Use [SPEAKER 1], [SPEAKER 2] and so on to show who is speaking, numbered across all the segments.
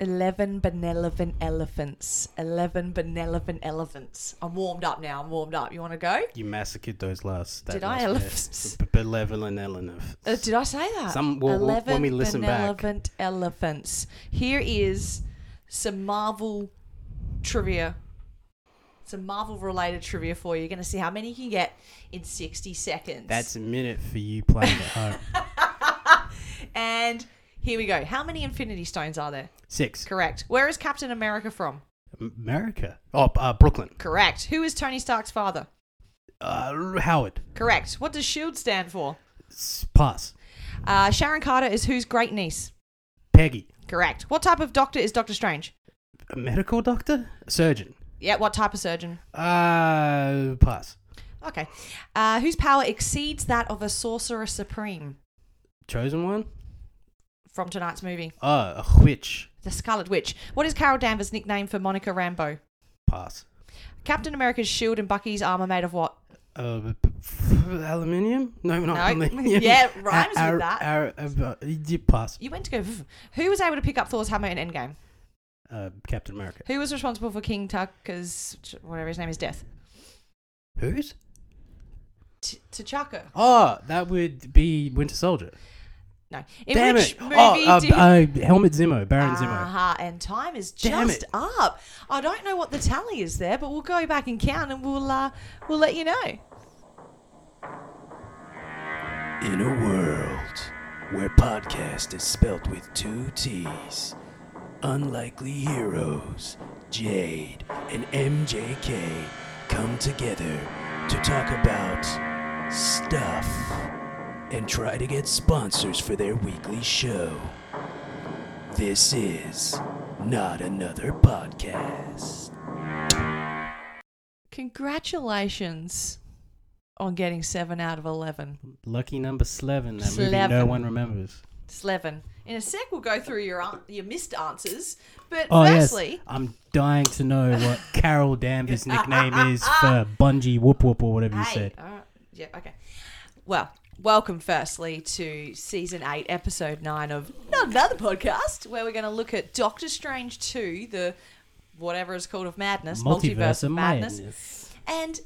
[SPEAKER 1] Eleven benevolent elephants. Eleven benevolent elephants. I'm warmed up now. I'm warmed up. You want to go?
[SPEAKER 2] You massacred those last. That
[SPEAKER 1] Did
[SPEAKER 2] last
[SPEAKER 1] I?
[SPEAKER 2] bit.
[SPEAKER 1] Elephants.
[SPEAKER 2] B- Benevolent elephant.
[SPEAKER 1] Uh, did I say that?
[SPEAKER 2] Some- well, well, when we listen back.
[SPEAKER 1] benevolent elephants. Here is some Marvel trivia. Some Marvel related trivia for you. You're going to see how many you can get in 60 seconds.
[SPEAKER 2] That's a minute for you playing at home.
[SPEAKER 1] And here we go. How many Infinity Stones are there?
[SPEAKER 2] Six.
[SPEAKER 1] Correct. Where is Captain America from?
[SPEAKER 2] America. Oh, uh, Brooklyn.
[SPEAKER 1] Correct. Who is Tony Stark's father?
[SPEAKER 2] Uh, Howard.
[SPEAKER 1] Correct. What does SHIELD E stand for?
[SPEAKER 2] S- Pass.
[SPEAKER 1] Uh, Sharon Carter is whose great niece?
[SPEAKER 2] Peggy.
[SPEAKER 1] Correct. What type of doctor is Doctor Strange?
[SPEAKER 2] A medical doctor? Surgeon.
[SPEAKER 1] Yeah, what type of surgeon?
[SPEAKER 2] Uh, pass.
[SPEAKER 1] Okay. Uh, whose power exceeds that of a sorcerer supreme
[SPEAKER 2] Chosen one?
[SPEAKER 1] from tonight's movie?
[SPEAKER 2] Uh, a witch.
[SPEAKER 1] The Scarlet Witch. What is Carol Danvers' nickname for Monica Rambeau?
[SPEAKER 2] Pass.
[SPEAKER 1] Captain America's shield and Bucky's armor made of what?
[SPEAKER 2] Uh, b- p- f- aluminium? No, not
[SPEAKER 1] No.
[SPEAKER 2] aluminium.
[SPEAKER 1] Yeah, rhymes with
[SPEAKER 2] Ar-
[SPEAKER 1] that.
[SPEAKER 2] ar- uh, uh, you pass.
[SPEAKER 1] You went to go. "Vroom." Who was able to pick up Thor's hammer in Endgame?
[SPEAKER 2] Uh, Captain America.
[SPEAKER 1] Who was responsible for King Tucker's whatever his name is death?
[SPEAKER 2] Whose?
[SPEAKER 1] T- T'Chaka.
[SPEAKER 2] Oh, that would be Winter Soldier.
[SPEAKER 1] No. In
[SPEAKER 2] Damn
[SPEAKER 1] which
[SPEAKER 2] it!
[SPEAKER 1] movie
[SPEAKER 2] oh, uh,
[SPEAKER 1] did? Ah.
[SPEAKER 2] uh, Helmet Zimmer, Baron Zimmer.
[SPEAKER 1] Aha, Uh-huh, and time is
[SPEAKER 2] Damn
[SPEAKER 1] just
[SPEAKER 2] it.
[SPEAKER 1] up. I don't know what the tally is there, but we'll go back and count, and we'll uh, we'll let you know.
[SPEAKER 3] In a world where podcast is spelt with two T's, unlikely heroes, Jade and MJK come together to talk about stuff and try to get sponsors for their weekly show. This is not another podcast.
[SPEAKER 1] Congratulations on getting seven out of eleven.
[SPEAKER 2] Lucky number eleven. That movie no
[SPEAKER 1] Sleven.
[SPEAKER 2] one remembers.
[SPEAKER 1] Eleven. In a sec, we'll go through your an- your missed answers. But
[SPEAKER 2] Oh yes,
[SPEAKER 1] firstly,
[SPEAKER 2] I'm dying to know what Carol Danvers' nickname is for Bungie Whoop Whoop or whatever you
[SPEAKER 1] Hey,
[SPEAKER 2] said.
[SPEAKER 1] all right. yeah, okay. Well, welcome firstly to season eight, episode nine of Not Another Podcast, where we're going to look at Doctor Strange 2, the whatever it's called of madness, multiverse, of madness, and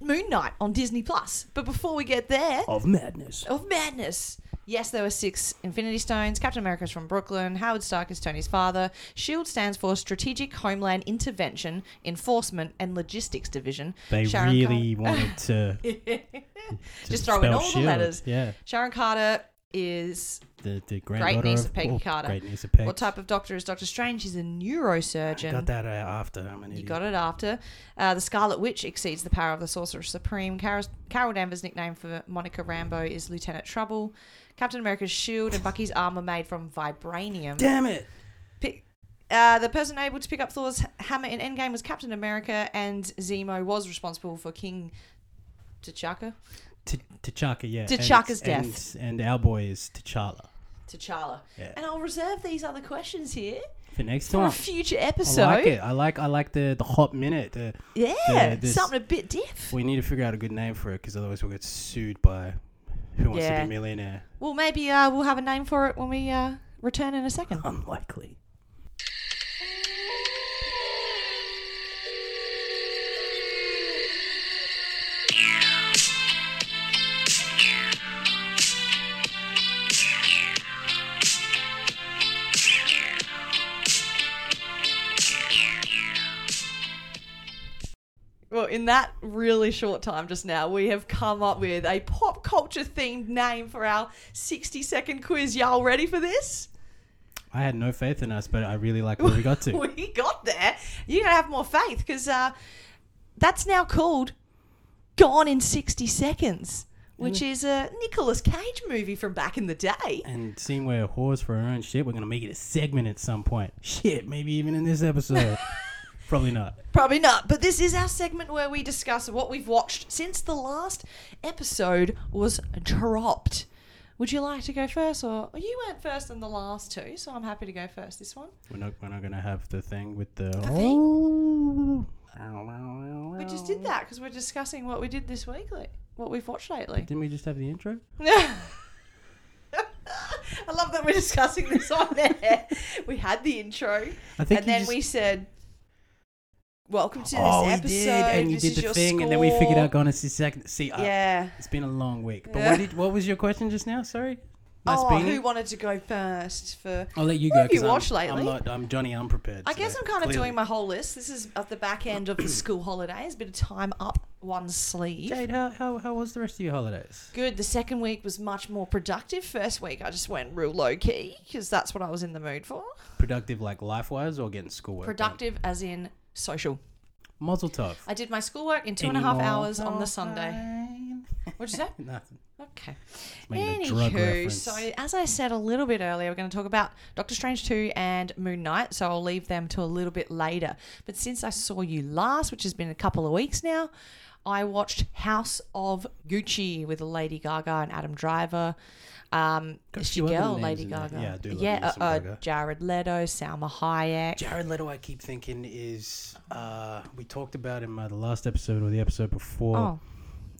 [SPEAKER 1] Moon Knight on Disney Plus. But before we get there,
[SPEAKER 3] Of madness.
[SPEAKER 1] of madness. Yes, there were six Infinity Stones. Captain America's from Brooklyn. Howard Stark is Tony's father. SHIELD E stands for Strategic Homeland Intervention, Enforcement, and Logistics Division.
[SPEAKER 2] They
[SPEAKER 1] Sharon
[SPEAKER 2] really wanted to, to
[SPEAKER 1] Just throw in
[SPEAKER 2] spell
[SPEAKER 1] all the
[SPEAKER 2] shield.
[SPEAKER 1] letters.
[SPEAKER 2] Yeah,
[SPEAKER 1] Sharon Carter is
[SPEAKER 2] the, the
[SPEAKER 1] great
[SPEAKER 2] granddaughter
[SPEAKER 1] niece
[SPEAKER 2] of,
[SPEAKER 1] of Peggy
[SPEAKER 2] oh,
[SPEAKER 1] Carter.
[SPEAKER 2] Great niece of Peggy.
[SPEAKER 1] What type of doctor is Doctor Strange? He's a
[SPEAKER 2] I
[SPEAKER 1] neurosurgeon.
[SPEAKER 2] got that uh, after. I'm an idiot.
[SPEAKER 1] You got it after. Uh, the Scarlet Witch exceeds the power of the Sorcerer Supreme. Carol, Carol Danvers' nickname for Monica Rambo is Lieutenant Trouble. Captain America's shield and Bucky's armor made from vibranium.
[SPEAKER 2] Damn it!
[SPEAKER 1] Pick, uh, the person able to pick up Thor's h- hammer in Endgame was Captain America, and Zemo was responsible for King T'Chaka.
[SPEAKER 2] T- T'Chaka, yeah. and-
[SPEAKER 1] T'Chaka's
[SPEAKER 2] and,
[SPEAKER 1] death.
[SPEAKER 2] And our boy is T'Challa.
[SPEAKER 1] T'Challa.
[SPEAKER 2] Yeah.
[SPEAKER 1] And I'll reserve these other questions here
[SPEAKER 2] For next
[SPEAKER 1] for a
[SPEAKER 2] time.
[SPEAKER 1] future
[SPEAKER 2] I
[SPEAKER 1] episode.
[SPEAKER 2] like it. I like I like the, the hot minute. The,
[SPEAKER 1] Yeah,
[SPEAKER 2] the- this-
[SPEAKER 1] something a bit diff.
[SPEAKER 2] we need to figure out a good name for it because otherwise we'll get sued by Who Wants to
[SPEAKER 1] Yeah.
[SPEAKER 2] Be a Millionaire.
[SPEAKER 1] Well, maybe uh, we'll have a name for it when we uh, return in a second.
[SPEAKER 3] Unlikely.
[SPEAKER 1] Well, in that really short time just now, we have come up with a pop culture themed name for our 60 second quiz. Y'all ready for this?
[SPEAKER 2] I had no faith in us, but I really like where we got to.
[SPEAKER 1] We got there. You're going to have more faith because uh, that's now called Gone in 60 Seconds, which is a Nicolas Cage movie from back in the day.
[SPEAKER 2] and seeing we're whores for our own shit, we're going to make it a segment at some point. Shit, maybe even in this episode. Probably not.
[SPEAKER 1] Probably not, but this is our segment where we discuss what we've watched since the last episode was dropped. Would you like to go first, or well, you went first in the last two, so I'm happy to go first this one.
[SPEAKER 2] We're not, we're not going to have the thing with the. Oh.
[SPEAKER 1] We just did that because we're discussing what we did this week, like, what we've watched lately.
[SPEAKER 2] Didn't we just have the intro?
[SPEAKER 1] I love that we're discussing this on there. We had the intro,
[SPEAKER 2] I think
[SPEAKER 1] and
[SPEAKER 2] you
[SPEAKER 1] then
[SPEAKER 2] just-
[SPEAKER 1] we said, "Welcome to this
[SPEAKER 2] oh,
[SPEAKER 1] episode."
[SPEAKER 2] we did, and you
[SPEAKER 1] this
[SPEAKER 2] did
[SPEAKER 1] is
[SPEAKER 2] the
[SPEAKER 1] your
[SPEAKER 2] thing, and then we figured out
[SPEAKER 1] score."
[SPEAKER 2] going to see second. See, uh,
[SPEAKER 1] yeah.
[SPEAKER 2] it's been a long week. But
[SPEAKER 1] Yeah.
[SPEAKER 2] what did? What was your question just now? Sorry. Nice
[SPEAKER 1] oh,
[SPEAKER 2] beanie.
[SPEAKER 1] who wanted to go first? For
[SPEAKER 2] I'll let you
[SPEAKER 1] What
[SPEAKER 2] go.
[SPEAKER 1] have you
[SPEAKER 2] 'cause I'm-
[SPEAKER 1] watched lately?
[SPEAKER 2] I'm, not, I'm Johnny unprepared.
[SPEAKER 1] I guess
[SPEAKER 2] today,
[SPEAKER 1] I'm kind of
[SPEAKER 2] clearly.
[SPEAKER 1] doing my whole list. This is at the back end of the school holidays, bit of time up one sleeve.
[SPEAKER 2] Jade, how, how, how was the rest of your holidays?
[SPEAKER 1] Good. The second week was much more productive. First week, I just went real low key because that's what I was in the mood for.
[SPEAKER 2] Productive, like life wise, or getting schoolwork? done?
[SPEAKER 1] Productive, as in social.
[SPEAKER 2] Mazel tov.
[SPEAKER 1] I did my schoolwork in two and a half
[SPEAKER 2] Any more
[SPEAKER 1] hours on the Sunday.
[SPEAKER 2] wine?
[SPEAKER 1] What'd you say?
[SPEAKER 2] Nothing.
[SPEAKER 1] Okay.
[SPEAKER 2] making a drug
[SPEAKER 1] Anywho,
[SPEAKER 2] reference.
[SPEAKER 1] so as I said a little bit earlier, we're going to talk about Doctor Strange 2 and Moon Knight, so I'll leave them to a little bit later. But since I saw you last, which has been a couple of weeks now, I watched House of Gucci with Lady Gaga and Adam Driver. Um,
[SPEAKER 2] Got a
[SPEAKER 1] it's
[SPEAKER 2] few
[SPEAKER 1] your
[SPEAKER 2] other
[SPEAKER 1] girl,
[SPEAKER 2] names
[SPEAKER 1] Lady
[SPEAKER 2] in there.
[SPEAKER 1] Gaga.
[SPEAKER 2] Yeah, I do love
[SPEAKER 1] yeah,
[SPEAKER 2] me some
[SPEAKER 1] uh, uh,
[SPEAKER 2] Gaga.
[SPEAKER 1] Jared Leto, Salma Hayek.
[SPEAKER 2] Jared Leto, I keep thinking is uh, we talked about him uh, the last episode or the episode before.
[SPEAKER 1] oh,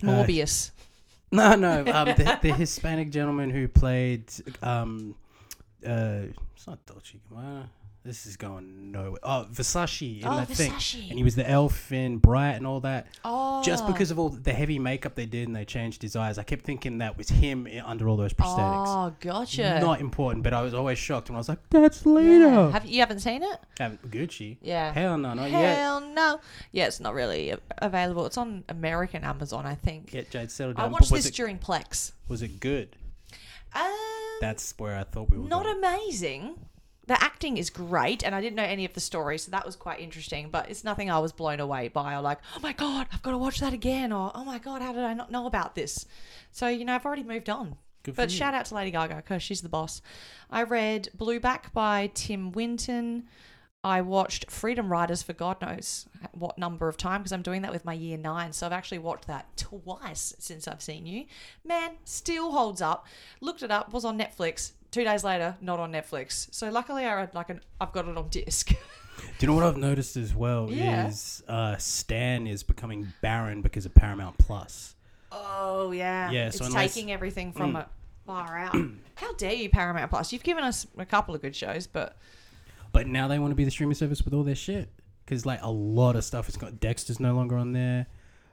[SPEAKER 2] Uh,
[SPEAKER 1] Morbius.
[SPEAKER 2] No, no, um, the, the Hispanic gentleman who played um, uh, it's not Dolce Gabbana. This is going nowhere. Oh, Versace in
[SPEAKER 1] Oh,
[SPEAKER 2] that
[SPEAKER 1] Versace.
[SPEAKER 2] thing, and he was the elf in Bright and all that.
[SPEAKER 1] Oh,
[SPEAKER 2] Just because of all the heavy makeup they did and they changed his eyes, I kept thinking that was him i- under all those prosthetics.
[SPEAKER 1] Oh, gotcha.
[SPEAKER 2] Not important, but I was always shocked when I was like, "That's
[SPEAKER 1] yeah.
[SPEAKER 2] Leto."
[SPEAKER 1] Have you haven't seen it?
[SPEAKER 2] Um, Gucci.
[SPEAKER 1] Yeah.
[SPEAKER 2] Hell no, not yet.
[SPEAKER 1] Hell no. Yeah, it's not really a- available. It's on American Amazon, I think.
[SPEAKER 2] Get Jade settled down.
[SPEAKER 1] I
[SPEAKER 2] But
[SPEAKER 1] watched
[SPEAKER 2] was
[SPEAKER 1] this
[SPEAKER 2] It,
[SPEAKER 1] during Plex.
[SPEAKER 2] was it good?
[SPEAKER 1] Um,
[SPEAKER 2] That's where I thought we were.
[SPEAKER 1] not
[SPEAKER 2] going.
[SPEAKER 1] amazing. The acting is great, and I didn't know any of the story, so that was quite interesting. But it's nothing I was blown away by, or like, oh my god, I've got to watch that again, or oh my god, how did I not know about this? So you know, I've already moved on.
[SPEAKER 2] Good for
[SPEAKER 1] but
[SPEAKER 2] you.
[SPEAKER 1] shout out to Lady Gaga because she's the boss. I read Blueback by Tim Winton. I watched Freedom Riders for God knows what number of times because I'm doing that with my year nine. So I've actually watched that twice since I've seen you. Man, still holds up. Looked it up, was on Netflix. Two days later, not on Netflix. So luckily, I had like an, I've got it on disc.
[SPEAKER 2] Do you know what I've noticed as well
[SPEAKER 1] Yeah.
[SPEAKER 2] is uh, Stan is becoming barren because of Paramount Plus.
[SPEAKER 1] oh yeah,
[SPEAKER 2] Yeah,
[SPEAKER 1] It's
[SPEAKER 2] so unless- Mm.
[SPEAKER 1] taking everything from it far out. How dare you, Paramount Plus? You've given us a couple of good shows, but
[SPEAKER 2] But now they want to be the streaming service with all their shit because like a lot of stuff has got Dexter's no longer on there.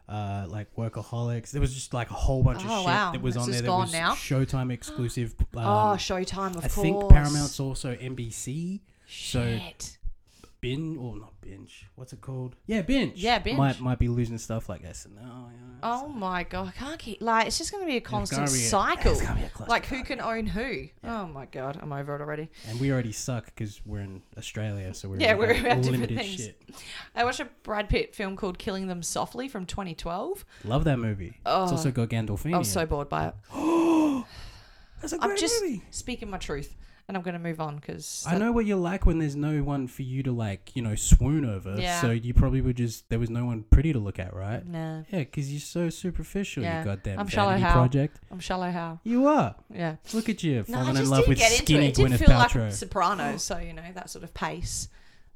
[SPEAKER 2] Uh, like workaholics, there was just like a whole bunch of
[SPEAKER 1] Oh,
[SPEAKER 2] shit
[SPEAKER 1] wow.
[SPEAKER 2] that was
[SPEAKER 1] This
[SPEAKER 2] on
[SPEAKER 1] is
[SPEAKER 2] there. That
[SPEAKER 1] gone
[SPEAKER 2] was
[SPEAKER 1] now?
[SPEAKER 2] Showtime exclusive. Um,
[SPEAKER 1] oh, Showtime of
[SPEAKER 2] I
[SPEAKER 1] course.
[SPEAKER 2] think Paramount's also NBC. So
[SPEAKER 1] Shit.
[SPEAKER 2] binge or not binge? What's it called? Yeah, binge.
[SPEAKER 1] Yeah, binge.
[SPEAKER 2] Might might be losing stuff like SNL. You know,
[SPEAKER 1] Oh my god, I can't keep like it's just going to be a
[SPEAKER 2] gonna
[SPEAKER 1] constant
[SPEAKER 2] be a-
[SPEAKER 1] cycle.
[SPEAKER 2] it's gonna be a cluster
[SPEAKER 1] like who can own who? Oh my god, I'm over it already.
[SPEAKER 2] And we already suck because we're in Australia, so we're
[SPEAKER 1] Yeah,
[SPEAKER 2] like
[SPEAKER 1] we're about different
[SPEAKER 2] limited
[SPEAKER 1] things.
[SPEAKER 2] shit.
[SPEAKER 1] I watched a Brad Pitt film called Killing Them Softly from 2012.
[SPEAKER 2] Love that movie. It's also got Gandolfini.
[SPEAKER 1] I was Oh, so bored by it.
[SPEAKER 2] That's a
[SPEAKER 1] I'm just speaking my truth, and I'm going to move on because
[SPEAKER 2] I know what you're like when there's no one for you to like, you know, swoon over.
[SPEAKER 1] Yeah.
[SPEAKER 2] So you probably would just there was no one pretty to look at, right?
[SPEAKER 1] nah,
[SPEAKER 2] Yeah, because you're so superficial.
[SPEAKER 1] Yeah.
[SPEAKER 2] You goddamn
[SPEAKER 1] I'm Shallow
[SPEAKER 2] vanity
[SPEAKER 1] Hal.
[SPEAKER 2] project.
[SPEAKER 1] I'm shallow. How?
[SPEAKER 2] You are.
[SPEAKER 1] Yeah.
[SPEAKER 2] Look at you,
[SPEAKER 1] No,
[SPEAKER 2] falling
[SPEAKER 1] I
[SPEAKER 2] in
[SPEAKER 1] just
[SPEAKER 2] love
[SPEAKER 1] didn't
[SPEAKER 2] with
[SPEAKER 1] get into it.
[SPEAKER 2] skinny
[SPEAKER 1] It did
[SPEAKER 2] Gwyneth
[SPEAKER 1] feel like
[SPEAKER 2] Paltrow.
[SPEAKER 1] Sopranos, so you know that sort of pace,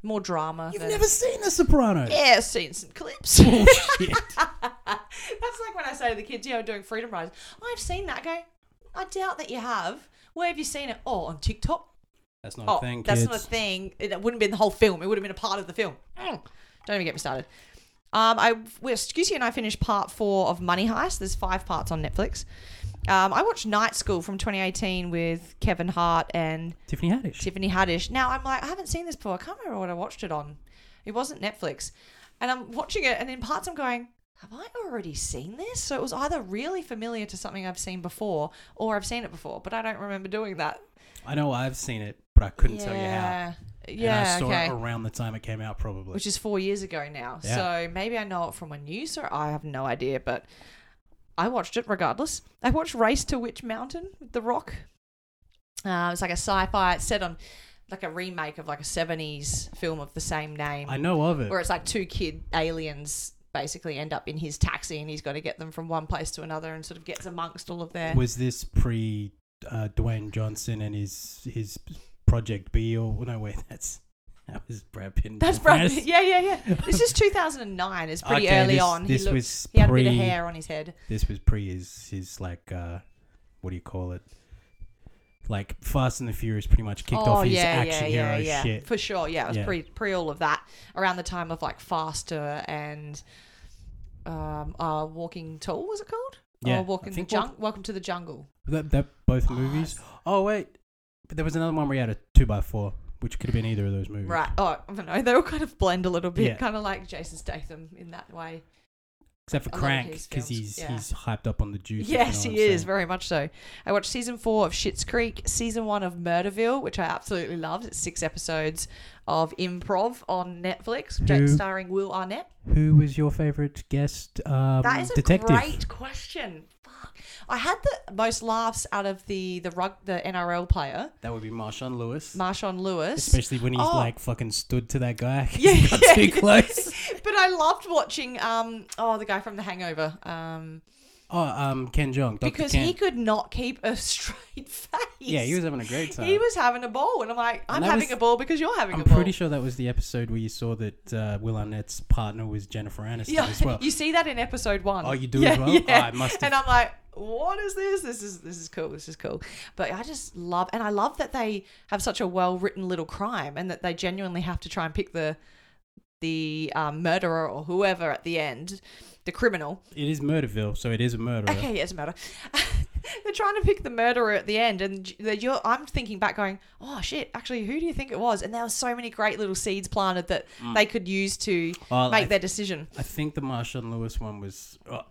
[SPEAKER 1] more drama.
[SPEAKER 2] You've
[SPEAKER 1] than-
[SPEAKER 2] never seen The Sopranos.
[SPEAKER 1] Yeah, I've seen some clips.
[SPEAKER 2] Shit.
[SPEAKER 1] That's like when I say to the kids, yeah, we're doing Freedom Riders. I've seen that. I Go, I doubt that you have. Where have you seen it? Oh, on TikTok.
[SPEAKER 2] That's not
[SPEAKER 1] Oh,
[SPEAKER 2] a thing,
[SPEAKER 1] that's
[SPEAKER 2] kids.
[SPEAKER 1] not a thing. It wouldn't have been the whole film. It would have been a part of the film. Mm. Don't even get me started. Um, I, we Scusi and I finished part four of Money Heist. There's five parts on Netflix. Um, I watched Night School from 2018 with Kevin Hart and
[SPEAKER 2] Tiffany Haddish.
[SPEAKER 1] Tiffany Haddish. Now I'm like, I haven't seen this before. I can't remember what I watched it on. It wasn't Netflix. And I'm watching it, and in parts I'm going, have I already seen this? So it was either really familiar to something I've seen before, or I've seen it before, but I don't remember doing that.
[SPEAKER 2] I know I've seen it, but I couldn't tell you how.
[SPEAKER 1] yeah.
[SPEAKER 2] and
[SPEAKER 1] Yeah.
[SPEAKER 2] I saw
[SPEAKER 1] okay.
[SPEAKER 2] it around the time it came out, probably.
[SPEAKER 1] Which is four years ago now.
[SPEAKER 2] Yeah.
[SPEAKER 1] So maybe I know it from when you saw it. I have no idea, but I watched it regardless. I watched Race to Witch Mountain with The Rock. Uh, it's like a sci fi, it's set on like a remake of like a 70s film of the same name,
[SPEAKER 2] I know of it.
[SPEAKER 1] where it's like two kid aliens basically end up in his taxi and he's got to get them from one place to another and sort of gets amongst all of their.
[SPEAKER 2] Was this pre uh, Dwayne Johnson and his his Project B or no wait that's that was Brad Pitt. and
[SPEAKER 1] That's
[SPEAKER 2] Jennifer
[SPEAKER 1] Brad.
[SPEAKER 2] Aniston.
[SPEAKER 1] Yeah, yeah, yeah. This is 2009. It's pretty
[SPEAKER 2] Okay,
[SPEAKER 1] early
[SPEAKER 2] this-
[SPEAKER 1] on.
[SPEAKER 2] this
[SPEAKER 1] he looked,
[SPEAKER 2] was
[SPEAKER 1] he had a bit of
[SPEAKER 2] pre-
[SPEAKER 1] hair on his head.
[SPEAKER 2] This was pre his his like uh, what do you call it? Like Fast and the Furious pretty much kicked
[SPEAKER 1] oh,
[SPEAKER 2] off his
[SPEAKER 1] yeah,
[SPEAKER 2] action
[SPEAKER 1] yeah,
[SPEAKER 2] hero
[SPEAKER 1] yeah, yeah.
[SPEAKER 2] shit.
[SPEAKER 1] For sure, yeah. It was
[SPEAKER 2] Yeah.
[SPEAKER 1] pre pre all of that. Around the time of like Faster and um uh Walking Tall was it called? Or
[SPEAKER 2] Yeah, I
[SPEAKER 1] Walking the
[SPEAKER 2] think
[SPEAKER 1] Jung- Welcome to the Jungle.
[SPEAKER 2] That, that both
[SPEAKER 1] Oh,
[SPEAKER 2] movies. Oh wait, but there was another one where he had a two by four, which could have been either of those movies.
[SPEAKER 1] Right. Oh, I don't know. They all kind of blend a little bit,
[SPEAKER 2] Yeah.
[SPEAKER 1] kind of like Jason Statham in that way.
[SPEAKER 2] Except for
[SPEAKER 1] A lot of
[SPEAKER 2] Crank,
[SPEAKER 1] his
[SPEAKER 2] because
[SPEAKER 1] films,
[SPEAKER 2] he's
[SPEAKER 1] yeah.
[SPEAKER 2] he's hyped up on the juice. if you
[SPEAKER 1] Yes,
[SPEAKER 2] know what
[SPEAKER 1] he
[SPEAKER 2] I'm
[SPEAKER 1] is
[SPEAKER 2] saying.
[SPEAKER 1] very much so. I watched season four of Schitt's Creek, season one of Murderville, which I absolutely loved. It's six episodes of improv on Netflix,
[SPEAKER 2] Who-
[SPEAKER 1] starring Will Arnett.
[SPEAKER 2] Who was your favorite guest? Um,
[SPEAKER 1] That is a
[SPEAKER 2] detective.
[SPEAKER 1] great question. Fuck, I had the most laughs out of the the rug the NRL player
[SPEAKER 2] That would be Marshawn Lewis,
[SPEAKER 1] Marshawn Lewis.
[SPEAKER 2] especially when he's
[SPEAKER 1] Oh.
[SPEAKER 2] like fucking stood to that guy. 'cause
[SPEAKER 1] Yeah,
[SPEAKER 2] he got
[SPEAKER 1] yeah.
[SPEAKER 2] too close.
[SPEAKER 1] but I loved watching um oh the guy from The Hangover um
[SPEAKER 2] Oh, um, Ken Jeong, Dr.
[SPEAKER 1] because
[SPEAKER 2] Ken.
[SPEAKER 1] he could not keep a straight face.
[SPEAKER 2] yeah, he was having a great time.
[SPEAKER 1] He was having a ball, and I'm like, I'm
[SPEAKER 2] that
[SPEAKER 1] having
[SPEAKER 2] was-
[SPEAKER 1] a ball because you're having
[SPEAKER 2] I'm
[SPEAKER 1] a ball.
[SPEAKER 2] pretty sure that was the episode where you saw that uh, Will Arnett's partner was Jennifer Aniston
[SPEAKER 1] Yeah,
[SPEAKER 2] as well.
[SPEAKER 1] you see that in episode one.
[SPEAKER 2] Oh, you do
[SPEAKER 1] yeah,
[SPEAKER 2] as well?
[SPEAKER 1] Yeah.
[SPEAKER 2] Oh, I must have-
[SPEAKER 1] And I'm like, what is this? This is this is cool. This is cool. But I just love, and I love that they have such a well written little crime, and that they genuinely have to try and pick the the um, murderer or whoever at the end, the criminal.
[SPEAKER 2] It is Murderville, so it is a murderer.
[SPEAKER 1] Okay, yeah, it's a murder. They're trying to pick the murderer at the end, and j- that you're, I'm thinking back, going, "Oh shit! Actually, who do you think it was?" And there were so many great little seeds planted that they could use to
[SPEAKER 2] Oh,
[SPEAKER 1] make
[SPEAKER 2] Mm. I-
[SPEAKER 1] their decision.
[SPEAKER 2] I think the Marshawn Lewis one was uh,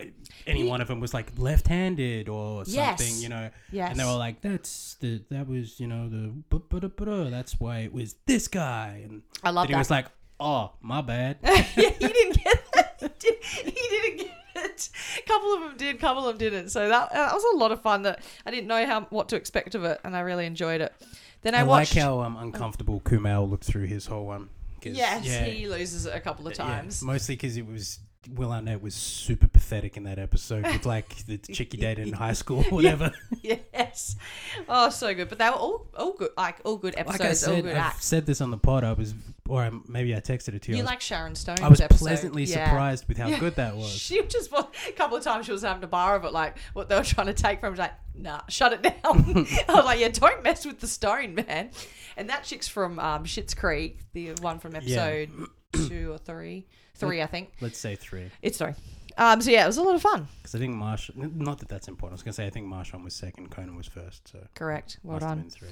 [SPEAKER 2] any one of them was like left-handed or something,
[SPEAKER 1] Yes.
[SPEAKER 2] you know.
[SPEAKER 1] Yes.
[SPEAKER 2] And they were like, "That's the that was you know the bu- bu- da- bu- da, that's why it was this guy." And
[SPEAKER 1] I love
[SPEAKER 2] then he
[SPEAKER 1] that.
[SPEAKER 2] was like, "Oh, my bad."
[SPEAKER 1] yeah, he didn't get that. He, did, he didn't get it. A couple of them did, a couple of them didn't. So that, that was a lot of fun. That I didn't know how what to expect of it, and I really enjoyed it. Then I,
[SPEAKER 2] I, like
[SPEAKER 1] watched.
[SPEAKER 2] how um, uncomfortable Kumail looked through his whole one. 'cause,
[SPEAKER 1] yes,
[SPEAKER 2] yeah,
[SPEAKER 1] he loses it a couple of
[SPEAKER 2] yeah,
[SPEAKER 1] times.
[SPEAKER 2] mostly because it was Will Arnett was super pathetic in that episode with like the chick he dated in high school, or whatever.
[SPEAKER 1] Yes. Oh, so good. But they were all all good, like all good episodes,
[SPEAKER 2] like I
[SPEAKER 1] all
[SPEAKER 2] said,
[SPEAKER 1] good
[SPEAKER 2] I've
[SPEAKER 1] acts.
[SPEAKER 2] said this on the pod. I was, or I, maybe I texted it to you. I
[SPEAKER 1] You
[SPEAKER 2] was
[SPEAKER 1] like Sharon Stone's
[SPEAKER 2] I was
[SPEAKER 1] episode.
[SPEAKER 2] pleasantly
[SPEAKER 1] Yeah.
[SPEAKER 2] surprised with how
[SPEAKER 1] Yeah.
[SPEAKER 2] good that was.
[SPEAKER 1] She just was a couple of times she was having to borrow of it, like what they were trying to take from. her, Like, nah, shut it down. I was like, yeah, don't mess with the stone, man. And that chick's from um, Shit's Creek, the one from episode two or three, three, I think.
[SPEAKER 2] Let's say three,
[SPEAKER 1] It's three. Um, so yeah, it was a lot of fun.
[SPEAKER 2] because I think Marsh. n- Not that that's important. I was gonna say I think Marshawn was second, Conan was first. So
[SPEAKER 1] Correct. Well
[SPEAKER 2] must have
[SPEAKER 1] done.
[SPEAKER 2] been three.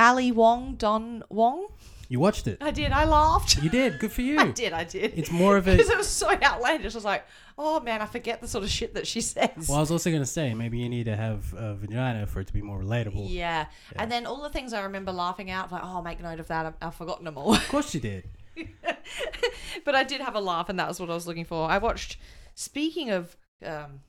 [SPEAKER 1] Ali Wong, Don Wong.
[SPEAKER 2] You watched it.
[SPEAKER 1] I did. I laughed.
[SPEAKER 2] You did. Good for you.
[SPEAKER 1] I did. I did.
[SPEAKER 2] It's more of a.
[SPEAKER 1] because it was so outlandish. I was like, oh man, I forget the sort of shit that she says.
[SPEAKER 2] Well, I was also gonna say maybe you need to have a vagina for it to be more relatable.
[SPEAKER 1] Yeah. and then all the things I remember laughing out, like, oh, make note of that. I've, I've forgotten them all.
[SPEAKER 2] Of course you did.
[SPEAKER 1] but I did have a laugh, and that was what I was looking for. I watched. Speaking of um,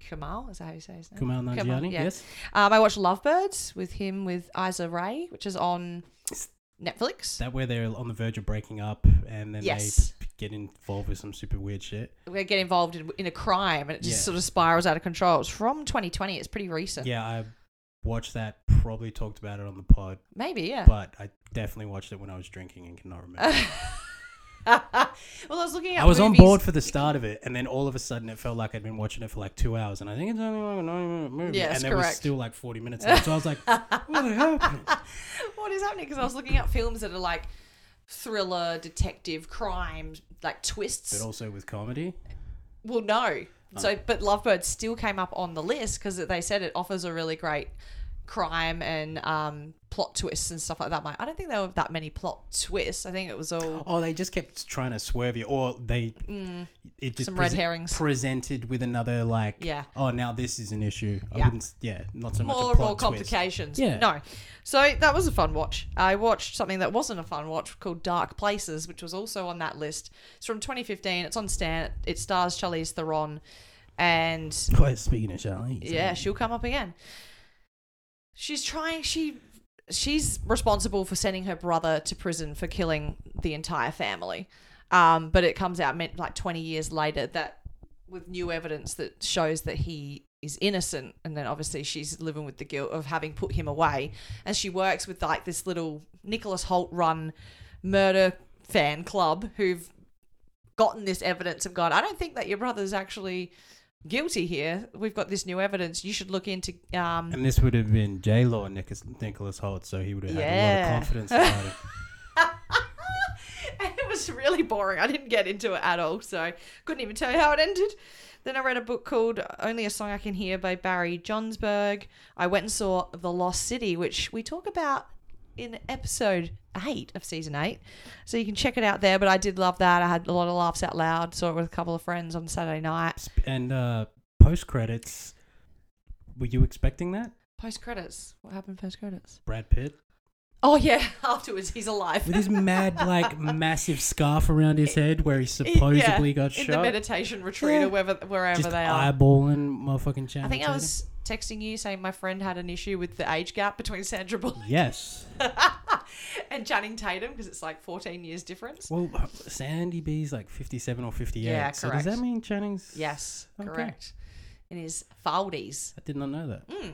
[SPEAKER 1] Kamal, is that how you say his name?
[SPEAKER 2] Kumail Nanjiani.
[SPEAKER 1] yeah.
[SPEAKER 2] Yes.
[SPEAKER 1] Um, I watched Lovebirds with him with Isa Ray, which is on
[SPEAKER 2] Is
[SPEAKER 1] Netflix.
[SPEAKER 2] That where they're on the verge of breaking up, and then
[SPEAKER 1] Yes.
[SPEAKER 2] they p- get involved with some super weird shit.
[SPEAKER 1] We get involved in, in a crime, and it just
[SPEAKER 2] Yeah.
[SPEAKER 1] sort of spirals out of control. It's from 2020. It's pretty recent.
[SPEAKER 2] Yeah, I watched that. Probably talked about it on the pod,
[SPEAKER 1] Maybe, yeah.
[SPEAKER 2] but I definitely watched it when I was drinking and cannot remember.
[SPEAKER 1] well, I was looking at.
[SPEAKER 2] I was on
[SPEAKER 1] movies.
[SPEAKER 2] board for the start of it, and then all of a sudden it felt like I'd been watching it for like two hours, and I think it's only like a ninety-minute movie,
[SPEAKER 1] Yes,
[SPEAKER 2] and there
[SPEAKER 1] correct.
[SPEAKER 2] was still like forty minutes left. So I was like, "What happened?"
[SPEAKER 1] what is happening? Because I was looking at films that are like thriller, detective, crime, like
[SPEAKER 2] But
[SPEAKER 1] twists.
[SPEAKER 2] also with comedy,
[SPEAKER 1] Well, no. So, but Lovebird still came up on the list because they said it offers a really great crime and um, plot twists and stuff like that. I'm like, I don't think there were that many plot twists. I think it was all.
[SPEAKER 2] oh, they just kept trying to swerve you, or they it just
[SPEAKER 1] Mm. Some red herrings.
[SPEAKER 2] presented with another like,
[SPEAKER 1] Yeah.
[SPEAKER 2] oh, now this is an issue. I
[SPEAKER 1] Yeah.
[SPEAKER 2] wouldn't, s- yeah, not so much
[SPEAKER 1] More
[SPEAKER 2] a
[SPEAKER 1] and more
[SPEAKER 2] plot twist.
[SPEAKER 1] complications.
[SPEAKER 2] Yeah.
[SPEAKER 1] No. So that was a fun watch. I watched something that wasn't a fun watch called Dark Places, which was also on that list. It's from 2015. It's on Stan. It stars Charlize Theron and
[SPEAKER 2] Well, speaking of Charlie,
[SPEAKER 1] Yeah, she'll come up again. She's trying. She she's responsible for sending her brother to prison for killing the entire family. Um, but it comes out meant like twenty years later that with new evidence that shows that he is innocent, and then obviously she's living with the guilt of having put him away. And she works with like this little Nicholas Holt run murder fan club who've gotten this evidence and gone, I don't think that your brother's actually guilty here. We've got this new evidence. You should look into. Um,
[SPEAKER 2] And this would have been J Law Nicholas, Nicholas Holt, so he would have had a lot
[SPEAKER 1] Yeah.
[SPEAKER 2] of confidence about it.
[SPEAKER 1] and it was really boring. I didn't get into it at all, so couldn't even tell you how it ended. Then I read a book called Only a Song I Can Hear by Barry Johnsberg. I went and saw The Lost City, which we talk about in episode eight of season eight. So you can check it out there. But I did love that. I had a lot of laughs out loud. Saw it with a couple of friends on Saturday night.
[SPEAKER 2] Sp- And uh, post credits, were you expecting that?
[SPEAKER 1] Post credits. What happened post credits?
[SPEAKER 2] Brad Pitt
[SPEAKER 1] Oh, yeah. Afterwards, he's alive.
[SPEAKER 2] with his mad, like, massive scarf around his head where he
[SPEAKER 1] Yeah,
[SPEAKER 2] supposedly got
[SPEAKER 1] in the
[SPEAKER 2] shot.
[SPEAKER 1] meditation retreat
[SPEAKER 2] Yeah.
[SPEAKER 1] or wherever, wherever
[SPEAKER 2] just
[SPEAKER 1] they are.
[SPEAKER 2] eyeballing motherfucking Channing
[SPEAKER 1] I think I
[SPEAKER 2] Tatum.
[SPEAKER 1] was texting you saying my friend had an issue with the age gap between Sandra Bullock
[SPEAKER 2] Yes.
[SPEAKER 1] and Channing Tatum because it's like 14 years difference.
[SPEAKER 2] Well, Sandy B's like 57 or 58.
[SPEAKER 1] Yeah,
[SPEAKER 2] So does that
[SPEAKER 1] correct.
[SPEAKER 2] mean Channing's.
[SPEAKER 1] Yes,
[SPEAKER 2] Okay.
[SPEAKER 1] correct. In his foldies.
[SPEAKER 2] I did not know that. Who's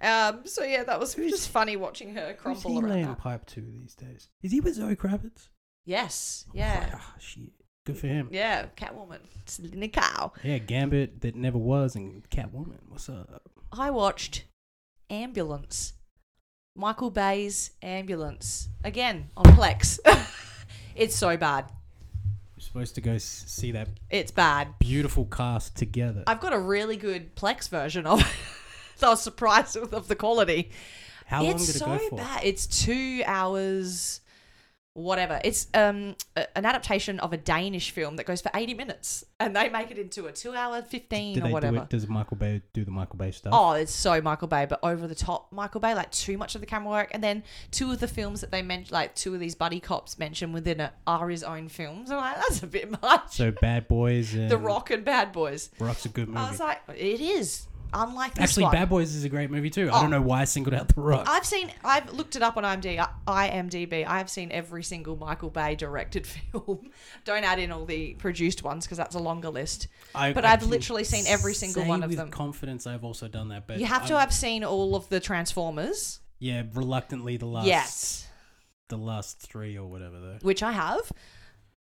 [SPEAKER 1] Um, so yeah, that was just funny watching her crumble
[SPEAKER 2] he
[SPEAKER 1] around
[SPEAKER 2] laying
[SPEAKER 1] that.
[SPEAKER 2] pipe to these days? Is he with Zoe Kravitz?
[SPEAKER 1] Yes, yeah,
[SPEAKER 2] Ah, shit. Good for him.
[SPEAKER 1] yeah, Catwoman, Selena Kyle.
[SPEAKER 2] Yeah, Gambit that never was and Catwoman. What's up?
[SPEAKER 1] I watched Ambulance, Michael Bay's Ambulance again on Plex. it's so bad.
[SPEAKER 2] We're supposed to go s- see that
[SPEAKER 1] It's bad.
[SPEAKER 2] beautiful cast together.
[SPEAKER 1] I've got a really good Plex version of it. so I was surprised with- of the quality.
[SPEAKER 2] How long
[SPEAKER 1] it's
[SPEAKER 2] did it
[SPEAKER 1] so
[SPEAKER 2] go for?
[SPEAKER 1] bad. It's two hours, whatever. It's um a- an adaptation of a Danish film that goes for eighty minutes, and they make it into a two-hour fifteen
[SPEAKER 2] Did
[SPEAKER 1] or
[SPEAKER 2] they
[SPEAKER 1] whatever.
[SPEAKER 2] do it? Does Michael Bay do the Michael Bay stuff?
[SPEAKER 1] Oh, it's so Michael Bay, but over the top Michael Bay, like too much of the camera work. And then two of the films that they mentioned, like two of these buddy cops mentioned within it, are his own films. I'm like, that's a bit much.
[SPEAKER 2] So Bad Boys and
[SPEAKER 1] the Rock and Bad Boys.
[SPEAKER 2] Rock's a good movie.
[SPEAKER 1] I was like, it is. Unlike this
[SPEAKER 2] Actually,
[SPEAKER 1] one. Oh.
[SPEAKER 2] Bad Boys is a great movie too. I don't know why I singled out The Rock.
[SPEAKER 1] I've seen. I've looked it up on IMDb. IMDb. I have seen every single Michael Bay directed film. Don't add in all the produced ones because that's a longer list.
[SPEAKER 2] I-
[SPEAKER 1] but
[SPEAKER 2] I
[SPEAKER 1] I've
[SPEAKER 2] can
[SPEAKER 1] literally seen every single
[SPEAKER 2] say
[SPEAKER 1] one of
[SPEAKER 2] with
[SPEAKER 1] them.
[SPEAKER 2] Confidence, I've also done that. But
[SPEAKER 1] You have to
[SPEAKER 2] I'm-
[SPEAKER 1] have seen all of the Transformers.
[SPEAKER 2] yeah, reluctantly the last,
[SPEAKER 1] Yes.
[SPEAKER 2] the last three or whatever though.
[SPEAKER 1] which I have.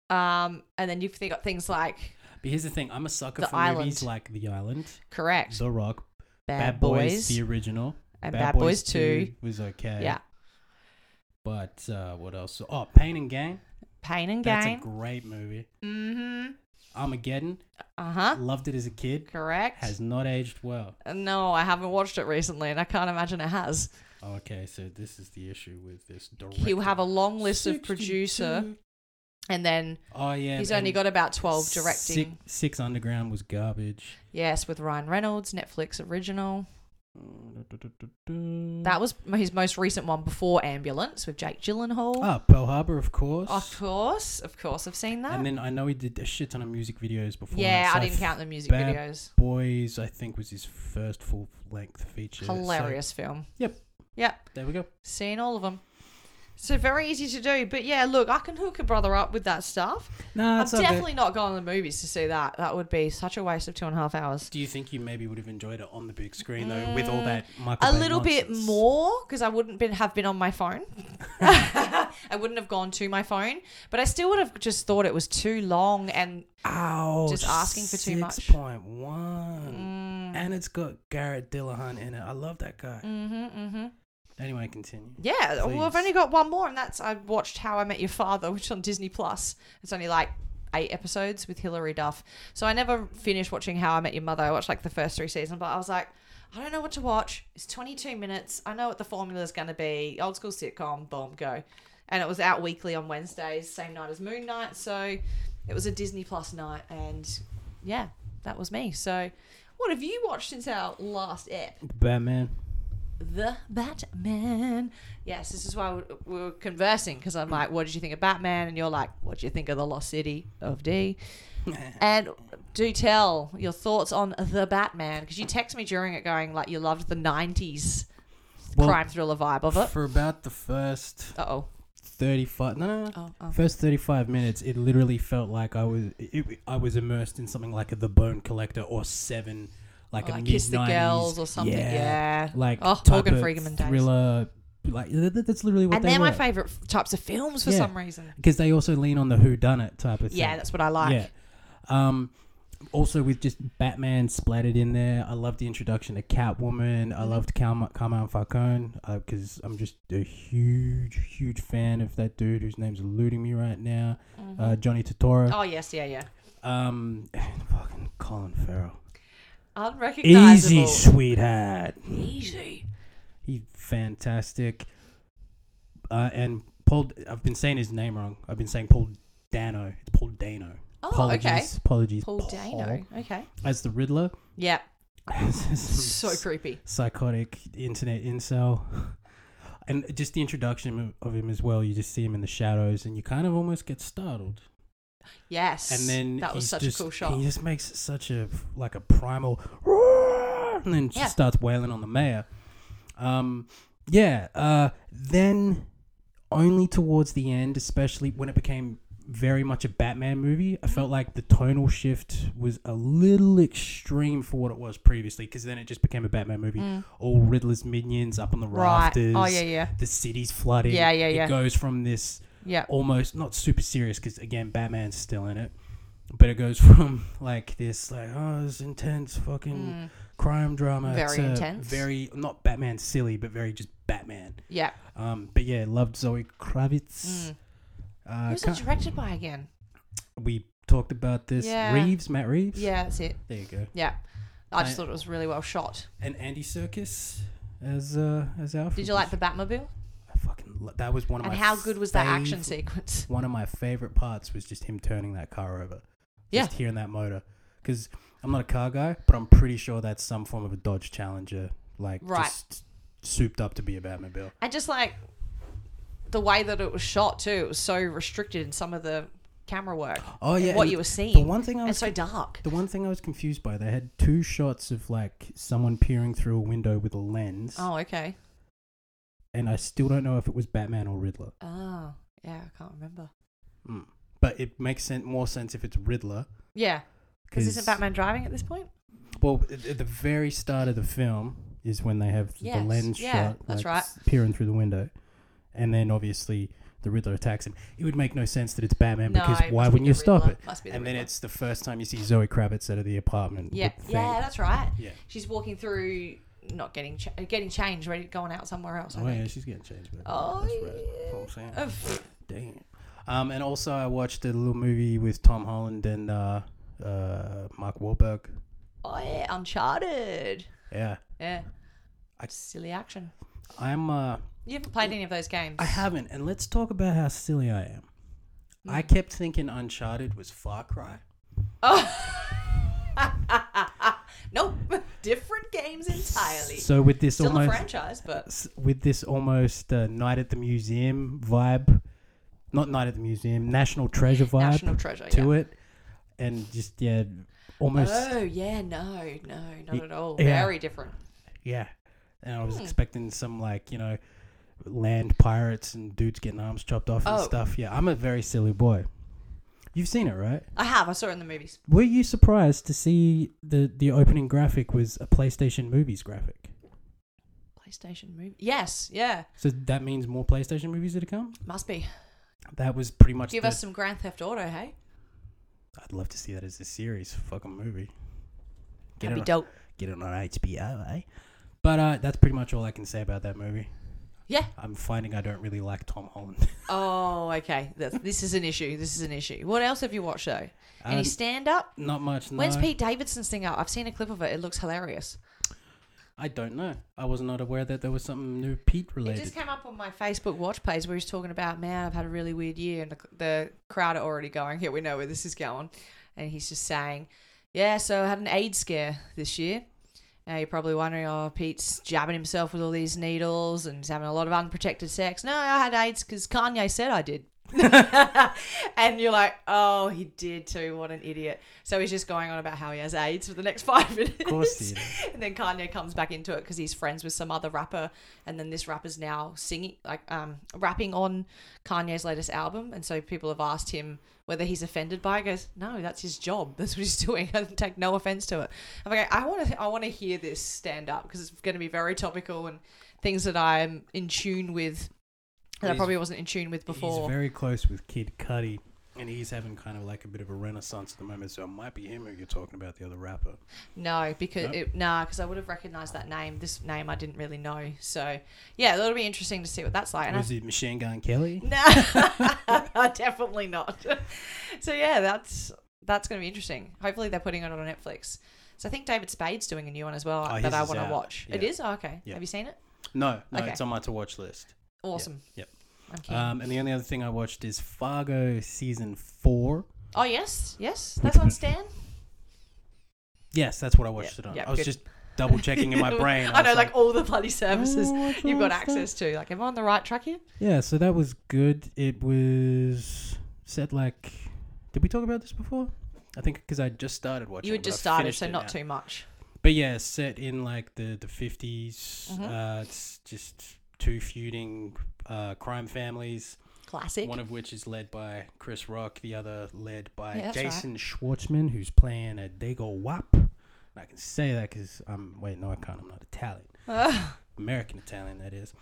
[SPEAKER 1] Um, and then you've got things like
[SPEAKER 2] But here's the thing: I'm a sucker
[SPEAKER 1] The
[SPEAKER 2] for movies
[SPEAKER 1] Island.
[SPEAKER 2] like The Island,
[SPEAKER 1] correct
[SPEAKER 2] The Rock,
[SPEAKER 1] bad,
[SPEAKER 2] Bad, Boys, the original,
[SPEAKER 1] and Bad, Boys Two.
[SPEAKER 2] was okay.
[SPEAKER 1] Yeah,
[SPEAKER 2] But uh, what else? Oh, Pain and Gain.
[SPEAKER 1] Pain and
[SPEAKER 2] That's
[SPEAKER 1] Gain.
[SPEAKER 2] a great movie.
[SPEAKER 1] mm-hmm.
[SPEAKER 2] Armageddon.
[SPEAKER 1] Uh huh.
[SPEAKER 2] Loved it as a kid.
[SPEAKER 1] Correct.
[SPEAKER 2] Has not aged well.
[SPEAKER 1] no, I haven't watched it recently, and I can't imagine it has.
[SPEAKER 2] Oh, okay, so this is the issue with this director.
[SPEAKER 1] He'll have a long list of producer,
[SPEAKER 2] 62.
[SPEAKER 1] and then
[SPEAKER 2] Oh yeah.
[SPEAKER 1] he's only
[SPEAKER 2] and
[SPEAKER 1] got about twelve
[SPEAKER 2] Six-
[SPEAKER 1] directing.
[SPEAKER 2] Six Underground was garbage.
[SPEAKER 1] Yes, with Ryan Reynolds, Netflix original.
[SPEAKER 2] That
[SPEAKER 1] That was his most recent one before Ambulance with Jake Gyllenhaal.
[SPEAKER 2] Ah, Pearl Harbor, of course.
[SPEAKER 1] Of course, of course, I've seen that.
[SPEAKER 2] And then I know he did a shit ton of music videos before.
[SPEAKER 1] yeah,
[SPEAKER 2] that, so
[SPEAKER 1] I didn't count the music
[SPEAKER 2] Bad
[SPEAKER 1] videos.
[SPEAKER 2] Boys, I think, was his first full length feature. so-
[SPEAKER 1] Hilarious film.
[SPEAKER 2] Yep.
[SPEAKER 1] Yep.
[SPEAKER 2] there we go.
[SPEAKER 1] Seen all of them. So very easy to do. But yeah, look, I can hook a brother up with that stuff.
[SPEAKER 2] No,
[SPEAKER 1] I'm
[SPEAKER 2] it's okay.
[SPEAKER 1] definitely not going to the movies to see that. That would be such a waste of two and a half hours.
[SPEAKER 2] Do you think you maybe would have enjoyed it on the big screen though, with all that Michael?
[SPEAKER 1] Mm, A
[SPEAKER 2] Bay
[SPEAKER 1] little bit
[SPEAKER 2] nonsense?
[SPEAKER 1] more because I wouldn't been, have been on my phone. I wouldn't have gone to my phone, but I still would have just thought it was too long. And
[SPEAKER 2] Ow,
[SPEAKER 1] Just asking for too much. Mm.
[SPEAKER 2] Six point one, and it's got Garrett Dillahunt in it. I love that guy.
[SPEAKER 1] mm-hmm,
[SPEAKER 2] Anyway, continue.
[SPEAKER 1] yeah, well, I've
[SPEAKER 2] Please.
[SPEAKER 1] only got one more, and that's I watched How I Met Your Father, which is on Disney Plus. It's only like eight episodes with Hilary Duff. So I never finished watching How I Met Your Mother. I watched like the first three seasons, but I was like, I don't know what to watch. It's 22 minutes. I know what the formula is going to be. Old school sitcom, boom, go. And it was out weekly on Wednesdays, same night as Moon Night. So it was a Disney Plus night, and yeah, that was me. So what have you watched since our last ep?
[SPEAKER 2] Batman.
[SPEAKER 1] the Batman. Yes, this is why we we were conversing because I'm like, what did you think of Batman? And you're like, what do you think of the Lost City of D? and do tell your thoughts on the Batman because you text me during it going like you loved the '90s
[SPEAKER 2] Well,
[SPEAKER 1] crime thriller vibe of it.
[SPEAKER 2] For about the first
[SPEAKER 1] Uh oh.
[SPEAKER 2] 35 no, no, no.
[SPEAKER 1] Oh, oh.
[SPEAKER 2] first 35 minutes it literally felt like i was it, i was immersed in something like the bone collector or seven like
[SPEAKER 1] Or
[SPEAKER 2] a
[SPEAKER 1] Oh, like
[SPEAKER 2] mid
[SPEAKER 1] Kiss the Girls or something, yeah.
[SPEAKER 2] like
[SPEAKER 1] Oh,
[SPEAKER 2] type
[SPEAKER 1] Morgan
[SPEAKER 2] of
[SPEAKER 1] Freeman days.
[SPEAKER 2] thriller like th- th- that's literally what
[SPEAKER 1] And
[SPEAKER 2] they
[SPEAKER 1] they're
[SPEAKER 2] were
[SPEAKER 1] my favorite f- types of films for
[SPEAKER 2] Yeah.
[SPEAKER 1] some reason.
[SPEAKER 2] because they also lean on the who done it type of thing
[SPEAKER 1] Yeah, that's what I like.
[SPEAKER 2] yeah um also with just Batman splattered in there. I love the introduction to Catwoman. I loved Cal- Carmine Falcone because I'm just a huge, huge fan of that dude whose name's eluding me right now.
[SPEAKER 1] Mm-hmm.
[SPEAKER 2] Uh, Johnny Totoro.
[SPEAKER 1] Oh yes, yeah, yeah.
[SPEAKER 2] Um, fucking Colin Farrell.
[SPEAKER 1] Unrecognizable.
[SPEAKER 2] Easy, sweetheart.
[SPEAKER 1] Easy.
[SPEAKER 2] He's fantastic. Uh, and Paul, I've been saying his name wrong. I've been saying Paul Dano. It's Paul Dano.
[SPEAKER 1] Oh,
[SPEAKER 2] apologies,
[SPEAKER 1] okay.
[SPEAKER 2] apologies.
[SPEAKER 1] Paul Dano. Okay.
[SPEAKER 2] as the Riddler.
[SPEAKER 1] Yeah. So
[SPEAKER 2] so
[SPEAKER 1] creepy.
[SPEAKER 2] psychotic internet incel. And just the introduction of him as well. You just see him in the shadows, and you kind of almost get startled.
[SPEAKER 1] Yes.
[SPEAKER 2] And then
[SPEAKER 1] that was
[SPEAKER 2] he's
[SPEAKER 1] such
[SPEAKER 2] just-
[SPEAKER 1] a cool shot.
[SPEAKER 2] He just makes such a like a primal, roar, and then just
[SPEAKER 1] Yeah.
[SPEAKER 2] starts wailing on the mayor. Um, yeah. Uh, then only towards the end, especially when it became very much a Batman movie,
[SPEAKER 1] Mm-hmm.
[SPEAKER 2] I felt like the tonal shift was a little extreme for what it was previously. Because then it just became a Batman movie. All Riddler's minions up on the
[SPEAKER 1] Mm. Right.
[SPEAKER 2] rafters.
[SPEAKER 1] Oh yeah, yeah,
[SPEAKER 2] The city's flooding.
[SPEAKER 1] Yeah, yeah,
[SPEAKER 2] It
[SPEAKER 1] yeah.
[SPEAKER 2] goes from this
[SPEAKER 1] yeah.
[SPEAKER 2] almost not super serious because again Batman's still in it, but it goes from like this like oh this intense fucking crime drama
[SPEAKER 1] Mm. Very
[SPEAKER 2] to
[SPEAKER 1] intense.
[SPEAKER 2] very not Batman silly but very just Batman.
[SPEAKER 1] Yeah.
[SPEAKER 2] Um, but yeah, loved Zoe
[SPEAKER 1] Mm.
[SPEAKER 2] Kravitz. Uh,
[SPEAKER 1] Who's it
[SPEAKER 2] can't-
[SPEAKER 1] directed by again?
[SPEAKER 2] we talked about this
[SPEAKER 1] Yeah.
[SPEAKER 2] Reeves Matt Reeves.
[SPEAKER 1] Yeah, that's it.
[SPEAKER 2] there you go.
[SPEAKER 1] Yeah. I just
[SPEAKER 2] I-
[SPEAKER 1] thought it was really well shot.
[SPEAKER 2] And Andy Circus as uh, as Alfred.
[SPEAKER 1] Did you like the Batmobile?
[SPEAKER 2] I fucking lo- that was one of
[SPEAKER 1] And
[SPEAKER 2] my
[SPEAKER 1] how good was that action
[SPEAKER 2] fav-
[SPEAKER 1] sequence?
[SPEAKER 2] one of my favorite parts was just him turning that car over.
[SPEAKER 1] Yeah.
[SPEAKER 2] Just hearing that motor. Because I'm not a car guy, but I'm pretty sure that's some form of a Dodge Challenger. Like,
[SPEAKER 1] Right.
[SPEAKER 2] just souped up to be a Batmobile.
[SPEAKER 1] And just like the way that it was shot too, it was so restricted in some of the camera work.
[SPEAKER 2] Oh,
[SPEAKER 1] and
[SPEAKER 2] yeah.
[SPEAKER 1] what
[SPEAKER 2] and
[SPEAKER 1] you were
[SPEAKER 2] The
[SPEAKER 1] seeing.
[SPEAKER 2] one thing I
[SPEAKER 1] and
[SPEAKER 2] was.
[SPEAKER 1] so dark.
[SPEAKER 2] the one thing I was confused by, they had two shots of like someone peering through a window with a lens,
[SPEAKER 1] Oh, okay.
[SPEAKER 2] and I still don't know if it was Batman or Riddler.
[SPEAKER 1] Oh, yeah, I can't remember.
[SPEAKER 2] Mm. But it makes sen- more sense if it's Riddler.
[SPEAKER 1] Yeah, because isn't Batman driving at this point?
[SPEAKER 2] Well, at at the very start of the film is when they have
[SPEAKER 1] Yes,
[SPEAKER 2] the lens
[SPEAKER 1] yeah,
[SPEAKER 2] shot,
[SPEAKER 1] that's
[SPEAKER 2] like,
[SPEAKER 1] right.
[SPEAKER 2] s- peering through the window, and then obviously the Riddler attacks him. It would make no sense that it's Batman
[SPEAKER 1] No,
[SPEAKER 2] because
[SPEAKER 1] it
[SPEAKER 2] why
[SPEAKER 1] must be
[SPEAKER 2] wouldn't
[SPEAKER 1] the
[SPEAKER 2] you stop
[SPEAKER 1] Riddler.
[SPEAKER 2] it?
[SPEAKER 1] Must be the
[SPEAKER 2] and then
[SPEAKER 1] Riddler.
[SPEAKER 2] it's the first time you see Zoe Kravitz out of the apartment.
[SPEAKER 1] Yeah,
[SPEAKER 2] with the
[SPEAKER 1] yeah,
[SPEAKER 2] thing.
[SPEAKER 1] that's right.
[SPEAKER 2] yeah.
[SPEAKER 1] She's walking through, not getting cha- getting changed, ready going out somewhere else. I
[SPEAKER 2] Oh yeah,
[SPEAKER 1] think.
[SPEAKER 2] she's getting changed. But
[SPEAKER 1] Oh,
[SPEAKER 2] that's right. That's what I'm saying.
[SPEAKER 1] Oh, pff,
[SPEAKER 2] Damn. Um, and also I watched a little movie with Tom Holland and uh, uh, Mark Wahlberg.
[SPEAKER 1] oh yeah, Uncharted.
[SPEAKER 2] Yeah,
[SPEAKER 1] Yeah,
[SPEAKER 2] I-
[SPEAKER 1] silly action.
[SPEAKER 2] I'm. Uh,
[SPEAKER 1] You haven't played any of those games.
[SPEAKER 2] I haven't, and let's talk about how silly I am.
[SPEAKER 1] Mm.
[SPEAKER 2] I kept thinking Uncharted was Far Cry.
[SPEAKER 1] Oh. nope, different games entirely.
[SPEAKER 2] So with this
[SPEAKER 1] Still a
[SPEAKER 2] almost
[SPEAKER 1] franchise, but
[SPEAKER 2] s- with this almost uh, Night at the Museum vibe, not Night at the Museum, National Treasure vibe
[SPEAKER 1] National Treasure.
[SPEAKER 2] to
[SPEAKER 1] yeah.
[SPEAKER 2] it, and just yeah, almost
[SPEAKER 1] Oh yeah, no, no, not at all.
[SPEAKER 2] yeah.
[SPEAKER 1] Very different.
[SPEAKER 2] yeah. And I was
[SPEAKER 1] Hmm.
[SPEAKER 2] expecting some like you know, land pirates and dudes getting arms chopped off and
[SPEAKER 1] Oh.
[SPEAKER 2] stuff. Yeah, I'm a very silly boy. You've seen it, right?
[SPEAKER 1] I have. I saw it in the movies.
[SPEAKER 2] Were you surprised to see the the opening graphic was a PlayStation movies graphic?
[SPEAKER 1] PlayStation movie. Yes, yeah,
[SPEAKER 2] So that means more PlayStation movies are to come.
[SPEAKER 1] must be.
[SPEAKER 2] That was pretty much.
[SPEAKER 1] Give
[SPEAKER 2] the-
[SPEAKER 1] us some Grand Theft Auto, hey?
[SPEAKER 2] I'd love to see that as a series, fucking movie. Get
[SPEAKER 1] That'd
[SPEAKER 2] it,
[SPEAKER 1] be
[SPEAKER 2] on,
[SPEAKER 1] dope.
[SPEAKER 2] get it on HBO, eh? But uh, that's pretty much all I can say about that movie.
[SPEAKER 1] Yeah.
[SPEAKER 2] I'm finding I don't really like Tom Holland.
[SPEAKER 1] Oh, okay. That's, this is an issue. This is an issue. What else have you watched though? Any
[SPEAKER 2] Um,
[SPEAKER 1] stand up?
[SPEAKER 2] Not much. No.
[SPEAKER 1] When's Pete Davidson's thing up? I've seen a clip of it. It looks hilarious.
[SPEAKER 2] I don't know. I was not aware that there was something new Pete
[SPEAKER 1] It
[SPEAKER 2] related.
[SPEAKER 1] just came up on my Facebook watch page where he's talking about, man, I've had a really weird year, and the, the crowd are already going, here, we know where this is going. And he's just saying, yeah, so I had an AIDS scare this year. Now you're probably wondering, oh, Pete's jabbing himself with all these needles and he's having a lot of unprotected sex. No, I had AIDS because Kanye said I did. and you're like, oh, he did too. What an idiot. So he's just going on about how he has AIDS for the next five minutes. Of
[SPEAKER 2] course he
[SPEAKER 1] and then Kanye comes back into it because he's friends with some other rapper. And then this rapper's now singing, like, um, rapping on Kanye's latest album. And so people have asked him whether he's offended by it. He goes, no, that's his job. That's what he's doing. I take no offense to it. I'm like, I want to, I want to hear this stand up because it's going to be very topical and things that I'm in tune with that I
[SPEAKER 2] He's-
[SPEAKER 1] probably wasn't in tune with before.
[SPEAKER 2] He's very close with Kid Cudi. and he's having kind of like a bit of a renaissance at the moment. So it might be him who you're talking about, the other rapper.
[SPEAKER 1] No, because
[SPEAKER 2] No?
[SPEAKER 1] It, nah, because I would have recognized that name. This name I didn't really know. So yeah, that'll be interesting to see what that's like. And I
[SPEAKER 2] Was it Machine Gun Kelly?
[SPEAKER 1] No, definitely not. So yeah, that's that's going to be interesting. Hopefully they're putting it on Netflix. So I think David Spade's doing a new one as well
[SPEAKER 2] Oh,
[SPEAKER 1] that
[SPEAKER 2] his
[SPEAKER 1] I
[SPEAKER 2] is
[SPEAKER 1] want to
[SPEAKER 2] out.
[SPEAKER 1] watch. It
[SPEAKER 2] Yeah.
[SPEAKER 1] is oh, okay.
[SPEAKER 2] Yeah.
[SPEAKER 1] Have you seen it?
[SPEAKER 2] No, no,
[SPEAKER 1] Okay.
[SPEAKER 2] it's on my to watch list.
[SPEAKER 1] Awesome.
[SPEAKER 2] Yep.
[SPEAKER 1] I'm keen.
[SPEAKER 2] Um, and the only other thing I watched is Fargo season four.
[SPEAKER 1] oh yes, yes, that's on Stan.
[SPEAKER 2] Yes, that's what I watched
[SPEAKER 1] Yep,
[SPEAKER 2] it on.
[SPEAKER 1] yep,
[SPEAKER 2] I was
[SPEAKER 1] good.
[SPEAKER 2] just double checking in my brain.
[SPEAKER 1] I, know,
[SPEAKER 2] was
[SPEAKER 1] like, all the bloody services
[SPEAKER 2] "Oh, what's
[SPEAKER 1] you've got
[SPEAKER 2] all this
[SPEAKER 1] access to. Like, am I on the right track here?
[SPEAKER 2] Yeah, so that was good. It was said like, did we talk about this before? I think because I just started watching.
[SPEAKER 1] you
[SPEAKER 2] it,
[SPEAKER 1] had
[SPEAKER 2] but
[SPEAKER 1] just
[SPEAKER 2] I
[SPEAKER 1] started,
[SPEAKER 2] finished
[SPEAKER 1] so
[SPEAKER 2] it
[SPEAKER 1] not
[SPEAKER 2] now.
[SPEAKER 1] too much.
[SPEAKER 2] But yeah, it's set in like the the 50s
[SPEAKER 1] Mhm.
[SPEAKER 2] Uh, it's just two feuding uh, crime families.
[SPEAKER 1] Classic.
[SPEAKER 2] One of which is led by Chris Rock. The other led by
[SPEAKER 1] Yeah, that's right.
[SPEAKER 2] Jason Schwartzman, who's playing a Dago Wap. I can say that because I'm wait no I can't. I'm not Italian.
[SPEAKER 1] Ugh.
[SPEAKER 2] American Italian, that is.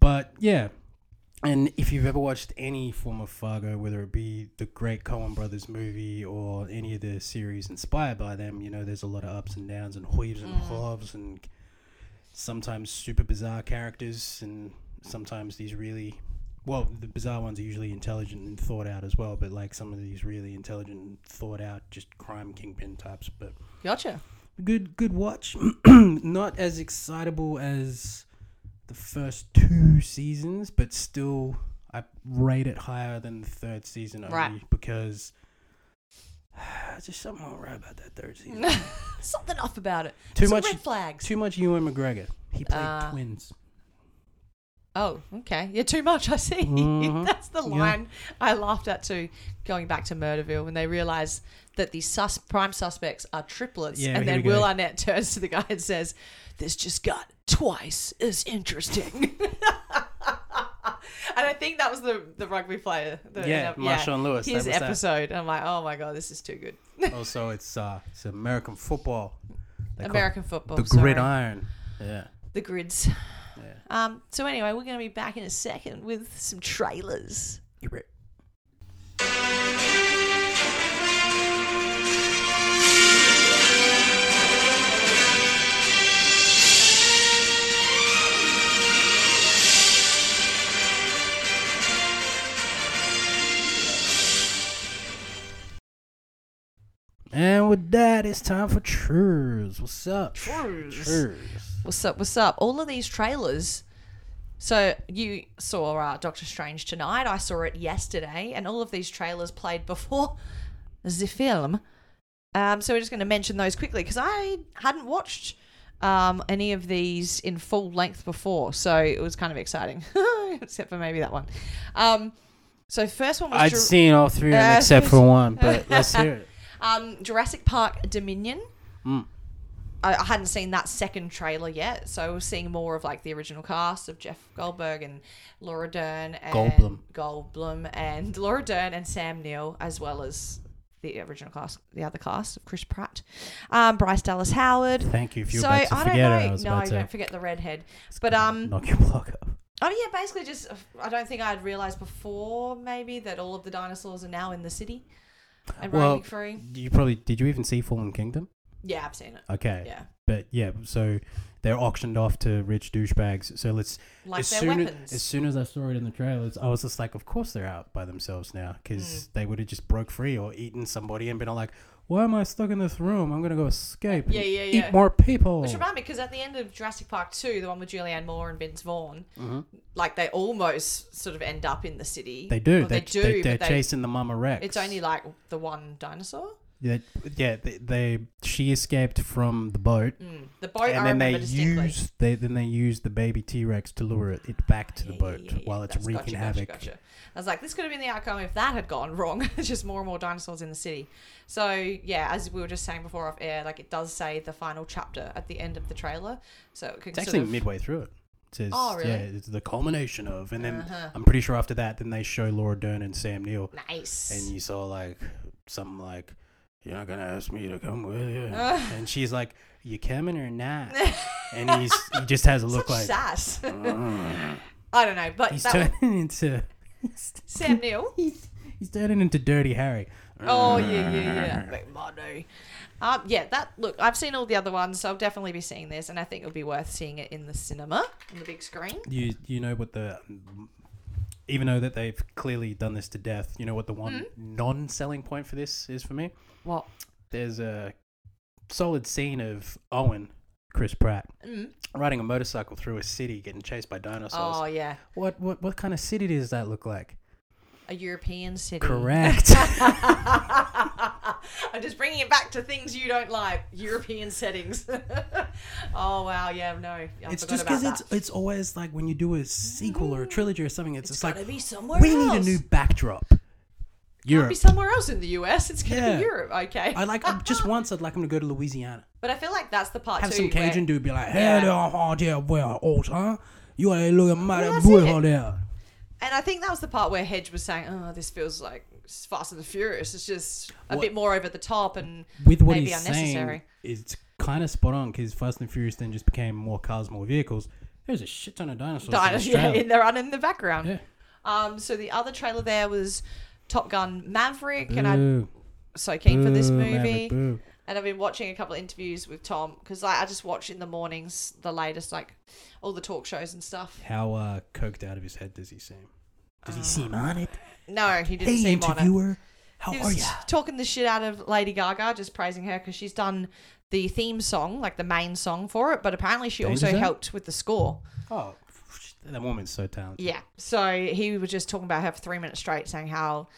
[SPEAKER 2] But yeah, and if you've ever watched any form of Fargo, whether it be the great Coen Brothers movie or any of the series inspired by them, you know there's a lot of ups and downs and weaves
[SPEAKER 1] Mm.
[SPEAKER 2] and halves and sometimes super bizarre characters and sometimes these really well the bizarre ones are usually intelligent and thought out as well but like some of these really intelligent and thought out just crime kingpin types but
[SPEAKER 1] gotcha.
[SPEAKER 2] good good watch not as excitable as the first two seasons but still i rate it higher than the third season only
[SPEAKER 1] Right.
[SPEAKER 2] because just something all right about that third season
[SPEAKER 1] Something off about it.
[SPEAKER 2] too
[SPEAKER 1] Some
[SPEAKER 2] much
[SPEAKER 1] red flags.
[SPEAKER 2] too much ewan mcgregor he played
[SPEAKER 1] Ah.
[SPEAKER 2] twins
[SPEAKER 1] Oh, okay. Yeah, too much. I see.
[SPEAKER 2] Mhm.
[SPEAKER 1] That's the
[SPEAKER 2] Yeah.
[SPEAKER 1] line I laughed at too. Going back to Murderville, when they realize that the sus- prime suspects are triplets,
[SPEAKER 2] Yeah,
[SPEAKER 1] and
[SPEAKER 2] here
[SPEAKER 1] then
[SPEAKER 2] we go.
[SPEAKER 1] Will Arnett turns to the guy and says, "This just got twice as interesting." and I think that was the the rugby player. The,
[SPEAKER 2] Yeah, Marshawn Lewis, that
[SPEAKER 1] His
[SPEAKER 2] was that.
[SPEAKER 1] episode. And I'm like, oh my god, this is too good.
[SPEAKER 2] also it's uh it's american football They call it
[SPEAKER 1] American football.
[SPEAKER 2] the
[SPEAKER 1] sorry.
[SPEAKER 2] gridiron yeah
[SPEAKER 1] The grids.
[SPEAKER 2] yeah
[SPEAKER 1] Um, so anyway, we're going to be back in a second with some trailers.
[SPEAKER 2] you're right And with that, it's time for Trues. What's up?
[SPEAKER 1] Trues.
[SPEAKER 2] Trues.
[SPEAKER 1] What's up? What's up? All of these trailers. So you saw uh, Doctor Strange tonight. I saw it yesterday, and all of these trailers played before the film. Um, so we're just going to mention those quickly because I hadn't watched um, any of these in full length before, so it was kind of exciting, except for maybe that one. Um, so first one was
[SPEAKER 2] I'd
[SPEAKER 1] Jur-
[SPEAKER 2] seen all three of them
[SPEAKER 1] Uh,
[SPEAKER 2] except for one, but let's hear it.
[SPEAKER 1] um, Jurassic Park Dominion.
[SPEAKER 2] Mm.
[SPEAKER 1] I, I hadn't seen that second trailer yet, so we're seeing more of like the original cast of Jeff Goldberg and Laura Dern and
[SPEAKER 2] Goldblum.
[SPEAKER 1] Goldblum and Laura Dern and Sam Neill, as well as the original cast, the other cast of Chris Pratt, um, Bryce Dallas Howard.
[SPEAKER 2] Thank you if you were
[SPEAKER 1] so
[SPEAKER 2] about to
[SPEAKER 1] I don't
[SPEAKER 2] forget
[SPEAKER 1] know.
[SPEAKER 2] it. I was
[SPEAKER 1] no,
[SPEAKER 2] about to
[SPEAKER 1] don't forget the redhead. But um,
[SPEAKER 2] knock your block up.
[SPEAKER 1] oh yeah, basically just I don't think I'd realized before maybe that all of the dinosaurs are now in the city and
[SPEAKER 2] Well,
[SPEAKER 1] roaming free.
[SPEAKER 2] you probably did. You even see Fallen Kingdom?
[SPEAKER 1] Yeah, I've seen it.
[SPEAKER 2] Okay,
[SPEAKER 1] Yeah,
[SPEAKER 2] but yeah, so they're auctioned off to rich douchebags. So let's
[SPEAKER 1] like
[SPEAKER 2] as
[SPEAKER 1] their
[SPEAKER 2] soon
[SPEAKER 1] weapons.
[SPEAKER 2] as, as soon as I saw it in the trailers, I was just like, of course they're out by themselves now because
[SPEAKER 1] Mm.
[SPEAKER 2] they would have just broke free or eaten somebody and been all like, why am I stuck in this room? I'm gonna go escape. and
[SPEAKER 1] Yeah, yeah, yeah.
[SPEAKER 2] Eat more people.
[SPEAKER 1] Which reminded me, because at the end of Jurassic Park 2, the one with Julianne Moore and Vince Vaughn, like they almost sort of end up in the city.
[SPEAKER 2] Mm-hmm. They do.
[SPEAKER 1] Well,
[SPEAKER 2] they,
[SPEAKER 1] they do,
[SPEAKER 2] They, are
[SPEAKER 1] but they,
[SPEAKER 2] chasing the mama Rex.
[SPEAKER 1] it's only like the one dinosaur.
[SPEAKER 2] Yeah, yeah they, they she escaped from the boat,
[SPEAKER 1] Mm. The boat, I
[SPEAKER 2] and then
[SPEAKER 1] remember
[SPEAKER 2] they
[SPEAKER 1] distinctly.
[SPEAKER 2] use they then they use the baby T Rex to lure it, it back to the
[SPEAKER 1] Yeah,
[SPEAKER 2] boat
[SPEAKER 1] yeah, yeah,
[SPEAKER 2] while it's
[SPEAKER 1] that's-
[SPEAKER 2] wreaking
[SPEAKER 1] gotcha, gotcha,
[SPEAKER 2] havoc.
[SPEAKER 1] gotcha. I was like, this could have been the outcome if that had gone wrong. It's just more and more dinosaurs in the city. So yeah, as we were just saying before off air, like it does say the final chapter at the end of the trailer. So it can
[SPEAKER 2] It's
[SPEAKER 1] sort
[SPEAKER 2] actually
[SPEAKER 1] of-
[SPEAKER 2] midway through it. It says,
[SPEAKER 1] Oh, really?
[SPEAKER 2] yeah, it's the culmination of, and then
[SPEAKER 1] Uh-huh.
[SPEAKER 2] I'm pretty sure after that, then they show Laura Dern and Sam Neill,
[SPEAKER 1] nice.
[SPEAKER 2] and you saw like something like, "You're not gonna ask me to come with you,"
[SPEAKER 1] Ugh.
[SPEAKER 2] and she's like, "You coming or not?" and he's he just has a look
[SPEAKER 1] Such
[SPEAKER 2] like
[SPEAKER 1] sass. I don't know, but
[SPEAKER 2] he's
[SPEAKER 1] that was
[SPEAKER 2] turning into
[SPEAKER 1] Sam Neill.
[SPEAKER 2] He's turning into Dirty Harry.
[SPEAKER 1] Oh yeah, yeah, yeah. Make money. Um, yeah, that look. I've seen all the other ones, so I'll definitely be seeing this, and I think it'll be worth seeing it in the cinema on the big screen.
[SPEAKER 2] You you know what the even though that they've clearly done this to death, you know what the one
[SPEAKER 1] Mm-hmm.
[SPEAKER 2] non-selling point for this is for me?
[SPEAKER 1] What?
[SPEAKER 2] There's a solid scene of Owen Chris Pratt
[SPEAKER 1] Mm.
[SPEAKER 2] riding a motorcycle through a city getting chased by dinosaurs.
[SPEAKER 1] Oh yeah,
[SPEAKER 2] What what what kind of city does that look like?
[SPEAKER 1] a European city.
[SPEAKER 2] Correct.
[SPEAKER 1] I'm just bringing it back to things you don't like. European settings. oh wow, yeah, no, I
[SPEAKER 2] it's
[SPEAKER 1] forgot
[SPEAKER 2] just
[SPEAKER 1] about
[SPEAKER 2] because
[SPEAKER 1] that. Mm.
[SPEAKER 2] it's it's always like when you do a sequel or a trilogy or something, it's,
[SPEAKER 1] It's
[SPEAKER 2] just like
[SPEAKER 1] gotta be somewhere
[SPEAKER 2] we
[SPEAKER 1] else.
[SPEAKER 2] need a new backdrop.
[SPEAKER 1] It'll
[SPEAKER 2] Europe.
[SPEAKER 1] be somewhere else in the US. It's gonna
[SPEAKER 2] Yeah.
[SPEAKER 1] be Europe. Okay.
[SPEAKER 2] I like I'm- just once. I'd like him to go to Louisiana.
[SPEAKER 1] but I feel like that's the part
[SPEAKER 2] Have
[SPEAKER 1] too.
[SPEAKER 2] some
[SPEAKER 1] where-
[SPEAKER 2] Cajun dude be like,
[SPEAKER 1] Yeah.
[SPEAKER 2] "Hey there, oh dear, well, old huh? You are looking mighty
[SPEAKER 1] that's
[SPEAKER 2] beautiful
[SPEAKER 1] it.
[SPEAKER 2] there."
[SPEAKER 1] And I think that was the part where Hedge was saying, "Oh, this feels like Fast and the Furious. It's just a
[SPEAKER 2] What-
[SPEAKER 1] bit more over the top and
[SPEAKER 2] With what
[SPEAKER 1] maybe
[SPEAKER 2] he's
[SPEAKER 1] unnecessary."
[SPEAKER 2] saying, it's kind of spot on because Fast and Furious then just became more cars, more vehicles. There's a shit ton of dinosaurs. in
[SPEAKER 1] Dino- yeah,
[SPEAKER 2] Australia.
[SPEAKER 1] and they're on in the background.
[SPEAKER 2] Yeah.
[SPEAKER 1] Um, so the other trailer there was Top Gun Maverick, and I'm
[SPEAKER 2] Boo.
[SPEAKER 1] so keen for this
[SPEAKER 2] Boo,
[SPEAKER 1] movie.
[SPEAKER 2] Maverick, boo.
[SPEAKER 1] and I've been watching a couple of interviews with Tom because like, I just watch in the mornings the latest, like all the talk shows and stuff.
[SPEAKER 2] How uh, coked out of his head does he seem? Does he seem on it?
[SPEAKER 1] No, Uh, he didn't
[SPEAKER 2] Hey,
[SPEAKER 1] seem on it.
[SPEAKER 2] interviewer, how
[SPEAKER 1] He
[SPEAKER 2] are
[SPEAKER 1] was
[SPEAKER 2] ya?
[SPEAKER 1] talking the shit out of Lady Gaga, just praising her because she's done the theme song, like the main song for it. But apparently, she
[SPEAKER 2] Danger
[SPEAKER 1] also
[SPEAKER 2] Zone?
[SPEAKER 1] helped with the score.
[SPEAKER 2] Oh, that woman's so talented.
[SPEAKER 1] Yeah. So he was just talking about her for three minutes straight, saying how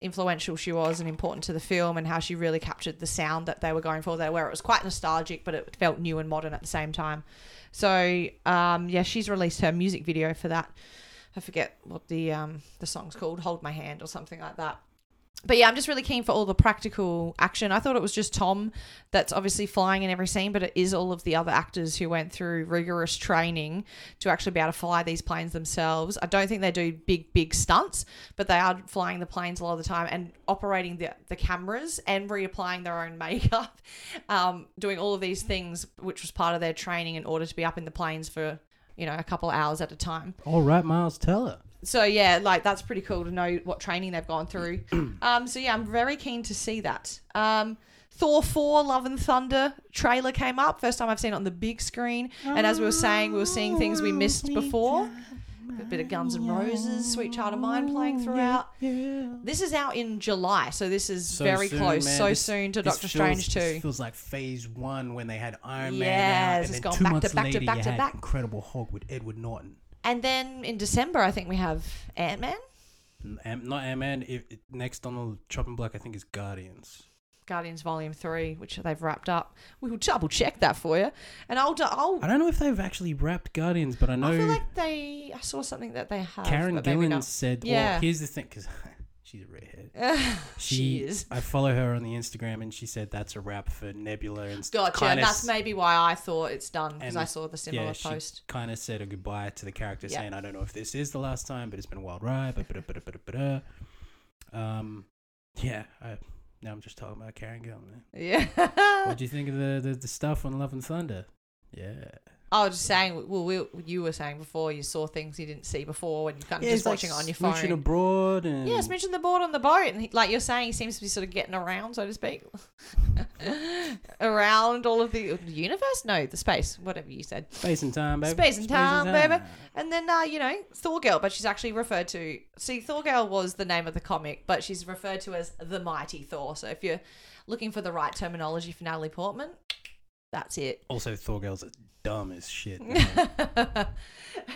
[SPEAKER 1] influential she was and important to the film, and how she really captured the sound that they were going for there, where it was quite nostalgic, but it felt new and modern at the same time. So um, yeah, she's released her music video for that. I forget what the um, the song's called, "Hold My Hand" or something like that. But yeah, I'm just really keen for all the practical action. I thought it was just Tom that's obviously flying in every scene, but it is all of the other actors who went through rigorous training to actually be able to fly these planes themselves. I don't think they do big, big stunts, but they are flying the planes a lot of the time and operating the, the cameras and reapplying their own makeup, um, doing all of these things, which was part of their training in order to be up in the planes for, you know, a couple hours at a time
[SPEAKER 2] All right, Miles Teller.
[SPEAKER 1] so yeah, like that's pretty cool to know what training they've gone through. um, so yeah, I'm very keen to see that. Um, Thor 4 Love and Thunder trailer came up. First time I've seen it on the big screen. And as we were saying, we were seeing things we missed
[SPEAKER 2] Oh,
[SPEAKER 1] before. A bit of Guns N' Roses, Sweet Child of Mine playing throughout.
[SPEAKER 2] Yeah.
[SPEAKER 1] This is out in July, so this is very close, so soon to Doctor Strange 2.
[SPEAKER 2] This feels like phase one when they had Iron Man.
[SPEAKER 1] Yes,
[SPEAKER 2] out,
[SPEAKER 1] it's
[SPEAKER 2] and then
[SPEAKER 1] gone
[SPEAKER 2] two
[SPEAKER 1] back to
[SPEAKER 2] months
[SPEAKER 1] back to
[SPEAKER 2] later,
[SPEAKER 1] back
[SPEAKER 2] you
[SPEAKER 1] to
[SPEAKER 2] had
[SPEAKER 1] back.
[SPEAKER 2] Incredible Hulk with Edward Norton.
[SPEAKER 1] And then in December, I think we have Ant Man,
[SPEAKER 2] N- Am- not Ant Man. If, if- next on the chopping block, I think is Guardians.
[SPEAKER 1] Guardians Volume 3, which they've wrapped up. We will double check that for you. And I'll, do- I'll
[SPEAKER 2] I don't know if they've actually wrapped Guardians, but I know
[SPEAKER 1] I feel like they. I saw something that they have.
[SPEAKER 2] Karen
[SPEAKER 1] but maybe
[SPEAKER 2] Gillan
[SPEAKER 1] not.
[SPEAKER 2] said. Well,
[SPEAKER 1] Yeah.
[SPEAKER 2] here's the thing, because she's a redhead.
[SPEAKER 1] she, is.
[SPEAKER 2] I follow her on the Instagram, and she said that's a wrap for Nebula and
[SPEAKER 1] Gotcha.
[SPEAKER 2] kinda
[SPEAKER 1] And that's
[SPEAKER 2] s-
[SPEAKER 1] maybe why I thought it's done because
[SPEAKER 2] And
[SPEAKER 1] I saw the similar post.
[SPEAKER 2] kind of said a goodbye to the character,
[SPEAKER 1] Yeah.
[SPEAKER 2] saying, "I don't know if this is the last time, but it's been a wild ride." But but but but but um, yeah. I, now I'm just talking about Karen Gillan. man.
[SPEAKER 1] Yeah.
[SPEAKER 2] What do you think of the, the the stuff on Love and Thunder? Yeah,
[SPEAKER 1] I was just saying. Well, we, you were saying before you saw things you didn't see before when you're kind of just watching it on your
[SPEAKER 2] Smooching
[SPEAKER 1] phone.
[SPEAKER 2] abroad and
[SPEAKER 1] Yeah, it's mentioned the board on the boat, and he, like you're saying, he seems to be sort of getting around, so to speak, around all of the the universe. No, the space, whatever you said.
[SPEAKER 2] space and time, baby.
[SPEAKER 1] Space and time, baby. And then, uh, you know, Thor Girl, but she's actually referred to. See, Thor Girl was the name of the comic, but she's referred to as the Mighty Thor. So if you're looking for the right terminology for Natalie Portman, that's it.
[SPEAKER 2] Also, Thor girls are dumb as shit.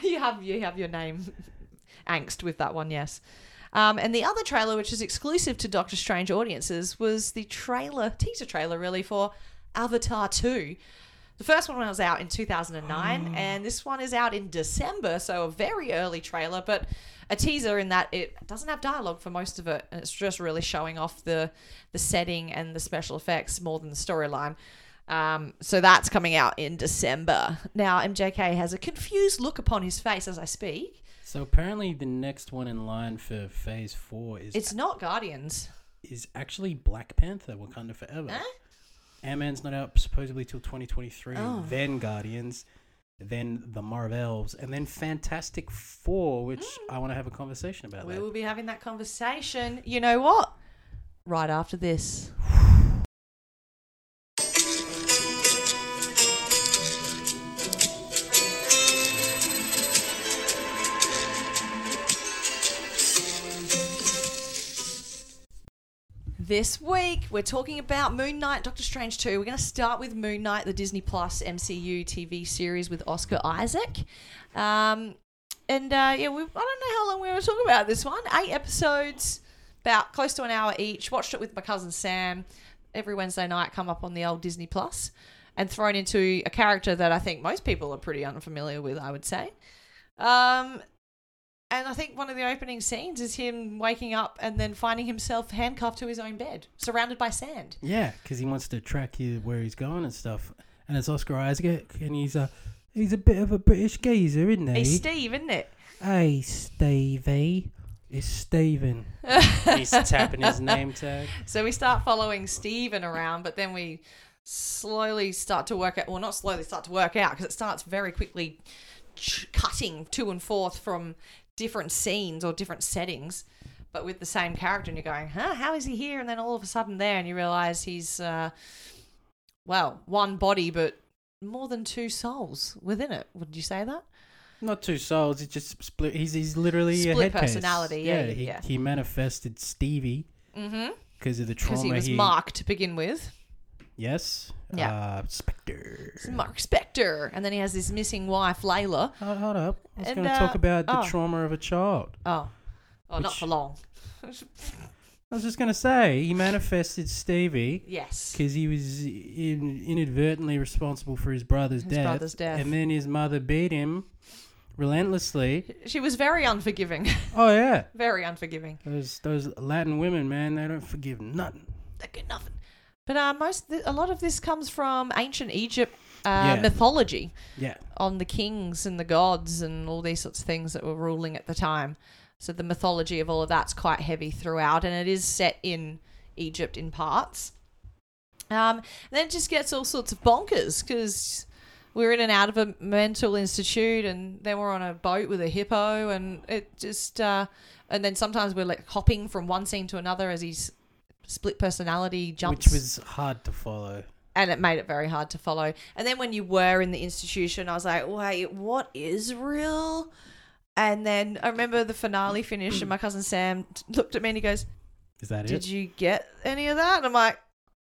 [SPEAKER 1] you have you have your name angst with that one, yes. Um, and the other trailer, which is exclusive to Doctor Strange audiences, was the trailer teaser trailer really for Avatar Two. The first one was out in 2009, and this one is out in December, so a very early trailer, but a teaser in that it doesn't have dialogue for most of it, and it's just really showing off the the setting and the special effects more than the storyline. Um, so that's coming out in December. Now, MJK has a confused look upon his face as I speak.
[SPEAKER 2] so apparently, the next one in line for Phase Four is
[SPEAKER 1] It's not Guardians.
[SPEAKER 2] is actually Black Panther Wakanda
[SPEAKER 1] Ah.
[SPEAKER 2] Forever.
[SPEAKER 1] Huh?
[SPEAKER 2] Ant Man's not out supposedly till 2023.
[SPEAKER 1] Oh.
[SPEAKER 2] Then Guardians. then the Marvels, and then Fantastic Four, which
[SPEAKER 1] Hmm.
[SPEAKER 2] I want to have a conversation about.
[SPEAKER 1] We
[SPEAKER 2] that.
[SPEAKER 1] will be having that conversation. You know what? Right after this. This week, we're talking about Moon Knight, Doctor Strange 2. We're going to start with Moon Knight, the Disney Plus MCU TV series with Oscar Isaac. Um, and uh, yeah, we, I don't know how long we were talking about this one. Eight episodes, about close to an hour each. Watched it with my cousin Sam every Wednesday night. Come up on the old Disney Plus, and thrown into a character that I think most people are pretty unfamiliar with. I would say. Um, and I think one of the opening scenes is him waking up and then finding himself handcuffed to his own bed, surrounded by sand.
[SPEAKER 2] Yeah, because he wants to track you where he's going and stuff. And it's Oscar Isaac, and he's a he's a bit of a British geezer, isn't he?
[SPEAKER 1] Hey, Steve, isn't it?
[SPEAKER 2] hey Stevie, it's Steven. he's tapping his name tag.
[SPEAKER 1] So we start following Steven around, but then we slowly start to work out, well, not slowly start to work out, because it starts very quickly ch- cutting to and forth from different scenes or different settings, but with the same character. And you're going, huh, how is he here? And then all of a sudden there, and you realize he's, uh, well, one body, but more than two souls within it. Would you say that?
[SPEAKER 2] Not two souls. It's just split. He's he's literally a
[SPEAKER 1] Split
[SPEAKER 2] head case.
[SPEAKER 1] personality, yeah,
[SPEAKER 2] he,
[SPEAKER 1] yeah.
[SPEAKER 2] he manifested Stevie because of the trauma.
[SPEAKER 1] Because he was Mark to begin with.
[SPEAKER 2] Yes.
[SPEAKER 1] Yeah.
[SPEAKER 2] Uh, Spectre.
[SPEAKER 1] It's Mark Spector. And then he has this missing wife, Layla.
[SPEAKER 2] Hold, hold up. I was
[SPEAKER 1] And,
[SPEAKER 2] going to
[SPEAKER 1] uh,
[SPEAKER 2] talk about the
[SPEAKER 1] oh.
[SPEAKER 2] trauma of a child.
[SPEAKER 1] Oh. Oh, not
[SPEAKER 2] Which-
[SPEAKER 1] for long.
[SPEAKER 2] I was just going to say he manifested Stevie
[SPEAKER 1] Yes.
[SPEAKER 2] because he was in, inadvertently responsible for his brother's
[SPEAKER 1] His
[SPEAKER 2] death.
[SPEAKER 1] brother's death.
[SPEAKER 2] And then his mother beat him relentlessly.
[SPEAKER 1] She was very unforgiving.
[SPEAKER 2] Oh yeah,
[SPEAKER 1] very unforgiving.
[SPEAKER 2] those those Latin women, man, they don't forgive nothing.
[SPEAKER 1] That good nothing. But uh, most th- a lot of this comes from ancient Egypt uh,
[SPEAKER 2] Yeah.
[SPEAKER 1] mythology
[SPEAKER 2] Yeah.
[SPEAKER 1] on the kings and the gods and all these sorts of things that were ruling at the time. So the mythology of all of that's quite heavy throughout, and it is set in Egypt in parts. Um, and then it just gets all sorts of bonkers because we're in and out of a mental institute, and then we're on a boat with a hippo, and it just uh, and then sometimes we're like hopping from one scene to another as he's split personality jumps
[SPEAKER 2] Which was hard to follow.
[SPEAKER 1] and it made it very hard to follow. And then when you were in the institution, I was like, wait, what is real? And then I remember the finale finished, and my cousin Sam t- looked at me and he goes,
[SPEAKER 2] Is that
[SPEAKER 1] Did
[SPEAKER 2] it?
[SPEAKER 1] you get any of that? And I'm like,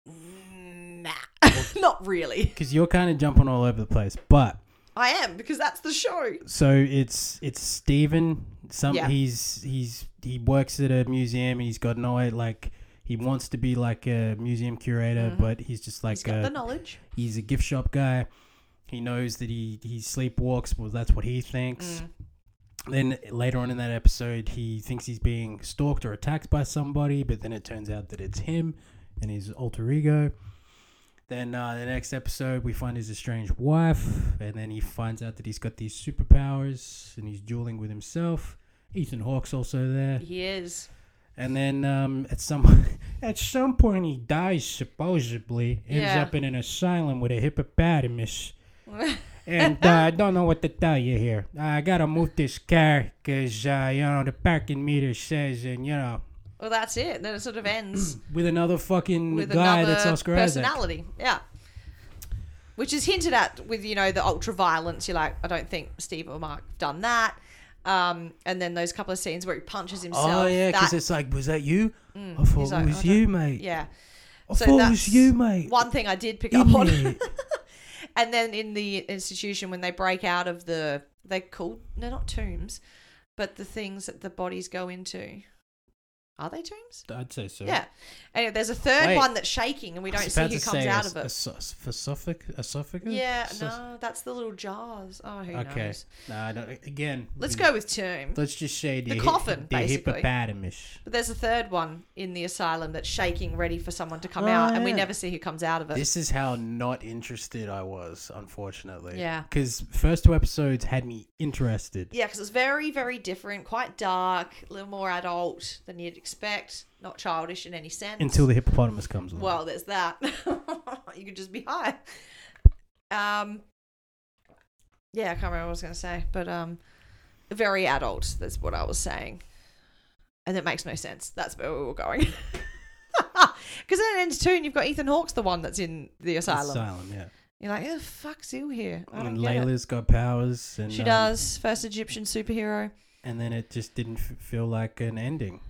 [SPEAKER 1] Nah, not really.
[SPEAKER 2] Because you're kind of jumping all over the place, but
[SPEAKER 1] I am because that's the show.
[SPEAKER 2] so it's it's Stephen. Some
[SPEAKER 1] Yeah.
[SPEAKER 2] he's he's he works at a museum. He's got no like he wants to be like a museum curator, but he's just like
[SPEAKER 1] Mm-hmm. He's got
[SPEAKER 2] a,
[SPEAKER 1] the knowledge.
[SPEAKER 2] he's a gift shop guy. He knows that he he sleepwalks. Well, that's what he thinks.
[SPEAKER 1] Mm.
[SPEAKER 2] Then later on in that episode, he thinks he's being stalked or attacked by somebody, but then it turns out that it's him and his alter ego. Then uh, the next episode, we find his estranged wife, and then he finds out that he's got these superpowers and he's dueling with himself. Ethan Hawke's also there,
[SPEAKER 1] He is.
[SPEAKER 2] and then um, at some at some point he dies supposedly, ends
[SPEAKER 1] Yeah.
[SPEAKER 2] up in an asylum with a hippopotamus. And uh, I don't know what to tell you here. I gotta move this car because uh, you know the parking meter says, and you know,
[SPEAKER 1] Well, that's it. Then it sort of ends
[SPEAKER 2] with another fucking
[SPEAKER 1] with
[SPEAKER 2] guy
[SPEAKER 1] another
[SPEAKER 2] that's Oscar Isaac.
[SPEAKER 1] personality. Yeah. Which is hinted at with, you know, the ultra violence. You're like, I don't think Steve or Mark have done that. Um, and then those couple of scenes where he punches himself.
[SPEAKER 2] Oh yeah, because
[SPEAKER 1] that- mm,
[SPEAKER 2] it's like, was that you? I thought
[SPEAKER 1] like,
[SPEAKER 2] it
[SPEAKER 1] I
[SPEAKER 2] was
[SPEAKER 1] don't-
[SPEAKER 2] you, mate.
[SPEAKER 1] yeah.
[SPEAKER 2] I thought it was you, mate.
[SPEAKER 1] One thing I did pick up on.
[SPEAKER 2] Idiot.
[SPEAKER 1] and then in the institution, when they break out of the, they're called, no, not tombs, but the things that the bodies go into. Are they tombs?
[SPEAKER 2] I'd say so.
[SPEAKER 1] Yeah. Anyway, there's a third
[SPEAKER 2] Wait.
[SPEAKER 1] one that's shaking, and we
[SPEAKER 2] I
[SPEAKER 1] don't
[SPEAKER 2] was
[SPEAKER 1] see
[SPEAKER 2] about
[SPEAKER 1] who
[SPEAKER 2] to
[SPEAKER 1] comes
[SPEAKER 2] say
[SPEAKER 1] out
[SPEAKER 2] es-
[SPEAKER 1] of it.
[SPEAKER 2] esos- Esophagus? esophagus?
[SPEAKER 1] Yeah,
[SPEAKER 2] Esos-
[SPEAKER 1] no, that's the little jars. Oh, who
[SPEAKER 2] Okay.
[SPEAKER 1] knows?
[SPEAKER 2] Nah, I don't, again.
[SPEAKER 1] Let's
[SPEAKER 2] we-
[SPEAKER 1] go with tomb.
[SPEAKER 2] Let's just say the,
[SPEAKER 1] The coffin,
[SPEAKER 2] the
[SPEAKER 1] basically.
[SPEAKER 2] hippopotamus.
[SPEAKER 1] But there's a third one in the asylum that's shaking, ready for someone to come out, and we
[SPEAKER 2] yeah.
[SPEAKER 1] never see who comes out of it.
[SPEAKER 2] This is how not interested I was, unfortunately.
[SPEAKER 1] Yeah.
[SPEAKER 2] Because first two episodes had me interested.
[SPEAKER 1] yeah, because it's very, very different, quite dark, a little more adult than you'd expect, not childish in any sense.
[SPEAKER 2] Until the hippopotamus comes along.
[SPEAKER 1] Well, there's that. you could just be high. Um, yeah, I can't remember what I was going to say, but um, very adult. That's what I was saying, and it makes no sense. That's where we were going. Because then it ends too, and you've got Ethan Hawke's the one that's in the asylum.
[SPEAKER 2] Asylum, yeah.
[SPEAKER 1] You're like, who the fuck's ill here? I don't
[SPEAKER 2] And
[SPEAKER 1] get it.
[SPEAKER 2] Layla's got powers, and
[SPEAKER 1] She
[SPEAKER 2] um,
[SPEAKER 1] does. First Egyptian superhero.
[SPEAKER 2] And then it just didn't f- feel like an ending.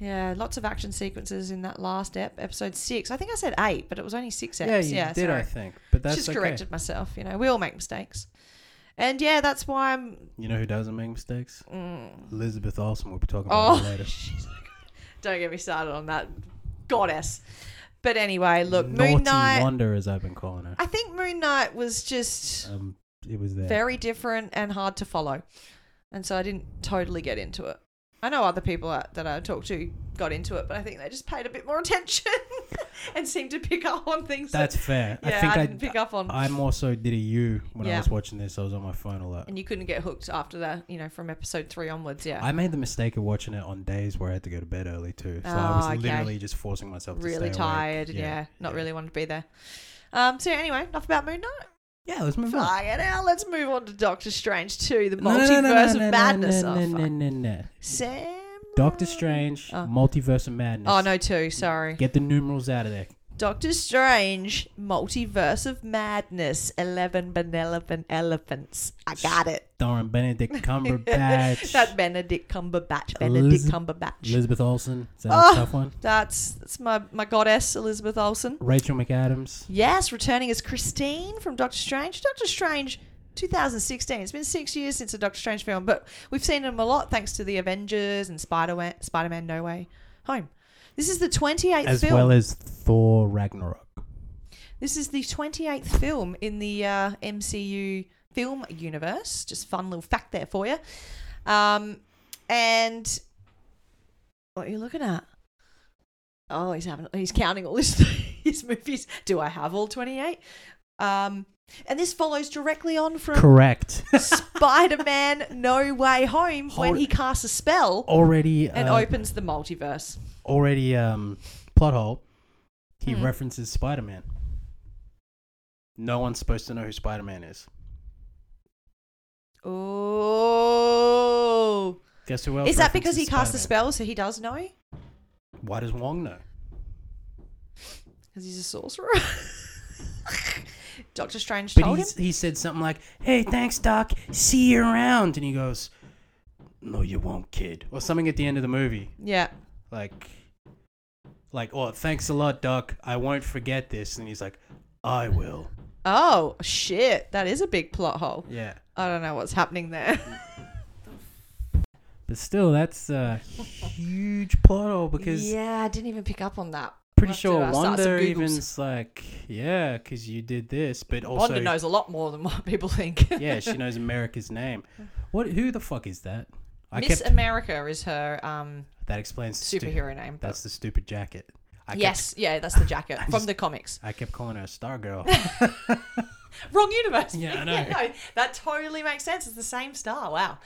[SPEAKER 1] Yeah, lots of action sequences in that last ep, episode six. I think I said eight, but it was only six eps.
[SPEAKER 2] yeah, you did,
[SPEAKER 1] sorry.
[SPEAKER 2] I think. But that's
[SPEAKER 1] Just
[SPEAKER 2] okay.
[SPEAKER 1] corrected myself. You know, we all make mistakes. And yeah, that's why I'm.
[SPEAKER 2] You know who doesn't make mistakes?
[SPEAKER 1] Mm,
[SPEAKER 2] Elizabeth Olsen. We'll be talking about
[SPEAKER 1] oh,
[SPEAKER 2] her later.
[SPEAKER 1] she's like, don't get me started on that goddess. But anyway, look,
[SPEAKER 2] Naughty
[SPEAKER 1] Moon Knight.
[SPEAKER 2] Wonder, as I've been calling her.
[SPEAKER 1] I think Moon Knight was just
[SPEAKER 2] Um, it was there.
[SPEAKER 1] very different and hard to follow. And so I didn't totally get into it. I know other people that that I talked to got into it, but I think they just paid a bit more attention and seemed to pick up on things.
[SPEAKER 2] That's
[SPEAKER 1] that,
[SPEAKER 2] fair.
[SPEAKER 1] yeah,
[SPEAKER 2] I think I,
[SPEAKER 1] didn't pick up on.
[SPEAKER 2] I more so did a U when I
[SPEAKER 1] Yeah.
[SPEAKER 2] was watching this. I was on my phone a lot.
[SPEAKER 1] and you couldn't get hooked after that, you know, from episode three onwards. Yeah,
[SPEAKER 2] I made the mistake of watching it on days where I had to go to bed early too. So I was
[SPEAKER 1] Oh, okay.
[SPEAKER 2] literally just forcing myself to
[SPEAKER 1] really
[SPEAKER 2] stay awake.
[SPEAKER 1] tired. Yeah, not
[SPEAKER 2] yeah.
[SPEAKER 1] really wanted to be there. Um. So anyway, enough about Moon Knight.
[SPEAKER 2] Yeah, let's move on.
[SPEAKER 1] Fuck it out. Let's move on to Doctor Strange two, the
[SPEAKER 2] No,
[SPEAKER 1] multiverse
[SPEAKER 2] no, no, no,
[SPEAKER 1] of
[SPEAKER 2] no, no,
[SPEAKER 1] madness.
[SPEAKER 2] no,
[SPEAKER 1] Oh,
[SPEAKER 2] no,
[SPEAKER 1] fuck.
[SPEAKER 2] no, no, no.
[SPEAKER 1] Sam.
[SPEAKER 2] Doctor Strange,
[SPEAKER 1] Oh.
[SPEAKER 2] Multiverse of Madness.
[SPEAKER 1] Oh no, two. Sorry.
[SPEAKER 2] Get the numerals out of there.
[SPEAKER 1] Doctor Strange, Multiverse of Madness, 11 Benelevin Elephants. I got it.
[SPEAKER 2] Starring Benedict Cumberbatch.
[SPEAKER 1] That Benedict Cumberbatch. Benedict
[SPEAKER 2] Eliz-
[SPEAKER 1] Cumberbatch.
[SPEAKER 2] Elizabeth Olsen. Is that
[SPEAKER 1] Oh.
[SPEAKER 2] a tough one?
[SPEAKER 1] that's that's my, my goddess, Elizabeth Olsen.
[SPEAKER 2] Rachel McAdams.
[SPEAKER 1] Yes, returning as Christine from Doctor Strange. Doctor Strange 2016. It's been six years since a Doctor Strange film, but we've seen him a lot thanks to the Avengers and Spider Spider Man No Way Home. This is the 28th
[SPEAKER 2] As
[SPEAKER 1] film.
[SPEAKER 2] well as Thor Ragnarok.
[SPEAKER 1] This is the 28th film in the uh, MCU film universe. Just fun little fact there for you. Um, and what are you looking at? Oh, he's having he's counting all his his movies. Do I have all 28? Um, and this follows directly on from
[SPEAKER 2] Correct.
[SPEAKER 1] Spider-Man: No Way Home when
[SPEAKER 2] Hold-
[SPEAKER 1] he casts a spell
[SPEAKER 2] already
[SPEAKER 1] and
[SPEAKER 2] uh,
[SPEAKER 1] opens the multiverse.
[SPEAKER 2] already um plot hole. He
[SPEAKER 1] Hmm.
[SPEAKER 2] references Spider Man. No one's supposed to know who Spider Man is.
[SPEAKER 1] Oh,
[SPEAKER 2] Guess who else?
[SPEAKER 1] is that because he
[SPEAKER 2] references
[SPEAKER 1] casts a
[SPEAKER 2] Spider-Man?
[SPEAKER 1] spell, so he does know?
[SPEAKER 2] Why does Wong know?
[SPEAKER 1] Because he's a sorcerer. Doctor Strange
[SPEAKER 2] But
[SPEAKER 1] told him.
[SPEAKER 2] he's, he said something like, "Hey, thanks, Doc. See you around." And he goes, "No, you won't, kid," or something at the end of the movie,
[SPEAKER 1] Yeah.
[SPEAKER 2] like, like, "Oh, thanks a lot, Doc. I won't forget this." And he's like, "I will."
[SPEAKER 1] Oh shit! That is a big plot hole.
[SPEAKER 2] Yeah,
[SPEAKER 1] I don't know what's happening there.
[SPEAKER 2] but still, that's a huge plot hole because
[SPEAKER 1] yeah, I didn't even pick up on that.
[SPEAKER 2] pretty
[SPEAKER 1] I'll have to,
[SPEAKER 2] sure
[SPEAKER 1] uh, start some
[SPEAKER 2] Wanda
[SPEAKER 1] Googles.
[SPEAKER 2] even's like, "Yeah, because you did this," but also,
[SPEAKER 1] Wanda knows a lot more than what people think.
[SPEAKER 2] yeah, she knows America's name. What? Who the fuck is that? I
[SPEAKER 1] Miss
[SPEAKER 2] kept
[SPEAKER 1] America is her um,
[SPEAKER 2] that explains the stu-
[SPEAKER 1] superhero name. but-
[SPEAKER 2] That's the stupid jacket. I kept
[SPEAKER 1] yes, yeah, that's the jacket
[SPEAKER 2] I
[SPEAKER 1] from
[SPEAKER 2] just-
[SPEAKER 1] the comics.
[SPEAKER 2] I kept calling her a star girl.
[SPEAKER 1] Wrong universe.
[SPEAKER 2] Yeah, I know.
[SPEAKER 1] no, that totally makes sense. It's the same star. Wow.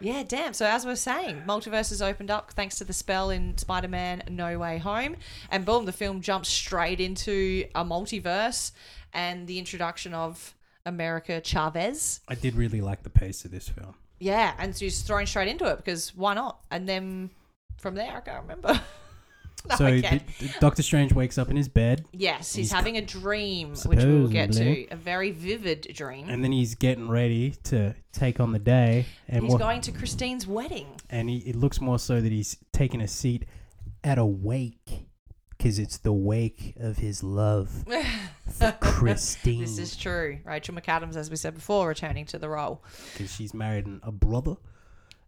[SPEAKER 1] Yeah, damn. So as we we're saying, multiverse is opened up thanks to the spell in Spider-Man: No Way Home, and boom, the film jumps straight into a multiverse and the introduction of America Chavez.
[SPEAKER 2] I did really like the pace of this film.
[SPEAKER 1] Yeah, and she's thrown straight into it because why not? And then from there, I can't remember. no,
[SPEAKER 2] so
[SPEAKER 1] I
[SPEAKER 2] the,
[SPEAKER 1] can't.
[SPEAKER 2] the Doctor Strange wakes up in his bed,
[SPEAKER 1] yes, he's,
[SPEAKER 2] he's
[SPEAKER 1] having a dream, which we will get
[SPEAKER 2] supposedly-
[SPEAKER 1] to. A very vivid dream.
[SPEAKER 2] and then he's getting ready to take on the day, and
[SPEAKER 1] he's
[SPEAKER 2] what-
[SPEAKER 1] going to Christine's wedding.
[SPEAKER 2] and he, it looks more so that he's taking a seat at a wake because it's the wake of his love for Christine
[SPEAKER 1] This is true. Rachel McAdams, as we said before, returning to the role.
[SPEAKER 2] because she's married an- a brother.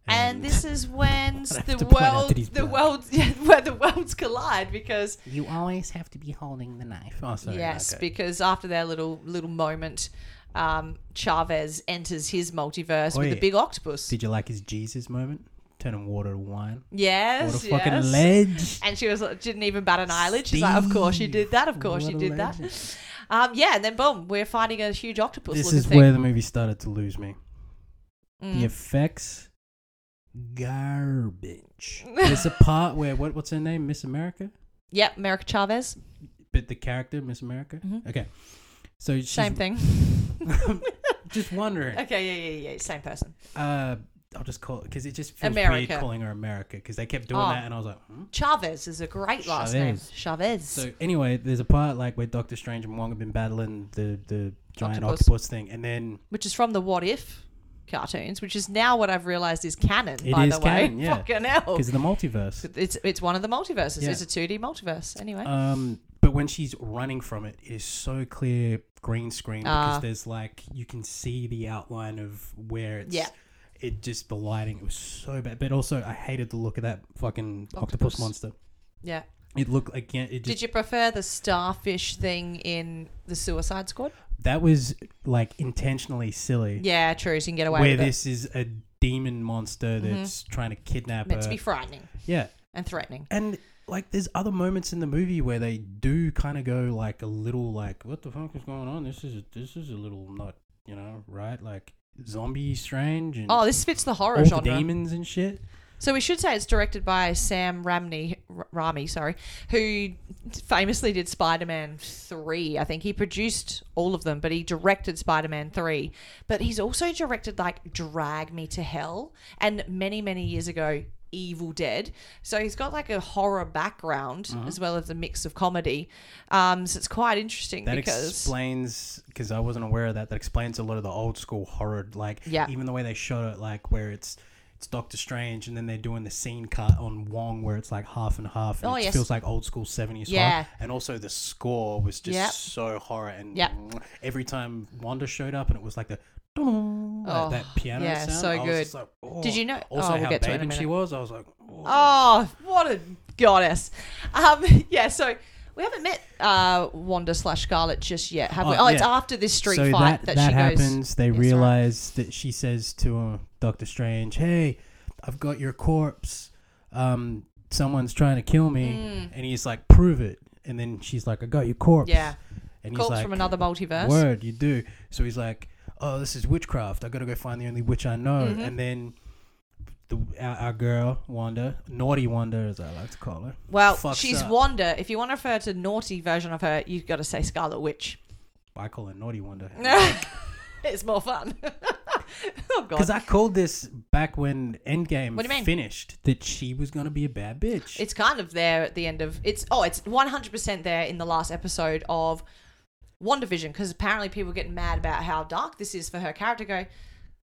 [SPEAKER 1] And this is when
[SPEAKER 2] I have
[SPEAKER 1] the
[SPEAKER 2] to point out
[SPEAKER 1] world,
[SPEAKER 2] that he's
[SPEAKER 1] the
[SPEAKER 2] black.
[SPEAKER 1] world, yeah, where the worlds collide because
[SPEAKER 2] you always have to be holding the knife. Oh, sorry.
[SPEAKER 1] yes,
[SPEAKER 2] okay.
[SPEAKER 1] because after their little little moment, um, Chavez enters his multiverse with
[SPEAKER 2] Oi.
[SPEAKER 1] a big octopus.
[SPEAKER 2] Did you like his Jesus moment? Turning water to wine. What a
[SPEAKER 1] yes,
[SPEAKER 2] fucking
[SPEAKER 1] yes.
[SPEAKER 2] ledge!
[SPEAKER 1] And she was like- didn't even bat an eyelid. She's like, of course you did that. Of course
[SPEAKER 2] what
[SPEAKER 1] you
[SPEAKER 2] a
[SPEAKER 1] did that.
[SPEAKER 2] legend.
[SPEAKER 1] Um, yeah, and then boom, we're fighting a huge octopus
[SPEAKER 2] This
[SPEAKER 1] looking
[SPEAKER 2] is
[SPEAKER 1] thing.
[SPEAKER 2] where the movie started to lose me. The
[SPEAKER 1] Mm.
[SPEAKER 2] effects, garbage. There's a part where what what's her name, Miss America,
[SPEAKER 1] Yep, America Chavez.
[SPEAKER 2] but the character Miss America.
[SPEAKER 1] Mhm.
[SPEAKER 2] Okay, so she's,
[SPEAKER 1] Same thing.
[SPEAKER 2] just wondering.
[SPEAKER 1] Okay, yeah, yeah, yeah. Same person.
[SPEAKER 2] Uh, I'll just call it because it just feels
[SPEAKER 1] America.
[SPEAKER 2] weird calling her America because they kept doing
[SPEAKER 1] Oh.
[SPEAKER 2] that, and I was like, hmm?
[SPEAKER 1] Chavez is a great last name. Chavez.
[SPEAKER 2] So anyway, there's a part like where Doctor Strange and Wong have been battling the the giant
[SPEAKER 1] Octopus.
[SPEAKER 2] octopus, thing, and then
[SPEAKER 1] which is from the What If cartoons, which is now what I've realized is canon,
[SPEAKER 2] It
[SPEAKER 1] by
[SPEAKER 2] is
[SPEAKER 1] the way.
[SPEAKER 2] canon, yeah.
[SPEAKER 1] Fucking hell.
[SPEAKER 2] because of the multiverse.
[SPEAKER 1] It's, it's one of Oh. the multiverses.
[SPEAKER 2] Yeah.
[SPEAKER 1] It's a 2D multiverse. Anyway.
[SPEAKER 2] Um, but when she's running from it, it is so clear green screen because
[SPEAKER 1] Ah.
[SPEAKER 2] there's like you can see the outline of where it's.
[SPEAKER 1] Yeah.
[SPEAKER 2] It just the lighting it was so bad, but also I hated the look of that fucking octopus,
[SPEAKER 1] Octopus.
[SPEAKER 2] monster.
[SPEAKER 1] yeah.
[SPEAKER 2] It looked again. It just
[SPEAKER 1] Did you prefer the starfish thing in the Suicide Squad?
[SPEAKER 2] that was like intentionally silly.
[SPEAKER 1] Yeah, true. So you can get away
[SPEAKER 2] where
[SPEAKER 1] with
[SPEAKER 2] this is a demon monster that's trying to
[SPEAKER 1] it.
[SPEAKER 2] kidnap
[SPEAKER 1] Mm-hmm. Meant to
[SPEAKER 2] her.
[SPEAKER 1] be frightening
[SPEAKER 2] yeah,
[SPEAKER 1] and threatening.
[SPEAKER 2] and like there's other moments in the movie where they do kind of go like a little like what the fuck is going on? This is this is a little not you know right like zombie strange and
[SPEAKER 1] Oh, this fits the horror
[SPEAKER 2] all the
[SPEAKER 1] genre.
[SPEAKER 2] demons and shit.
[SPEAKER 1] So we should say it's directed by Sam Ramney, R- Rami, sorry, who famously did Spider-Man 3. I think he produced all of them, but he directed Spider-Man 3. But he's also directed like Drag Me to Hell and many many years ago Evil Dead. So he's got like a horror background as well as a mix of comedy. Um, so it's quite interesting
[SPEAKER 2] That
[SPEAKER 1] because
[SPEAKER 2] explains because I wasn't aware of that. That explains a lot of the old school horror, like
[SPEAKER 1] Yeah.
[SPEAKER 2] even the way they shot it, like where it's it's Doctor Strange, and then they're doing the scene cut on Wong where it's like half and half. And
[SPEAKER 1] Oh,
[SPEAKER 2] it
[SPEAKER 1] yes.
[SPEAKER 2] feels like old school seventies
[SPEAKER 1] Yeah.
[SPEAKER 2] horror. And also the score was just
[SPEAKER 1] Yep.
[SPEAKER 2] so horror, and
[SPEAKER 1] Yep.
[SPEAKER 2] every time Wanda showed up, and it was like the. dun, like
[SPEAKER 1] Oh,
[SPEAKER 2] that piano
[SPEAKER 1] yeah,
[SPEAKER 2] sound.
[SPEAKER 1] so
[SPEAKER 2] I was just
[SPEAKER 1] good.
[SPEAKER 2] like, oh.
[SPEAKER 1] Did you know-
[SPEAKER 2] Also,
[SPEAKER 1] oh, we'll
[SPEAKER 2] how
[SPEAKER 1] get to it in a
[SPEAKER 2] bathing she
[SPEAKER 1] minute.
[SPEAKER 2] was. I was like, oh.
[SPEAKER 1] Oh, what a goddess. Um, yeah, so we haven't met uh, Wanda slash Scarlet just yet, have we?
[SPEAKER 2] Oh,
[SPEAKER 1] Oh, it's
[SPEAKER 2] yeah.
[SPEAKER 1] after this street
[SPEAKER 2] so
[SPEAKER 1] fight
[SPEAKER 2] that,
[SPEAKER 1] that,
[SPEAKER 2] that
[SPEAKER 1] she goes.
[SPEAKER 2] happens. They
[SPEAKER 1] sorry.
[SPEAKER 2] realize that she says to uh, Doctor Strange, "Hey, I've got your corpse. Um, someone's trying to kill me,"
[SPEAKER 1] Mm.
[SPEAKER 2] and he's like, "Prove it." And then she's like, "I got your corpse."
[SPEAKER 1] Yeah.
[SPEAKER 2] and
[SPEAKER 1] Corpse from another multiverse.
[SPEAKER 2] Word, you do. So he's like, "Oh, this is witchcraft. I got to go find the only witch I know."
[SPEAKER 1] Mm-hmm.
[SPEAKER 2] And then. The, our, our girl Wanda, naughty Wanda, as I like to call her.
[SPEAKER 1] Well,
[SPEAKER 2] fucks
[SPEAKER 1] she's
[SPEAKER 2] up.
[SPEAKER 1] Wanda. If you want to refer to naughty version of her, you've got to say Scarlet Witch.
[SPEAKER 2] I call her naughty Wanda.
[SPEAKER 1] it's more fun. oh,
[SPEAKER 2] Because
[SPEAKER 1] God.
[SPEAKER 2] I called this back when Endgame
[SPEAKER 1] What do you mean?
[SPEAKER 2] finished that she was going to be a bad bitch.
[SPEAKER 1] It's kind of there at the end of it's. Oh, it's one hundred percent there in the last episode of WandaVision because apparently people get mad about how dark this is for her character. Go,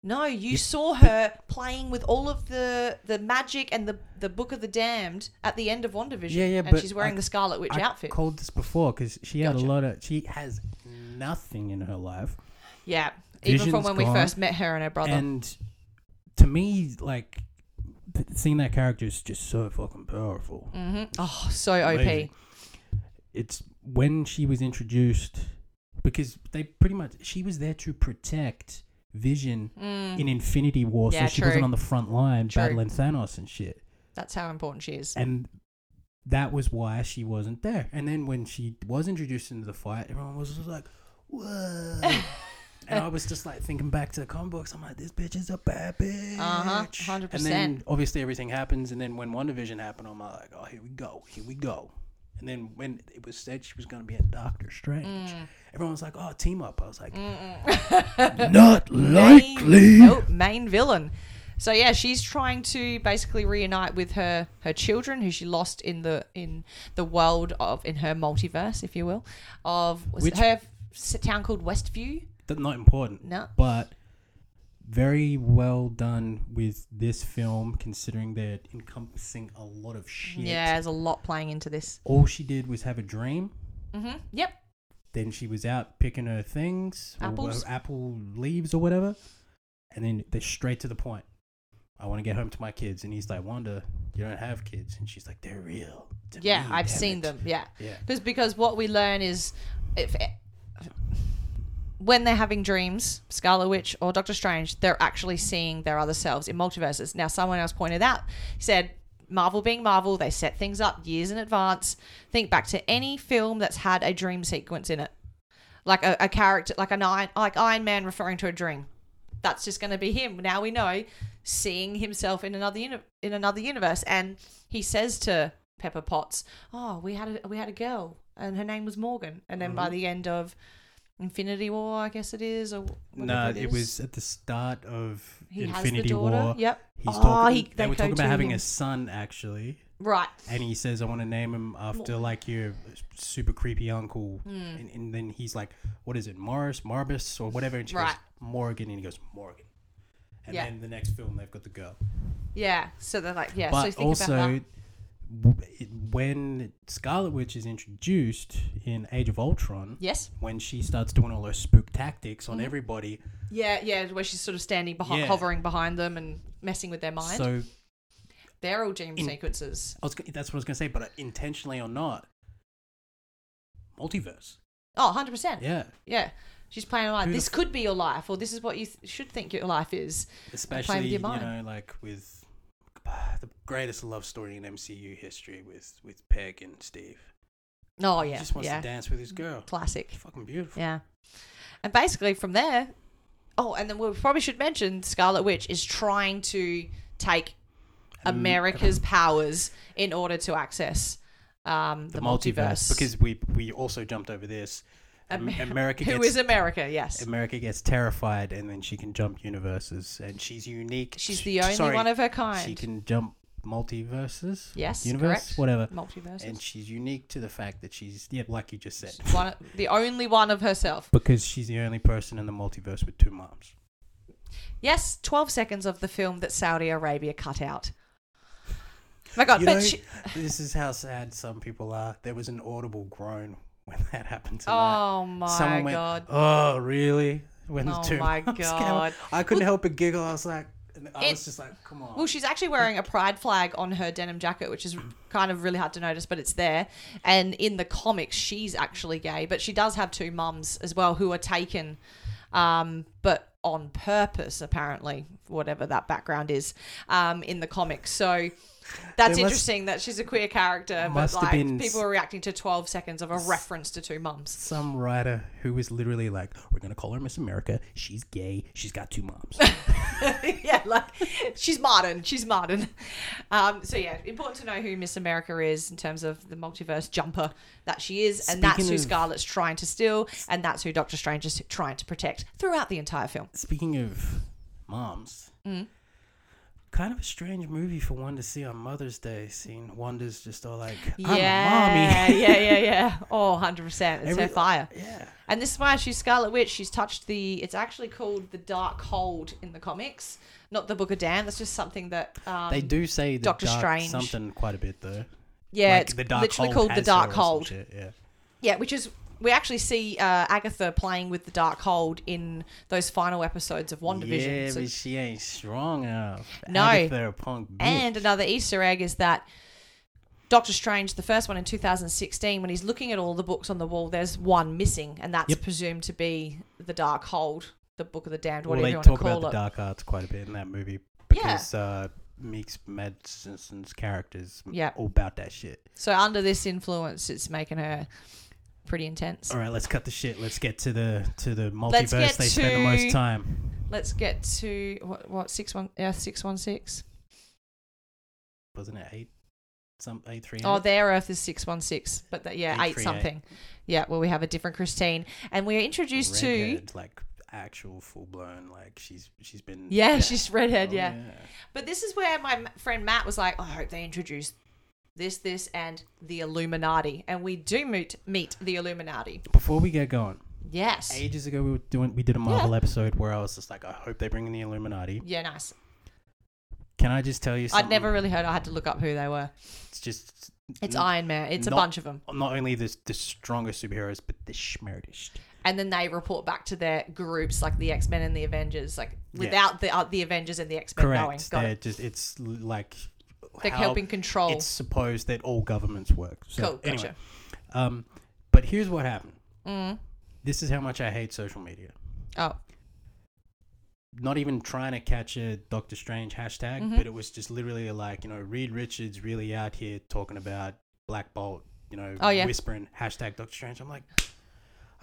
[SPEAKER 1] no, you saw her playing with all of the the magic and the the Book of the Damned at the end of WandaVision.
[SPEAKER 2] Yeah, yeah,
[SPEAKER 1] and
[SPEAKER 2] but
[SPEAKER 1] she's wearing
[SPEAKER 2] I-
[SPEAKER 1] the Scarlet Witch
[SPEAKER 2] I
[SPEAKER 1] outfit.
[SPEAKER 2] called this before because she had
[SPEAKER 1] Gotcha.
[SPEAKER 2] a lot of. She has nothing in her life,
[SPEAKER 1] yeah, even from
[SPEAKER 2] Vision's
[SPEAKER 1] when we
[SPEAKER 2] gone,
[SPEAKER 1] first met her and her brother.
[SPEAKER 2] and to me, like th- seeing that character is just so fucking powerful.
[SPEAKER 1] oh, so OP.
[SPEAKER 2] Amazing. It's when she was introduced because they pretty much she was there to protect Vision in Infinity War,
[SPEAKER 1] Mm. Yeah,
[SPEAKER 2] so she wasn't
[SPEAKER 1] true.
[SPEAKER 2] on the front line
[SPEAKER 1] True.
[SPEAKER 2] battling Thanos and shit.
[SPEAKER 1] That's how important she is.
[SPEAKER 2] and that was why she wasn't there. And then when she was introduced into the fight, everyone was just like, "Whoa!" and I was just like thinking back to the comic books. I'm like, "This bitch is a bad bitch."
[SPEAKER 1] Uh-huh,
[SPEAKER 2] And
[SPEAKER 1] 100%.
[SPEAKER 2] then obviously everything happens. And then when One Division happened, I'm like, "Oh, here we go, here we go." And then when it was said she was going to be in Doctor Strange,
[SPEAKER 1] Mm.
[SPEAKER 2] everyone was like, "Oh, team up." I was like, "Not
[SPEAKER 1] Main,
[SPEAKER 2] likely."
[SPEAKER 1] nope, main villain. So yeah, she's trying to basically reunite with her her children who she lost in the in the world of in her multiverse, if you will, of was it
[SPEAKER 2] Which-
[SPEAKER 1] her s- town called Westview.
[SPEAKER 2] Th- not important.
[SPEAKER 1] No.
[SPEAKER 2] But very well done with this film, considering they're encompassing a lot of shit.
[SPEAKER 1] Yeah, there's a lot playing into this.
[SPEAKER 2] All she did was have a dream.
[SPEAKER 1] hmm Yep.
[SPEAKER 2] Then she was out picking her things, or
[SPEAKER 1] Apples.
[SPEAKER 2] wha- apple leaves or whatever. And then they're straight to the point. I want to get home to my kids. And he's like, Wanda, you don't have kids. And she's like, they're real. to
[SPEAKER 1] Yeah,
[SPEAKER 2] me,
[SPEAKER 1] I've
[SPEAKER 2] damn
[SPEAKER 1] seen
[SPEAKER 2] it."
[SPEAKER 1] them. Yeah.
[SPEAKER 2] Yeah.
[SPEAKER 1] Because because what we learn is if when they're having dreams, Scarlet Witch or Doctor Strange, they're actually seeing their other selves in multiverses. Now, someone else pointed out, said Marvel being Marvel, they set things up years in advance. Think back to any film that's had a dream sequence in it, like a, a character, like an Iron, like Iron Man referring to a dream. That's just going to be him. Now we know seeing himself in another uni- in another universe, and he says to Pepper
[SPEAKER 2] Mm-hmm.
[SPEAKER 1] Potts, "Oh, we had a we had a girl, and her name was Morgan." And then by the end of Infinity War, I guess it is, or
[SPEAKER 2] No,
[SPEAKER 1] whatever
[SPEAKER 2] it
[SPEAKER 1] is.
[SPEAKER 2] was at the start of
[SPEAKER 1] He has
[SPEAKER 2] Infinity
[SPEAKER 1] the daughter.
[SPEAKER 2] War.
[SPEAKER 1] Yep.
[SPEAKER 2] He's
[SPEAKER 1] Oh,
[SPEAKER 2] talking.
[SPEAKER 1] he-
[SPEAKER 2] they,
[SPEAKER 1] they
[SPEAKER 2] were talking
[SPEAKER 1] go
[SPEAKER 2] about
[SPEAKER 1] to
[SPEAKER 2] having
[SPEAKER 1] him.
[SPEAKER 2] a son, actually,
[SPEAKER 1] Right.
[SPEAKER 2] and he says, "I want to name him after like your super creepy uncle."
[SPEAKER 1] Mm.
[SPEAKER 2] And, and then he's like, "What is it, Morris, Marbus, or whatever?" And she goes,
[SPEAKER 1] Right.
[SPEAKER 2] "Morgan," and he goes, "Morgan." And
[SPEAKER 1] Yeah.
[SPEAKER 2] then the next film, they've got the girl.
[SPEAKER 1] Yeah. So they're like, yeah. so
[SPEAKER 2] but
[SPEAKER 1] think about
[SPEAKER 2] also,
[SPEAKER 1] that.
[SPEAKER 2] w- it- when Scarlet Witch is introduced in Age of Ultron,
[SPEAKER 1] Yes.
[SPEAKER 2] when she starts doing all her spook tactics
[SPEAKER 1] Mm-hmm.
[SPEAKER 2] on everybody,
[SPEAKER 1] Yeah, yeah. Where she's sort of standing behind,
[SPEAKER 2] Yeah.
[SPEAKER 1] hovering behind them and messing with their mind.
[SPEAKER 2] so
[SPEAKER 1] They're all dream
[SPEAKER 2] In-
[SPEAKER 1] sequences.
[SPEAKER 2] I was, g- that's what I was going to say, but uh, intentionally or not, multiverse.
[SPEAKER 1] Oh, 100%. Yeah.
[SPEAKER 2] Yeah.
[SPEAKER 1] She's playing like
[SPEAKER 2] Who the
[SPEAKER 1] this
[SPEAKER 2] f-
[SPEAKER 1] could be your life, or this is what you th- should think your life is.
[SPEAKER 2] Especially, you
[SPEAKER 1] mind.
[SPEAKER 2] know, like with ah, the greatest love story in MCU history with, with Peg and Steve.
[SPEAKER 1] Oh,
[SPEAKER 2] He
[SPEAKER 1] yeah.
[SPEAKER 2] just wants
[SPEAKER 1] Yeah.
[SPEAKER 2] to dance with his girl.
[SPEAKER 1] Classic.
[SPEAKER 2] It's fucking beautiful.
[SPEAKER 1] Yeah. And basically from there, oh, and then we probably should mention Scarlet Witch is trying to take
[SPEAKER 2] Am-
[SPEAKER 1] America's powers in order to access um, the, multiverse.
[SPEAKER 2] Because we, we also jumped over this. Am-
[SPEAKER 1] Amer-
[SPEAKER 2] America
[SPEAKER 1] who
[SPEAKER 2] gets
[SPEAKER 1] is America? Yes.
[SPEAKER 2] America gets terrified, and then she can jump universes, and she's unique.
[SPEAKER 1] She's
[SPEAKER 2] Sh-
[SPEAKER 1] the only
[SPEAKER 2] sorry,
[SPEAKER 1] one of her kind.
[SPEAKER 2] She can jump multiverses.
[SPEAKER 1] yes.
[SPEAKER 2] universe,
[SPEAKER 1] correct.
[SPEAKER 2] whatever. And
[SPEAKER 1] Multiverses.
[SPEAKER 2] she's unique to the fact that she's, yeah, like you just said,
[SPEAKER 1] one, the only one of herself.
[SPEAKER 2] because she's the only person in the multiverse with two moms.
[SPEAKER 1] Yes, 12 seconds of the film that Saudi Arabia cut out. My God,
[SPEAKER 2] You
[SPEAKER 1] but
[SPEAKER 2] know,
[SPEAKER 1] she,
[SPEAKER 2] this is how sad some people are. There was an audible groan when that happened to that.
[SPEAKER 1] oh my
[SPEAKER 2] Someone went,
[SPEAKER 1] God.
[SPEAKER 2] "Oh, really?" When the
[SPEAKER 1] Oh
[SPEAKER 2] two
[SPEAKER 1] my
[SPEAKER 2] moms came out.
[SPEAKER 1] God.
[SPEAKER 2] I couldn't help but giggle. I was like, and I
[SPEAKER 1] It-
[SPEAKER 2] was just like, "Come on."
[SPEAKER 1] Well, she's actually wearing a pride flag on her denim jacket, which is kind of really hard to notice, but it's there. And in the comics, she's actually gay, but she does have two mums as well who are taken, um, but on purpose, apparently, whatever that background is um, in the comics. So. That's
[SPEAKER 2] There must-
[SPEAKER 1] interesting that she's a queer character, but
[SPEAKER 2] must have
[SPEAKER 1] like
[SPEAKER 2] been
[SPEAKER 1] people
[SPEAKER 2] s-
[SPEAKER 1] are reacting to 12 seconds of a reference to two mums.
[SPEAKER 2] some writer who was literally like, "We're gonna call her Miss America. She's gay. She's got two moms."
[SPEAKER 1] yeah, like she's modern. She's modern. Um, so yeah, important to know who Miss America is in terms of the multiverse jumper that she is, and that's
[SPEAKER 2] Speaking
[SPEAKER 1] who
[SPEAKER 2] of-
[SPEAKER 1] Scarlet's trying to steal, and that's who Doctor Strange is trying to protect throughout the entire film.
[SPEAKER 2] Speaking of moms,
[SPEAKER 1] Mm.
[SPEAKER 2] kind of a strange movie for one to see on Mother's Day. Seeing Wanda's just all like, "I'm
[SPEAKER 1] yeah,
[SPEAKER 2] a mommy."
[SPEAKER 1] yeah, yeah, yeah. Oh, 100 percent. It's her
[SPEAKER 2] Every-
[SPEAKER 1] fire,
[SPEAKER 2] yeah.
[SPEAKER 1] and this is why she's Scarlet Witch. She's touched the. It's actually called the Dark Hold in the comics, not the Book of Dan. That's just something that um,
[SPEAKER 2] They do say the
[SPEAKER 1] Doctor
[SPEAKER 2] dark
[SPEAKER 1] Strange.
[SPEAKER 2] something quite a bit though.
[SPEAKER 1] Yeah,
[SPEAKER 2] Like,
[SPEAKER 1] it's
[SPEAKER 2] the dark
[SPEAKER 1] literally
[SPEAKER 2] hold
[SPEAKER 1] called the
[SPEAKER 2] has
[SPEAKER 1] Dark
[SPEAKER 2] her or some
[SPEAKER 1] Hold.
[SPEAKER 2] shit, Yeah.
[SPEAKER 1] Yeah, which is we actually see uh, Agatha playing with the dark hold in those final episodes of WandaVision.
[SPEAKER 2] Yeah,
[SPEAKER 1] So-
[SPEAKER 2] but she ain't strong enough.
[SPEAKER 1] No.
[SPEAKER 2] Agatha, a punk bitch.
[SPEAKER 1] and another Easter egg is that Doctor Strange, the first one in 2016, when he's looking at all the books on the wall, there's one missing, and that's
[SPEAKER 2] Yep.
[SPEAKER 1] presumed to be the Dark Hold, the Book of the Damned,
[SPEAKER 2] well,
[SPEAKER 1] whatever
[SPEAKER 2] they
[SPEAKER 1] you want to
[SPEAKER 2] talk
[SPEAKER 1] call
[SPEAKER 2] about the
[SPEAKER 1] it.
[SPEAKER 2] dark arts quite a bit in that movie
[SPEAKER 1] Yeah.
[SPEAKER 2] because uh, Meeks Madsen's characters m-
[SPEAKER 1] Yeah.
[SPEAKER 2] all about that shit.
[SPEAKER 1] So under this influence, it's making her pretty intense.
[SPEAKER 2] All right, let's cut the shit. Let's get to the to the
[SPEAKER 1] Let's
[SPEAKER 2] multiverse.
[SPEAKER 1] get
[SPEAKER 2] They spend the
[SPEAKER 1] to-
[SPEAKER 2] most time.
[SPEAKER 1] Let's get to what what six one yeah six one six.
[SPEAKER 2] Wasn't it eight? Some eight three.
[SPEAKER 1] Oh, their Earth is six one six, but that, yeah, eight,
[SPEAKER 2] 838.
[SPEAKER 1] something. Yeah, well, we have a different Christine, and we are introduced to
[SPEAKER 2] like actual full blown. Like she's she's been.
[SPEAKER 1] yeah, she's redhead,
[SPEAKER 2] Oh,
[SPEAKER 1] yeah. But this is where my m- friend Matt was like, "Oh, I hope they introduce this, this, and the Illuminati," and we do meet meet the Illuminati.
[SPEAKER 2] Before we get going,
[SPEAKER 1] Yes.
[SPEAKER 2] ages ago we were doing we did a Marvel episode where I was just like, I hope they bring in the Illuminati.
[SPEAKER 1] Yeah, nice.
[SPEAKER 2] Can I just tell you? something?
[SPEAKER 1] I'd never really heard. I had to look up who they were.
[SPEAKER 2] It's just
[SPEAKER 1] It's
[SPEAKER 2] n-
[SPEAKER 1] Iron Man. It's a
[SPEAKER 2] not-
[SPEAKER 1] bunch of them,
[SPEAKER 2] not only the the strongest superheroes, but the schmerdest.
[SPEAKER 1] and then they report back to their groups, like the X Men and the Avengers, like without the uh, the Avengers and the X Men knowing.
[SPEAKER 2] Correct.
[SPEAKER 1] Got
[SPEAKER 2] They're
[SPEAKER 1] it.
[SPEAKER 2] just it's l- like
[SPEAKER 1] They're
[SPEAKER 2] how
[SPEAKER 1] helping control.
[SPEAKER 2] It's supposed that all governments work. So
[SPEAKER 1] Cool, gotcha.
[SPEAKER 2] anyway, um, but here's what happened.
[SPEAKER 1] Mm.
[SPEAKER 2] This is how much I hate social media.
[SPEAKER 1] Oh,
[SPEAKER 2] Not even trying to catch a Doctor Strange hashtag,
[SPEAKER 1] Mm-hmm.
[SPEAKER 2] but it was just literally like you know Reed Richards really out here talking about Black Bolt. You know,
[SPEAKER 1] Oh, yeah.
[SPEAKER 2] whispering hashtag Doctor Strange. I'm like,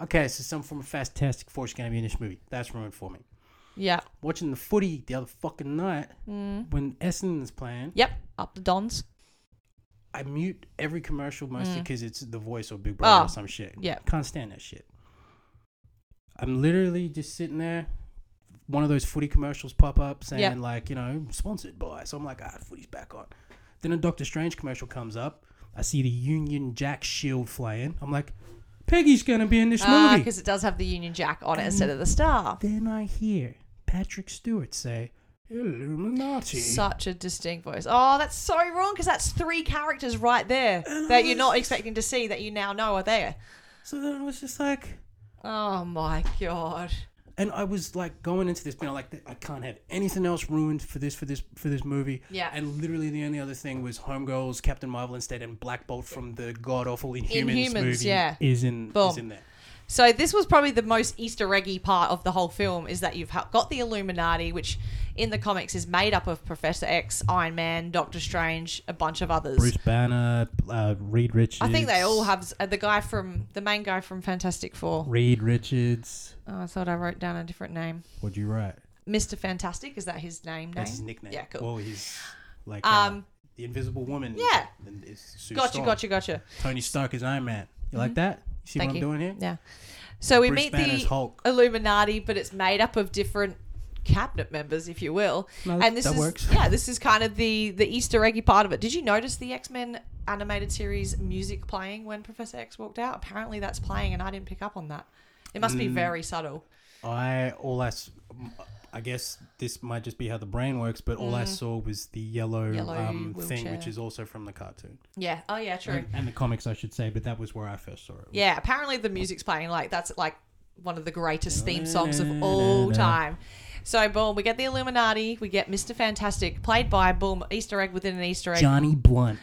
[SPEAKER 2] okay, so some form of Fantastic Four is going to be in this movie. That's ruined for me.
[SPEAKER 1] yeah. Mm.
[SPEAKER 2] Watching the footy the other fucking night when Essendon's playing.
[SPEAKER 1] Yep, up the Dons.
[SPEAKER 2] I mute every commercial mostly because it's The Voice or Big Brother
[SPEAKER 1] Mm. Oh,
[SPEAKER 2] or some shit.
[SPEAKER 1] yeah.
[SPEAKER 2] Can't stand that shit. I'm literally just sitting there. One of those footy commercials pop up saying
[SPEAKER 1] Yep.
[SPEAKER 2] like, you know, sponsored by. So I'm like, ah, footy's back on. Then a Doctor Strange commercial comes up. I see the Union Jack shield flying. I'm like, Peggy's gonna be in this movie.
[SPEAKER 1] Because Uh, it does have the Union Jack on it instead of the star.
[SPEAKER 2] Then I hear Patrick Stewart say, Illuminati.
[SPEAKER 1] Such a distinct voice. Oh, that's so wrong because that's three characters right there that you're not expecting to see that you now know are there.
[SPEAKER 2] so then I was just like,
[SPEAKER 1] Oh my god.
[SPEAKER 2] and I was like going into this, being like, I can't have anything else ruined for this, for this, for this movie.
[SPEAKER 1] Yeah.
[SPEAKER 2] And literally, the only other thing was Homegirls, Captain Marvel instead, and Black Bolt from the god awful Inhumans,
[SPEAKER 1] Inhumans,
[SPEAKER 2] movie.
[SPEAKER 1] yeah.
[SPEAKER 2] Is in is
[SPEAKER 1] Boom.
[SPEAKER 2] in there.
[SPEAKER 1] So this was probably the most Easter eggy part of the whole film is that you've ha- got the Illuminati, which in the comics is made up of Professor X, Iron Man, Doctor Strange, a bunch of others.
[SPEAKER 2] Bruce Banner, uh, Reed Richards.
[SPEAKER 1] I think they all have uh, the guy from the main guy from Fantastic Four.
[SPEAKER 2] Reed Richards.
[SPEAKER 1] Oh, I thought I wrote down a different name.
[SPEAKER 2] What'd you write?
[SPEAKER 1] Mr. Fantastic is that his name?
[SPEAKER 2] That's his
[SPEAKER 1] name?
[SPEAKER 2] nickname.
[SPEAKER 1] Yeah, cool.
[SPEAKER 2] Well, he's like um,
[SPEAKER 1] Um,
[SPEAKER 2] the Invisible Woman.
[SPEAKER 1] yeah.
[SPEAKER 2] And is Sue
[SPEAKER 1] gotcha,
[SPEAKER 2] Storm.
[SPEAKER 1] gotcha, gotcha.
[SPEAKER 2] Tony Stark is Iron Man. You like that? You see
[SPEAKER 1] Thank
[SPEAKER 2] what
[SPEAKER 1] you.
[SPEAKER 2] I'm doing here?
[SPEAKER 1] Yeah. So we
[SPEAKER 2] Bruce
[SPEAKER 1] meet
[SPEAKER 2] Banner's
[SPEAKER 1] the
[SPEAKER 2] Hulk.
[SPEAKER 1] Illuminati, but it's made up of different cabinet members, if you will.
[SPEAKER 2] No,
[SPEAKER 1] and this
[SPEAKER 2] that
[SPEAKER 1] is
[SPEAKER 2] works.
[SPEAKER 1] yeah, this is kind of the the Easter eggy part of it. Did you notice the X Men animated series music playing when Professor X walked out? Apparently, that's playing, and I didn't pick up on that. It must
[SPEAKER 2] Mm.
[SPEAKER 1] be very subtle.
[SPEAKER 2] I all I, s- I guess this might just be how the brain works, but all I saw was the yellow,
[SPEAKER 1] Mm. Yellow
[SPEAKER 2] um, thing,
[SPEAKER 1] wheelchair.
[SPEAKER 2] which is also from the cartoon
[SPEAKER 1] Yeah. Oh yeah, true.
[SPEAKER 2] and, and the comics, I should say. But that was where I first saw it.
[SPEAKER 1] Yeah, apparently the music's playing like that's like one of the greatest theme songs
[SPEAKER 2] Mm-hmm.
[SPEAKER 1] of all time. So boom, we get the Illuminati, we get Mr. Fantastic, played by boom Easter egg within an Easter egg, John,
[SPEAKER 2] Johnny Blunt.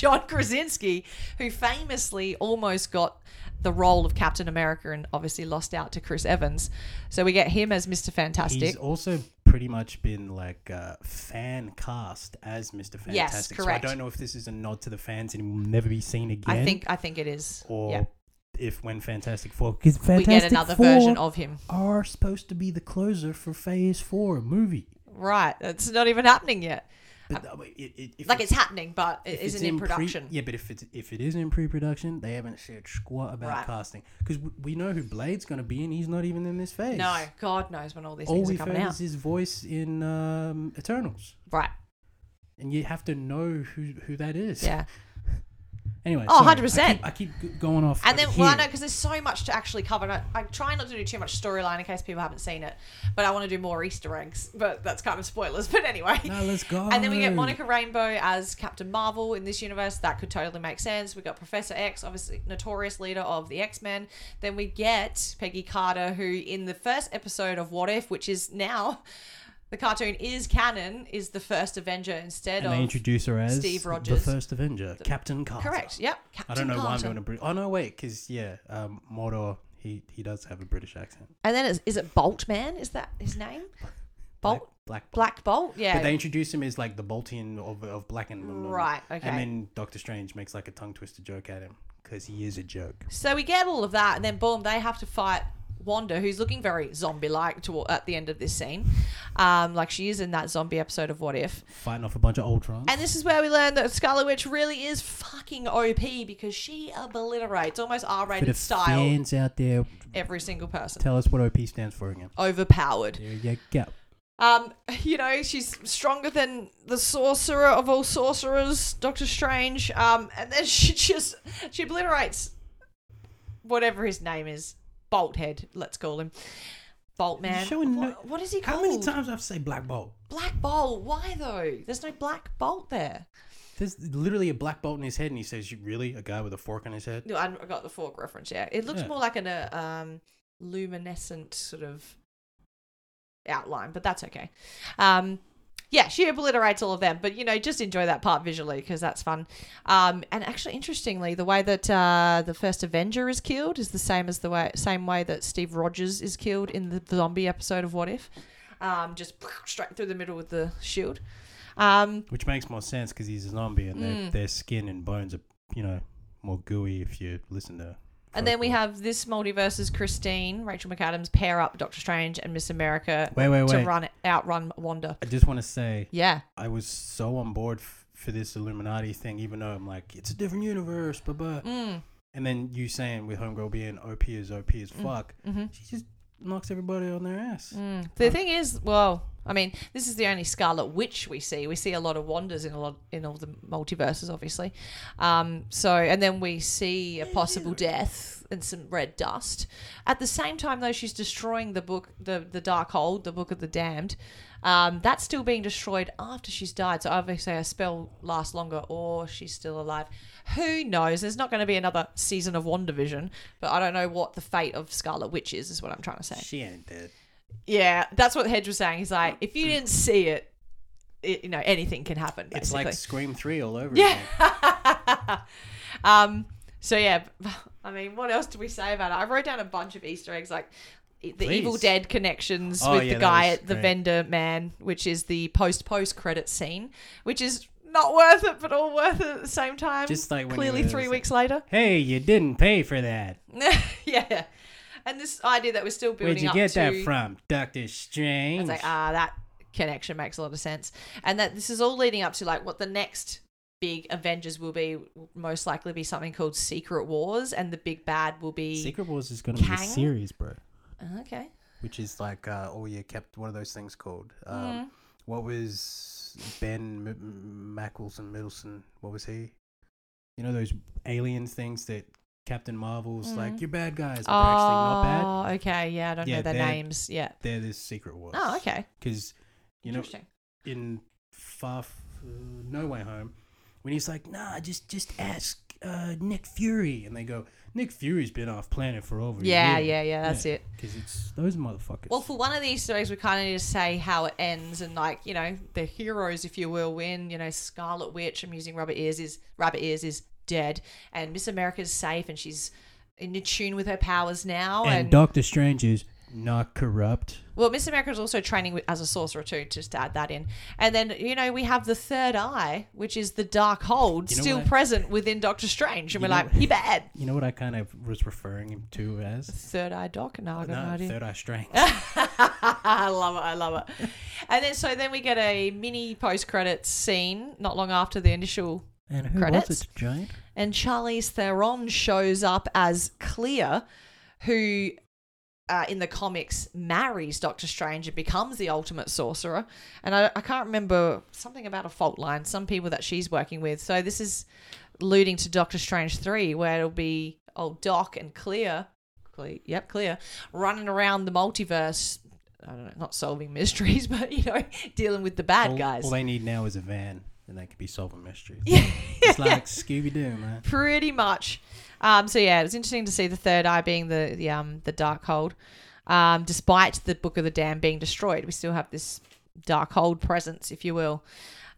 [SPEAKER 1] Krasinski, who famously almost got the role of Captain America and obviously lost out to Chris Evans. So we get him as Mr. Fantastic.
[SPEAKER 2] He's also pretty much been like uh, fan cast as Mr. Fantastic.
[SPEAKER 1] Yes, correct.
[SPEAKER 2] So I don't know if this is a nod to the fans and will never be seen again.
[SPEAKER 1] I think I think it is.
[SPEAKER 2] or
[SPEAKER 1] yeah.
[SPEAKER 2] if when Fantastic Four because
[SPEAKER 1] We
[SPEAKER 2] Fantastic
[SPEAKER 1] get another
[SPEAKER 2] Four
[SPEAKER 1] version of him.
[SPEAKER 2] are supposed to be the closer for Phase Four a movie.
[SPEAKER 1] Right. It's not even happening yet.
[SPEAKER 2] But uh, it, it, if
[SPEAKER 1] Like
[SPEAKER 2] it-
[SPEAKER 1] it's happening, but it
[SPEAKER 2] if it's
[SPEAKER 1] isn't in,
[SPEAKER 2] pre-
[SPEAKER 1] production.
[SPEAKER 2] yeah, but if it's if it is in pre-production, they haven't said squat about
[SPEAKER 1] Right.
[SPEAKER 2] casting because we know who Blade's going to be, and he's not even in this phase.
[SPEAKER 1] No, God knows when all these
[SPEAKER 2] all
[SPEAKER 1] things are
[SPEAKER 2] we've
[SPEAKER 1] coming
[SPEAKER 2] heard
[SPEAKER 1] out.
[SPEAKER 2] is his voice in um, Eternals,
[SPEAKER 1] Right.
[SPEAKER 2] and you have to know who who that is.
[SPEAKER 1] Yeah.
[SPEAKER 2] Anyway.
[SPEAKER 1] Oh,
[SPEAKER 2] sorry,
[SPEAKER 1] 100%.
[SPEAKER 2] I keep, I keep g- going off.
[SPEAKER 1] And then,
[SPEAKER 2] here.
[SPEAKER 1] well, I know because there's so much to actually cover. And I, I try not to do too much storyline in case people haven't seen it, but I want to do more Easter eggs. But that's kind of spoilers. But anyway.
[SPEAKER 2] No, let's go.
[SPEAKER 1] And then we get Monica Rainbow as Captain Marvel in this universe. That could totally make sense. We got Professor X, obviously notorious leader of the X Men. Then we get Peggy Carter, who in the first episode of What If, which is now the cartoon is canon, is the first Avenger instead
[SPEAKER 2] And they
[SPEAKER 1] of
[SPEAKER 2] introduce her as
[SPEAKER 1] Steve
[SPEAKER 2] the
[SPEAKER 1] Rogers.
[SPEAKER 2] first Avenger, Captain Carter.
[SPEAKER 1] correct. Yep.
[SPEAKER 2] I
[SPEAKER 1] Captain
[SPEAKER 2] don't know why I'm
[SPEAKER 1] Carter.
[SPEAKER 2] doing a British. Oh no, wait, because yeah, um, Mordor, he he does have a British accent.
[SPEAKER 1] And then is, is it Bolt Man? Is that his name? Bolt
[SPEAKER 2] Black. Black.
[SPEAKER 1] Black Bolt? Yeah.
[SPEAKER 2] But they introduce him as like the Boltian of, of black and
[SPEAKER 1] Right, okay.
[SPEAKER 2] And then Doctor Strange makes like a tongue twister joke at him because he is a joke.
[SPEAKER 1] so we get all of that, and then boom, they have to fight Wanda, who's looking very zombie-like to, at the end of this scene, um, like she is in that zombie episode of What If.
[SPEAKER 2] Fighting off a bunch of Ultrons.
[SPEAKER 1] And this is where we learn that Scarlet Witch really is fucking OP because she obliterates almost
[SPEAKER 2] For the
[SPEAKER 1] R-rated style
[SPEAKER 2] fans out there,
[SPEAKER 1] every single person.
[SPEAKER 2] tell us what OP stands for again.
[SPEAKER 1] Overpowered.
[SPEAKER 2] There you go.
[SPEAKER 1] Um, you know, she's stronger than the sorcerer of all sorcerers, Doctor Strange. Um, and then she just she obliterates whatever his name is, Bolthead. Let's call him Boltman.
[SPEAKER 2] showing no-
[SPEAKER 1] What, what is he
[SPEAKER 2] How
[SPEAKER 1] called?
[SPEAKER 2] many times I've say Black Bolt?
[SPEAKER 1] Black Bolt. Why though? There's no Black Bolt there.
[SPEAKER 2] There's literally a black bolt in his head, and he says, "You really a guy with a fork in his head?"
[SPEAKER 1] No, I I got the fork reference. Yeah, it looks
[SPEAKER 2] Yeah.
[SPEAKER 1] more like an uh, um, luminescent sort of outline, but that's okay. Um, yeah, she obliterates all of them, but you know, just enjoy that part visually because that's fun. Um, and actually, interestingly, the way that uh, the first Avenger is killed is the same as the way same way that Steve Rogers is killed in the zombie episode of What If. Um, just straight through the middle with the shield. Um,
[SPEAKER 2] Which makes more sense because he's a zombie, and
[SPEAKER 1] Mm.
[SPEAKER 2] their, their skin and bones are, you know, more gooey if you listen to.
[SPEAKER 1] and then we
[SPEAKER 2] folklore.
[SPEAKER 1] have this multiverse's Christine, Rachel McAdams pair up Doctor Strange and Miss America
[SPEAKER 2] Wait, wait,
[SPEAKER 1] to
[SPEAKER 2] wait.
[SPEAKER 1] run outrun Wanda.
[SPEAKER 2] I just want to say
[SPEAKER 1] Yeah,
[SPEAKER 2] I was
[SPEAKER 1] Mm,
[SPEAKER 2] so on board f- for this Illuminati thing, even though I'm like, it's a different universe, blah blah. and then you saying with Homegirl being OP as OP
[SPEAKER 1] Mm.
[SPEAKER 2] as fuck,
[SPEAKER 1] mm-hmm.
[SPEAKER 2] she just knocks everybody on their ass.
[SPEAKER 1] Mm. The thing is, well, I mean, this is the only Scarlet Witch we see. We see a lot of wanders in a lot in all the multiverses, obviously. Um, so, and then we see a possible death and some red dust. At the same time, though, she's destroying the book, the the Dark Hold, the Book of the Damned. Um, that's still being destroyed after she's died. So obviously, her spell lasts longer, or she's still alive. Who knows? There's not going to be another season of WandaVision, but I don't know what the fate of Scarlet Witch is. Is what I'm trying to say.
[SPEAKER 2] She ain't dead.
[SPEAKER 1] Yeah, that's what Hedge was saying. He's like, if
[SPEAKER 2] Mm.
[SPEAKER 1] you didn't see it, it you know, anything can happen.
[SPEAKER 2] It's
[SPEAKER 1] Basically.
[SPEAKER 2] like Scream Three all over
[SPEAKER 1] Yeah.
[SPEAKER 2] again.
[SPEAKER 1] um. So yeah, I mean, what else do we say about it? I wrote down a bunch of Easter eggs, like the Evil
[SPEAKER 2] Please.
[SPEAKER 1] Dead connections
[SPEAKER 2] Oh,
[SPEAKER 1] with
[SPEAKER 2] yeah,
[SPEAKER 1] the
[SPEAKER 2] that
[SPEAKER 1] guy
[SPEAKER 2] was
[SPEAKER 1] at the
[SPEAKER 2] great.
[SPEAKER 1] vendor man, which is the post post credit scene, which is not worth it, but all worth it at the same time.
[SPEAKER 2] Just like when he
[SPEAKER 1] clearly
[SPEAKER 2] was
[SPEAKER 1] three
[SPEAKER 2] like-
[SPEAKER 1] weeks later.
[SPEAKER 2] Hey, you didn't pay for that.
[SPEAKER 1] yeah. And this idea that we're still building
[SPEAKER 2] Where'd you
[SPEAKER 1] up
[SPEAKER 2] get that
[SPEAKER 1] to-
[SPEAKER 2] from, Doctor Strange?
[SPEAKER 1] It's like, ah, that connection makes a lot of sense. And that this is all leading up to like what the next big Avengers will be will most likely be something called Secret Wars and the big bad will be
[SPEAKER 2] Secret Wars is gonna
[SPEAKER 1] Kang?
[SPEAKER 2] be a series, bro.
[SPEAKER 1] Okay.
[SPEAKER 2] Which is like uh, all you kept. What are those things called? Um,
[SPEAKER 1] Hmm.
[SPEAKER 2] What was Ben M- M- Mackleson Middleton? What was he? You know those alien things that Captain Marvel's
[SPEAKER 1] Mm-hmm.
[SPEAKER 2] like you're bad guys, but they're actually not bad.
[SPEAKER 1] Oh, okay. Yeah, I don't
[SPEAKER 2] Yeah,
[SPEAKER 1] know their
[SPEAKER 2] they're-
[SPEAKER 1] names. Yeah.
[SPEAKER 2] They're this Secret Wars.
[SPEAKER 1] Oh, okay.
[SPEAKER 2] Because you know
[SPEAKER 1] Interesting.
[SPEAKER 2] in Far F- uh, No Way Home when he's like, "Nah, just just ask uh, Nick Fury," and they go, "Nick Fury's been off planet for over."
[SPEAKER 1] Yeah,
[SPEAKER 2] a year.
[SPEAKER 1] yeah, yeah, that's it.
[SPEAKER 2] Because it's those motherfuckers.
[SPEAKER 1] Well, for one of the Easter eggs, we kind of need to say how it ends and, like, you know, the heroes, if you will, win. You know, Scarlet Witch, I'm using Rabbit Ears, is Rabbit Ears is dead, and Miss America's safe, and she's in tune with her powers now.
[SPEAKER 2] and Doctor Strange is not corrupt.
[SPEAKER 1] Well, Miss America is also training with, as a sorcerer too. Just to add that in, and then you know we have the third eye, which is the dark hold,
[SPEAKER 2] You know
[SPEAKER 1] still
[SPEAKER 2] what I-
[SPEAKER 1] present within Doctor Strange, and
[SPEAKER 2] You
[SPEAKER 1] we're
[SPEAKER 2] know
[SPEAKER 1] like,
[SPEAKER 2] what-
[SPEAKER 1] he bad.
[SPEAKER 2] You know what I kind of was referring him to as?
[SPEAKER 1] Third eye doc, no, I got no,
[SPEAKER 2] No,
[SPEAKER 1] idea.
[SPEAKER 2] third eye strange.
[SPEAKER 1] I love it. I love it. and then so then we get a mini post credits scene not long after the initial,
[SPEAKER 2] and who
[SPEAKER 1] Credits?
[SPEAKER 2] was it, Giant?
[SPEAKER 1] and Charlize Theron shows up as Clear, who. Uh, in the comics, marries Doctor Strange and becomes the ultimate sorcerer. And I, I can't remember something about a fault line, some people that she's working with. So this is alluding to Doctor Strange 3, where it'll be old Doc and Clear, Clear yep, Clear, running around the multiverse. I don't know, not solving mysteries, but, you know, dealing with the bad
[SPEAKER 2] all,
[SPEAKER 1] guys.
[SPEAKER 2] All they need now is a van, and they could be solving mysteries.
[SPEAKER 1] yeah.
[SPEAKER 2] It's like Scooby Doo, man.
[SPEAKER 1] pretty much. Um, so yeah, it was interesting to see the third eye being the the um the dark hold. Um, despite the book of the dam being destroyed, we still have this dark hold presence, if you will.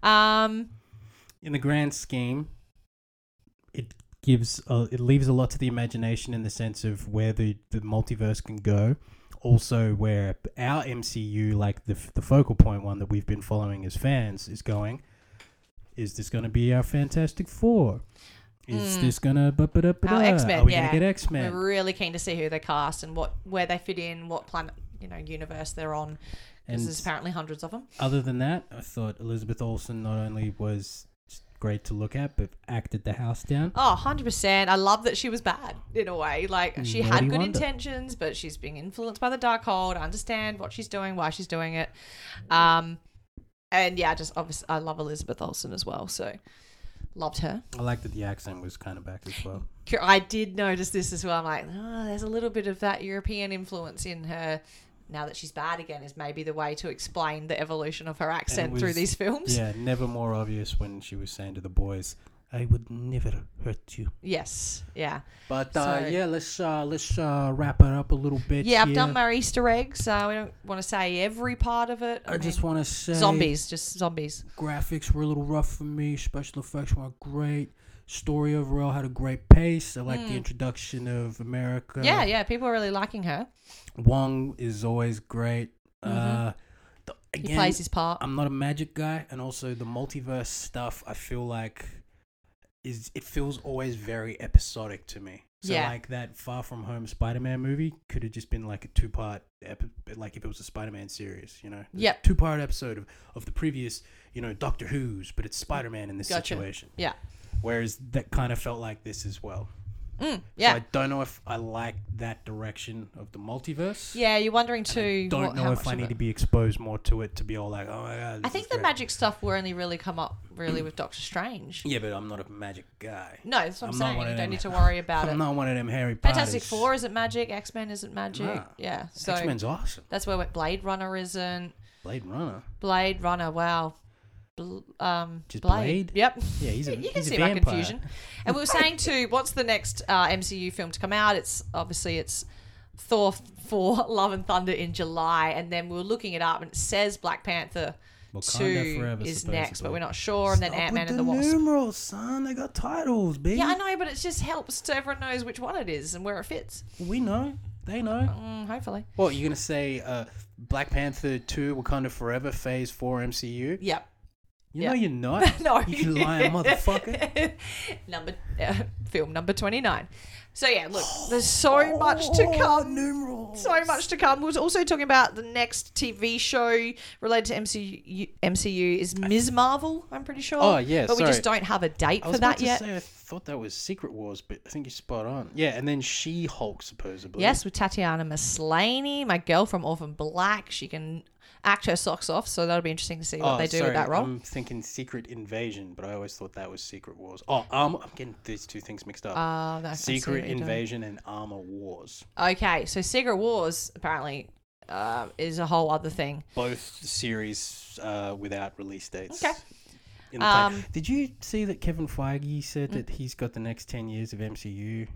[SPEAKER 1] Um,
[SPEAKER 2] in the grand scheme, it gives a, it leaves a lot to the imagination in the sense of where the, the multiverse can go. Also, where our MCU, like the f- the focal point one that we've been following as fans, is going. Is this going to be our Fantastic Four? Is
[SPEAKER 1] Mm.
[SPEAKER 2] this going to ba ba da ba
[SPEAKER 1] Our
[SPEAKER 2] da?
[SPEAKER 1] X-Men,
[SPEAKER 2] Are we
[SPEAKER 1] yeah.
[SPEAKER 2] going to get X Men?
[SPEAKER 1] we're really keen to see who they cast and what where they fit in, what planet you know universe they're on. Because
[SPEAKER 2] And-
[SPEAKER 1] there's apparently hundreds of them.
[SPEAKER 2] Other than that, I thought Elizabeth Olsen not only was great to look at, but acted the house down.
[SPEAKER 1] Oh, 100%. I love that she was bad in a way. Like, she had
[SPEAKER 2] Naughty
[SPEAKER 1] good
[SPEAKER 2] Wanda.
[SPEAKER 1] intentions, but she's being influenced by the dark hold. I understand what she's doing, why she's doing it. Um, and yeah, just obviously, I love Elizabeth Olsen as well. So, loved her.
[SPEAKER 2] I like that the accent was kind of back as well.
[SPEAKER 1] Cur- I did notice this as well. I'm like, oh, there's a little bit of that European influence in her. Now that she's bad again, is maybe the way to explain the evolution of her accent through
[SPEAKER 2] was-
[SPEAKER 1] these films.
[SPEAKER 2] Yeah, never more obvious when she was saying to the boys, "I would never hurt you."
[SPEAKER 1] Yes. Yeah.
[SPEAKER 2] But
[SPEAKER 1] uh,
[SPEAKER 2] uh,
[SPEAKER 1] So- yeah,
[SPEAKER 2] yeah, let's uh, let's uh, wrap it up a little bit.
[SPEAKER 1] Yeah, I've done my Easter eggs. So we don't want to say every part of it.
[SPEAKER 2] I just want to say,
[SPEAKER 1] zombies, just zombies.
[SPEAKER 2] Graphics were a little rough for me. Special effects weren't great. Story overall had a great pace. I like the introduction of America.
[SPEAKER 1] Mm. yeah, yeah. People are really liking her.
[SPEAKER 2] Wong is always great. Uh,
[SPEAKER 1] Mm-hmm.
[SPEAKER 2] the,
[SPEAKER 1] He
[SPEAKER 2] again,
[SPEAKER 1] plays his part.
[SPEAKER 2] I'm not a magic guy, and also the multiverse stuff. I feel like is it feels always very episodic to me. So
[SPEAKER 1] Yeah.
[SPEAKER 2] like that Far From Home Spider-Man movie could have just been like a two-part, epi- like if it was a Spider-Man series, you know,
[SPEAKER 1] Yep.
[SPEAKER 2] two-part episode of, of the previous, you know, Doctor Who's, but it's Spider-Man in this
[SPEAKER 1] Gotcha.
[SPEAKER 2] situation.
[SPEAKER 1] Yeah.
[SPEAKER 2] Whereas that kind of felt like this as well.
[SPEAKER 1] yeah.
[SPEAKER 2] So I don't know if I like that direction of the multiverse.
[SPEAKER 1] Yeah, you're wondering too.
[SPEAKER 2] Don't
[SPEAKER 1] what- how
[SPEAKER 2] know if
[SPEAKER 1] much
[SPEAKER 2] I
[SPEAKER 1] of
[SPEAKER 2] need
[SPEAKER 1] it-
[SPEAKER 2] to be exposed more to it to be all like, oh my god.
[SPEAKER 1] I
[SPEAKER 2] this
[SPEAKER 1] think
[SPEAKER 2] is
[SPEAKER 1] the
[SPEAKER 2] great."
[SPEAKER 1] magic stuff will only really come up really with Doctor Strange.
[SPEAKER 2] Yeah, but I'm not a magic guy.
[SPEAKER 1] No, that's what I'm,
[SPEAKER 2] I'm not
[SPEAKER 1] saying.
[SPEAKER 2] one
[SPEAKER 1] You
[SPEAKER 2] of
[SPEAKER 1] don't
[SPEAKER 2] them.
[SPEAKER 1] need to worry about
[SPEAKER 2] I'm
[SPEAKER 1] it.
[SPEAKER 2] not one of them Harry Potter.
[SPEAKER 1] Fantastic Four isn't magic. X Men isn't magic.
[SPEAKER 2] Nah.
[SPEAKER 1] Yeah, so
[SPEAKER 2] X Men's awesome.
[SPEAKER 1] that's where Blade Runner isn't.
[SPEAKER 2] Blade Runner.
[SPEAKER 1] Blade Runner. Wow. Bl- um,
[SPEAKER 2] Just Blade?
[SPEAKER 1] Yep.
[SPEAKER 2] Yeah, he's a
[SPEAKER 1] you can
[SPEAKER 2] he's
[SPEAKER 1] see
[SPEAKER 2] a
[SPEAKER 1] my
[SPEAKER 2] vampire.
[SPEAKER 1] confusion. And we were saying too, what's the next uh, MCU film to come out? It's obviously it's Thor for Love and Thunder in July, and then we were looking it up, and it says Black Panther
[SPEAKER 2] Wakanda
[SPEAKER 1] two
[SPEAKER 2] forever,
[SPEAKER 1] is
[SPEAKER 2] supposedly.
[SPEAKER 1] next, but we're not sure. And then
[SPEAKER 2] Stop
[SPEAKER 1] Ant Man
[SPEAKER 2] with
[SPEAKER 1] and the Wasp.
[SPEAKER 2] numerals, son. They got titles, baby.
[SPEAKER 1] Yeah, I know, but it just helps so everyone knows which one it is and where it fits.
[SPEAKER 2] We know. They know.
[SPEAKER 1] Mm, hopefully.
[SPEAKER 2] What you're gonna say? Uh, Black Panther Two, Wakanda Forever, Phase Four, MCU. You
[SPEAKER 1] Yep. Yeah.
[SPEAKER 2] know you're not.
[SPEAKER 1] No.
[SPEAKER 2] You lying motherfucker.
[SPEAKER 1] number uh, film number 29 so yeah look there's so much to come
[SPEAKER 2] numerals.
[SPEAKER 1] so much to come we was also talking about the next tv show related to mcu mcu is ms marvel i'm pretty sure
[SPEAKER 2] Oh, yeah,
[SPEAKER 1] but we just
[SPEAKER 2] sorry.
[SPEAKER 1] don't have a date
[SPEAKER 2] I
[SPEAKER 1] for
[SPEAKER 2] was about
[SPEAKER 1] that
[SPEAKER 2] to
[SPEAKER 1] yet
[SPEAKER 2] say I thought that was Secret Wars, but I think you're spot on. Yeah, and then She Hulk supposedly.
[SPEAKER 1] yes with tatiana maslany my girl from orphan black she can act her socks off so that'll be interesting to see what
[SPEAKER 2] Oh,
[SPEAKER 1] they do
[SPEAKER 2] sorry,
[SPEAKER 1] with that role
[SPEAKER 2] I'm thinking Secret Invasion, but I always thought that was Secret Wars. Oh, Armor. I'm getting these two things mixed up.
[SPEAKER 1] Ah, that's- I see
[SPEAKER 2] Secret
[SPEAKER 1] what you're doing.
[SPEAKER 2] Invasion and Armor Wars.
[SPEAKER 1] okay so secret wars apparently uh, is a whole other thing
[SPEAKER 2] Both series uh, without release dates.
[SPEAKER 1] Okay.
[SPEAKER 2] In the plan.
[SPEAKER 1] Um, mm.
[SPEAKER 2] Did you see that Kevin Feige said that he's got the next 10 years of MCU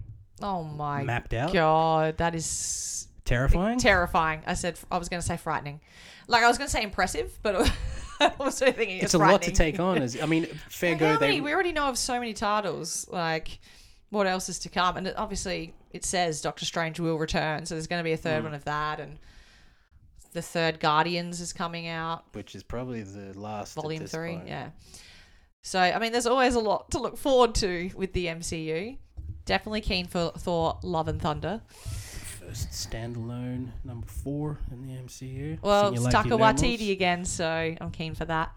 [SPEAKER 1] oh my
[SPEAKER 2] mapped out?
[SPEAKER 1] God, that is
[SPEAKER 2] Terrifying?
[SPEAKER 1] terrifying. I said I was going to say frightening. Like I was going to say impressive, but I also thinking it's,
[SPEAKER 2] it's a lot to
[SPEAKER 1] frightening.
[SPEAKER 2] take on. As, I mean, fair
[SPEAKER 1] Like,
[SPEAKER 2] go.
[SPEAKER 1] how
[SPEAKER 2] They,
[SPEAKER 1] many- we already know of so many titles. Like what else is to come? And it, obviously, it says Doctor Strange will return, so there's going to be a
[SPEAKER 2] Hmm.
[SPEAKER 1] third one of that, and the third Guardians is coming out,
[SPEAKER 2] which is probably the last. at
[SPEAKER 1] Volume
[SPEAKER 2] this
[SPEAKER 1] Three.
[SPEAKER 2] point.
[SPEAKER 1] Yeah. So I mean, there's always a lot to look forward to with the MCU. Definitely keen for Thor: Love and Thunder.
[SPEAKER 2] First standalone number four in the MCU.
[SPEAKER 1] Well,
[SPEAKER 2] Seen
[SPEAKER 1] it's
[SPEAKER 2] you like
[SPEAKER 1] Taka
[SPEAKER 2] your numerals?
[SPEAKER 1] Waititi again, so I'm keen for that.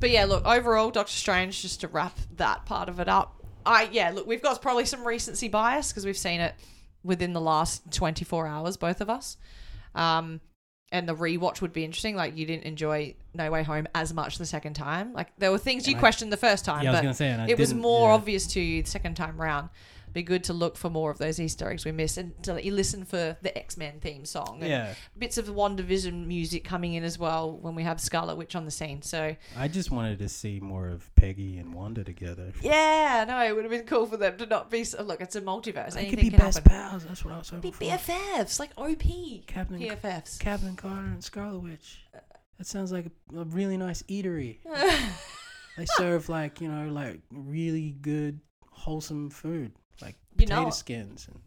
[SPEAKER 1] But yeah, look, overall, Doctor Strange, just to wrap that part of it up, I yeah, look, we've got probably some recency bias because we've seen it within the last 24 hours, both of us. Um, and the rewatch would be interesting. Like, you didn't enjoy No Way Home as much the second time. Like, there were things you
[SPEAKER 2] And I-
[SPEAKER 1] questioned the first time,
[SPEAKER 2] Yeah, I was
[SPEAKER 1] but
[SPEAKER 2] gonna say, and I
[SPEAKER 1] it was
[SPEAKER 2] didn't-
[SPEAKER 1] more
[SPEAKER 2] yeah.
[SPEAKER 1] obvious to you the second time round. Be good to look for more of those Easter eggs we missed, and to let you listen for the X Men theme song. and
[SPEAKER 2] Yeah.
[SPEAKER 1] bits of WandaVision music coming in as well when we have Scarlet Witch on the scene. So
[SPEAKER 2] I just wanted to see more of Peggy and Wanda together.
[SPEAKER 1] yeah, no, it would have been cool for them to not be. So, look, it's a multiverse.
[SPEAKER 2] They
[SPEAKER 1] Anything
[SPEAKER 2] could be
[SPEAKER 1] can
[SPEAKER 2] best
[SPEAKER 1] happen.
[SPEAKER 2] pals. That's what I was hoping
[SPEAKER 1] Be
[SPEAKER 2] for.
[SPEAKER 1] BFFs, like OP
[SPEAKER 2] Captain-
[SPEAKER 1] BFFs.
[SPEAKER 2] Captain Carter and Scarlet Witch.
[SPEAKER 1] Uh,
[SPEAKER 2] That sounds like a, a really nice eatery. they serve like you know like really good wholesome food like
[SPEAKER 1] You
[SPEAKER 2] potato
[SPEAKER 1] know-
[SPEAKER 2] skins and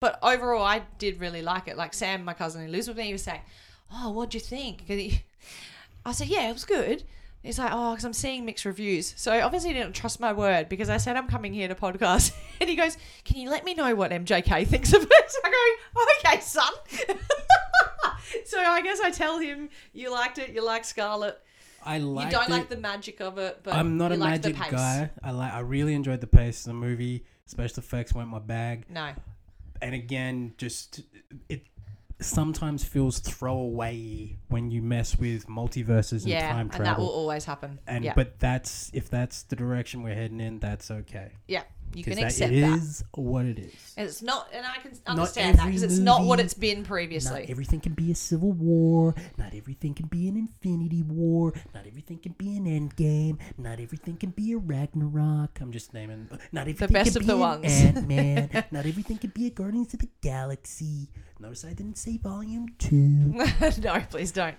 [SPEAKER 1] But overall, I did really like it. Like Sam, my cousin who lives with me, he was saying, "Oh, what do you think?" 'Cause he- I said, "Yeah, it was good." He's like, "Oh, because I'm seeing mixed reviews." So obviously, he didn't trust my word because I said I'm coming here to podcast, and he goes, "Can you let me know what MJK thinks of it?" So I go, "Okay, son." so I guess I tell him you liked it. You like Scarlet.
[SPEAKER 2] I like.
[SPEAKER 1] you don't like the magic of it, but
[SPEAKER 2] I'm not
[SPEAKER 1] you
[SPEAKER 2] a
[SPEAKER 1] liked the
[SPEAKER 2] magic
[SPEAKER 1] pace.
[SPEAKER 2] guy. I like. I really enjoyed the pace of the movie. Special effects went my bag,
[SPEAKER 1] No,
[SPEAKER 2] and again, just it sometimes feels throwaway when you mess with multiverses and
[SPEAKER 1] yeah,
[SPEAKER 2] time
[SPEAKER 1] and that will
[SPEAKER 2] travel.
[SPEAKER 1] always happen.
[SPEAKER 2] And,
[SPEAKER 1] yeah,
[SPEAKER 2] but that's if that's the direction we're heading in, that's okay.
[SPEAKER 1] yeah, you can
[SPEAKER 2] Because that,
[SPEAKER 1] accept
[SPEAKER 2] it
[SPEAKER 1] that.
[SPEAKER 2] is what it is.
[SPEAKER 1] And it's not, and I can understand that
[SPEAKER 2] every
[SPEAKER 1] because it's not what
[SPEAKER 2] movie-
[SPEAKER 1] it's been
[SPEAKER 2] Not
[SPEAKER 1] previously.
[SPEAKER 2] everything can be a civil war. Not everything can be an infinity war. Not everything can be an endgame. Not everything can be a Ragnarok. I'm just naming. Not everything
[SPEAKER 1] best
[SPEAKER 2] can
[SPEAKER 1] of
[SPEAKER 2] be
[SPEAKER 1] the
[SPEAKER 2] an
[SPEAKER 1] ones.
[SPEAKER 2] Ant-Man. not everything can be a Guardians of the Galaxy. Notice I didn't say volume two.
[SPEAKER 1] no, please don't.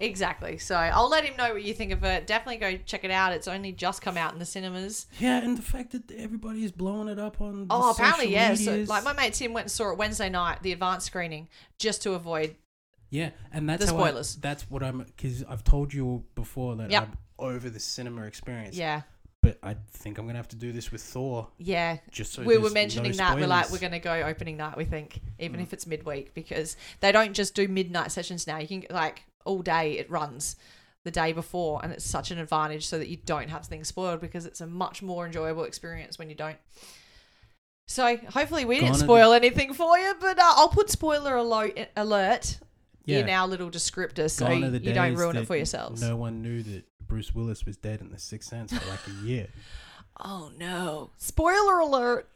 [SPEAKER 1] Exactly. So I'll let him know what you think of it. Definitely go check it out. It's only just come out in the cinemas.
[SPEAKER 2] Yeah, and the fact that everybody is blowing it up on.
[SPEAKER 1] Oh, apparently, yeah. So, like my mate Tim went and saw it Wednesday night, the advanced screening, just to avoid.
[SPEAKER 2] Yeah, and that's
[SPEAKER 1] The
[SPEAKER 2] how I-
[SPEAKER 1] spoilers.
[SPEAKER 2] that's what I'm because I've told you before that
[SPEAKER 1] Yep.
[SPEAKER 2] I'm over the cinema experience.
[SPEAKER 1] Yeah,
[SPEAKER 2] but I think I'm gonna have to do this with Thor.
[SPEAKER 1] yeah.
[SPEAKER 2] Just so
[SPEAKER 1] we were
[SPEAKER 2] there's
[SPEAKER 1] mentioning
[SPEAKER 2] no
[SPEAKER 1] that we're like we're
[SPEAKER 2] spoilers. Mm.
[SPEAKER 1] going to go opening night. We think even if it's midweek because they don't just do midnight sessions now. You can like all day it runs the day before, and it's such an advantage so that you don't have things spoiled because it's a much more enjoyable experience when you don't. So hopefully we didn't
[SPEAKER 2] Gone are
[SPEAKER 1] spoil anything for you, but uh, I'll put spoiler alo- alert
[SPEAKER 2] Yeah.
[SPEAKER 1] in our little descriptor so
[SPEAKER 2] Gone are the
[SPEAKER 1] you don't
[SPEAKER 2] days
[SPEAKER 1] ruin it
[SPEAKER 2] that
[SPEAKER 1] for yourselves.
[SPEAKER 2] No one knew that Bruce Willis was dead in The Sixth Sense for like a year.
[SPEAKER 1] Oh no! Spoiler alert.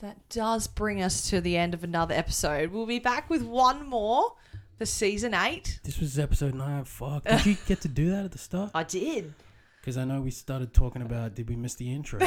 [SPEAKER 1] That does bring us to the end of another episode. We'll be back with one more for season eight.
[SPEAKER 2] This was episode nine. Fuck. Did you get to do that at the start?
[SPEAKER 1] I did.
[SPEAKER 2] Because I know we started talking about did we miss the intro?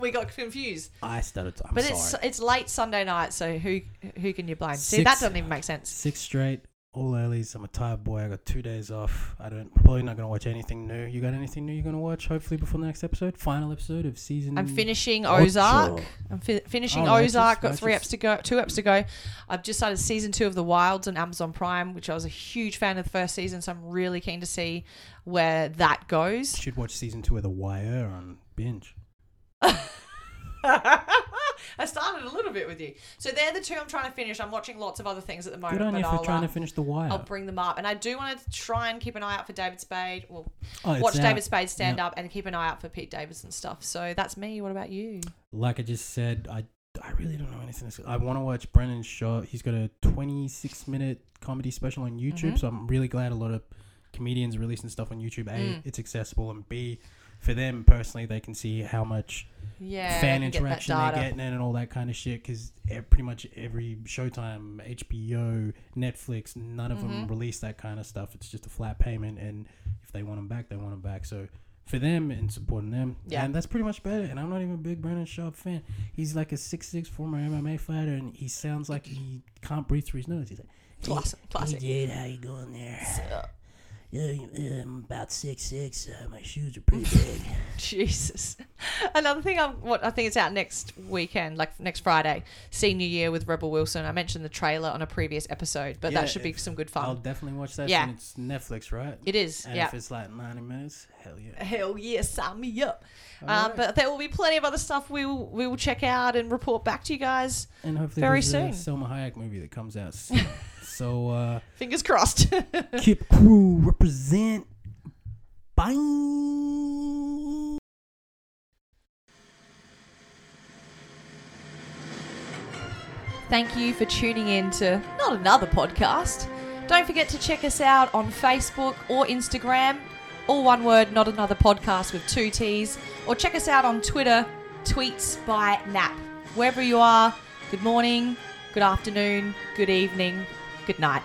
[SPEAKER 1] We got confused.
[SPEAKER 2] I started. I'm
[SPEAKER 1] But
[SPEAKER 2] sorry.
[SPEAKER 1] it's it's late Sunday night, so who who can you blame? See,
[SPEAKER 2] Six-
[SPEAKER 1] that doesn't even make sense.
[SPEAKER 2] Six straight, all earlys. I'm a tired boy. I got two days off. I don't probably not gonna watch anything new. You got anything new you're gonna watch? Hopefully before the next episode, final episode of season.
[SPEAKER 1] I'm finishing
[SPEAKER 2] Ocho.
[SPEAKER 1] Ozark. I'm fi- finishing
[SPEAKER 2] Mm. Oh, righteous,
[SPEAKER 1] Ozark. Got three
[SPEAKER 2] righteous.
[SPEAKER 1] eps to go, two eps to go. I've just started season two of The Wilds on Amazon Prime, which I was a huge fan of the first season, so I'm really keen to see where that goes.
[SPEAKER 2] Should watch season two of The Wire on binge.
[SPEAKER 1] I started a little bit with you, so they're the two I'm trying to finish. I'm watching lots of other things at the moment,
[SPEAKER 2] Good on
[SPEAKER 1] but
[SPEAKER 2] you for
[SPEAKER 1] I'll,
[SPEAKER 2] trying
[SPEAKER 1] uh,
[SPEAKER 2] to finish The Wire.
[SPEAKER 1] I'll bring them up, and I do want to try and keep an eye out for David Spade. Well,
[SPEAKER 2] Oh, it's
[SPEAKER 1] watch
[SPEAKER 2] out.
[SPEAKER 1] David Spade stand
[SPEAKER 2] Yeah.
[SPEAKER 1] up and keep an eye out for Pete Davidson stuff. So that's me. What about you?
[SPEAKER 2] Like I just said, I I really don't know anything. Else. I want to watch Brennan Shaw. He's got a 26 minute comedy special on YouTube,
[SPEAKER 1] Mhm.
[SPEAKER 2] so I'm really glad a lot of comedians releasing stuff on YouTube. A,
[SPEAKER 1] Mm.
[SPEAKER 2] it's accessible, and B, for them personally, they can see how much
[SPEAKER 1] Yeah, I can
[SPEAKER 2] fan
[SPEAKER 1] get that
[SPEAKER 2] interaction they're
[SPEAKER 1] data.
[SPEAKER 2] getting in and all that kind of shit because pretty much every Showtime, HBO, Netflix, none of them
[SPEAKER 1] Mhm.
[SPEAKER 2] release that kind of stuff. It's just a flat payment, and if they want them back, they want them back. So for them and supporting them,
[SPEAKER 1] Yeah.
[SPEAKER 2] yeah, and that's pretty much better. And I'm not even a big Brennan Sharp fan. He's like a six six former MMA fighter, and he sounds like he can't breathe through his nose. He's like,
[SPEAKER 1] Classic, classic.
[SPEAKER 2] Hey, dude, how you going there?
[SPEAKER 1] So-
[SPEAKER 2] Yeah, yeah, I'm about six six. Uh, my shoes are pretty big.
[SPEAKER 1] Jesus. Another thing, I'm, what I think it's out next weekend, like next Friday, Senior Year with Rebel Wilson. I mentioned the trailer on a previous episode, but
[SPEAKER 2] Yeah,
[SPEAKER 1] that should be
[SPEAKER 2] if-
[SPEAKER 1] some good
[SPEAKER 2] I'll
[SPEAKER 1] fun.
[SPEAKER 2] definitely watch that.
[SPEAKER 1] Yeah.
[SPEAKER 2] and it's Netflix, right?
[SPEAKER 1] It is,
[SPEAKER 2] And
[SPEAKER 1] yeah. Eh,
[SPEAKER 2] if it's like 90 minutes, hell yeah.
[SPEAKER 1] Hell yeah, sign me up. Um,
[SPEAKER 2] Alright.
[SPEAKER 1] but there will be plenty of other stuff we will, we will check out and report back to you guys.
[SPEAKER 2] And hopefully
[SPEAKER 1] very
[SPEAKER 2] there's
[SPEAKER 1] soon.
[SPEAKER 2] a Selma Hayek movie that comes out soon. so uh,
[SPEAKER 1] Fingers crossed.
[SPEAKER 2] Kip Crew represent. Bye.
[SPEAKER 1] Thank you for tuning in to not another podcast. Don't forget to check us out on Facebook or Instagram, all one word, not another podcast with two T's, or check us out on Twitter, tweets by Nap. Wherever you are, good morning, good afternoon, good evening, good night.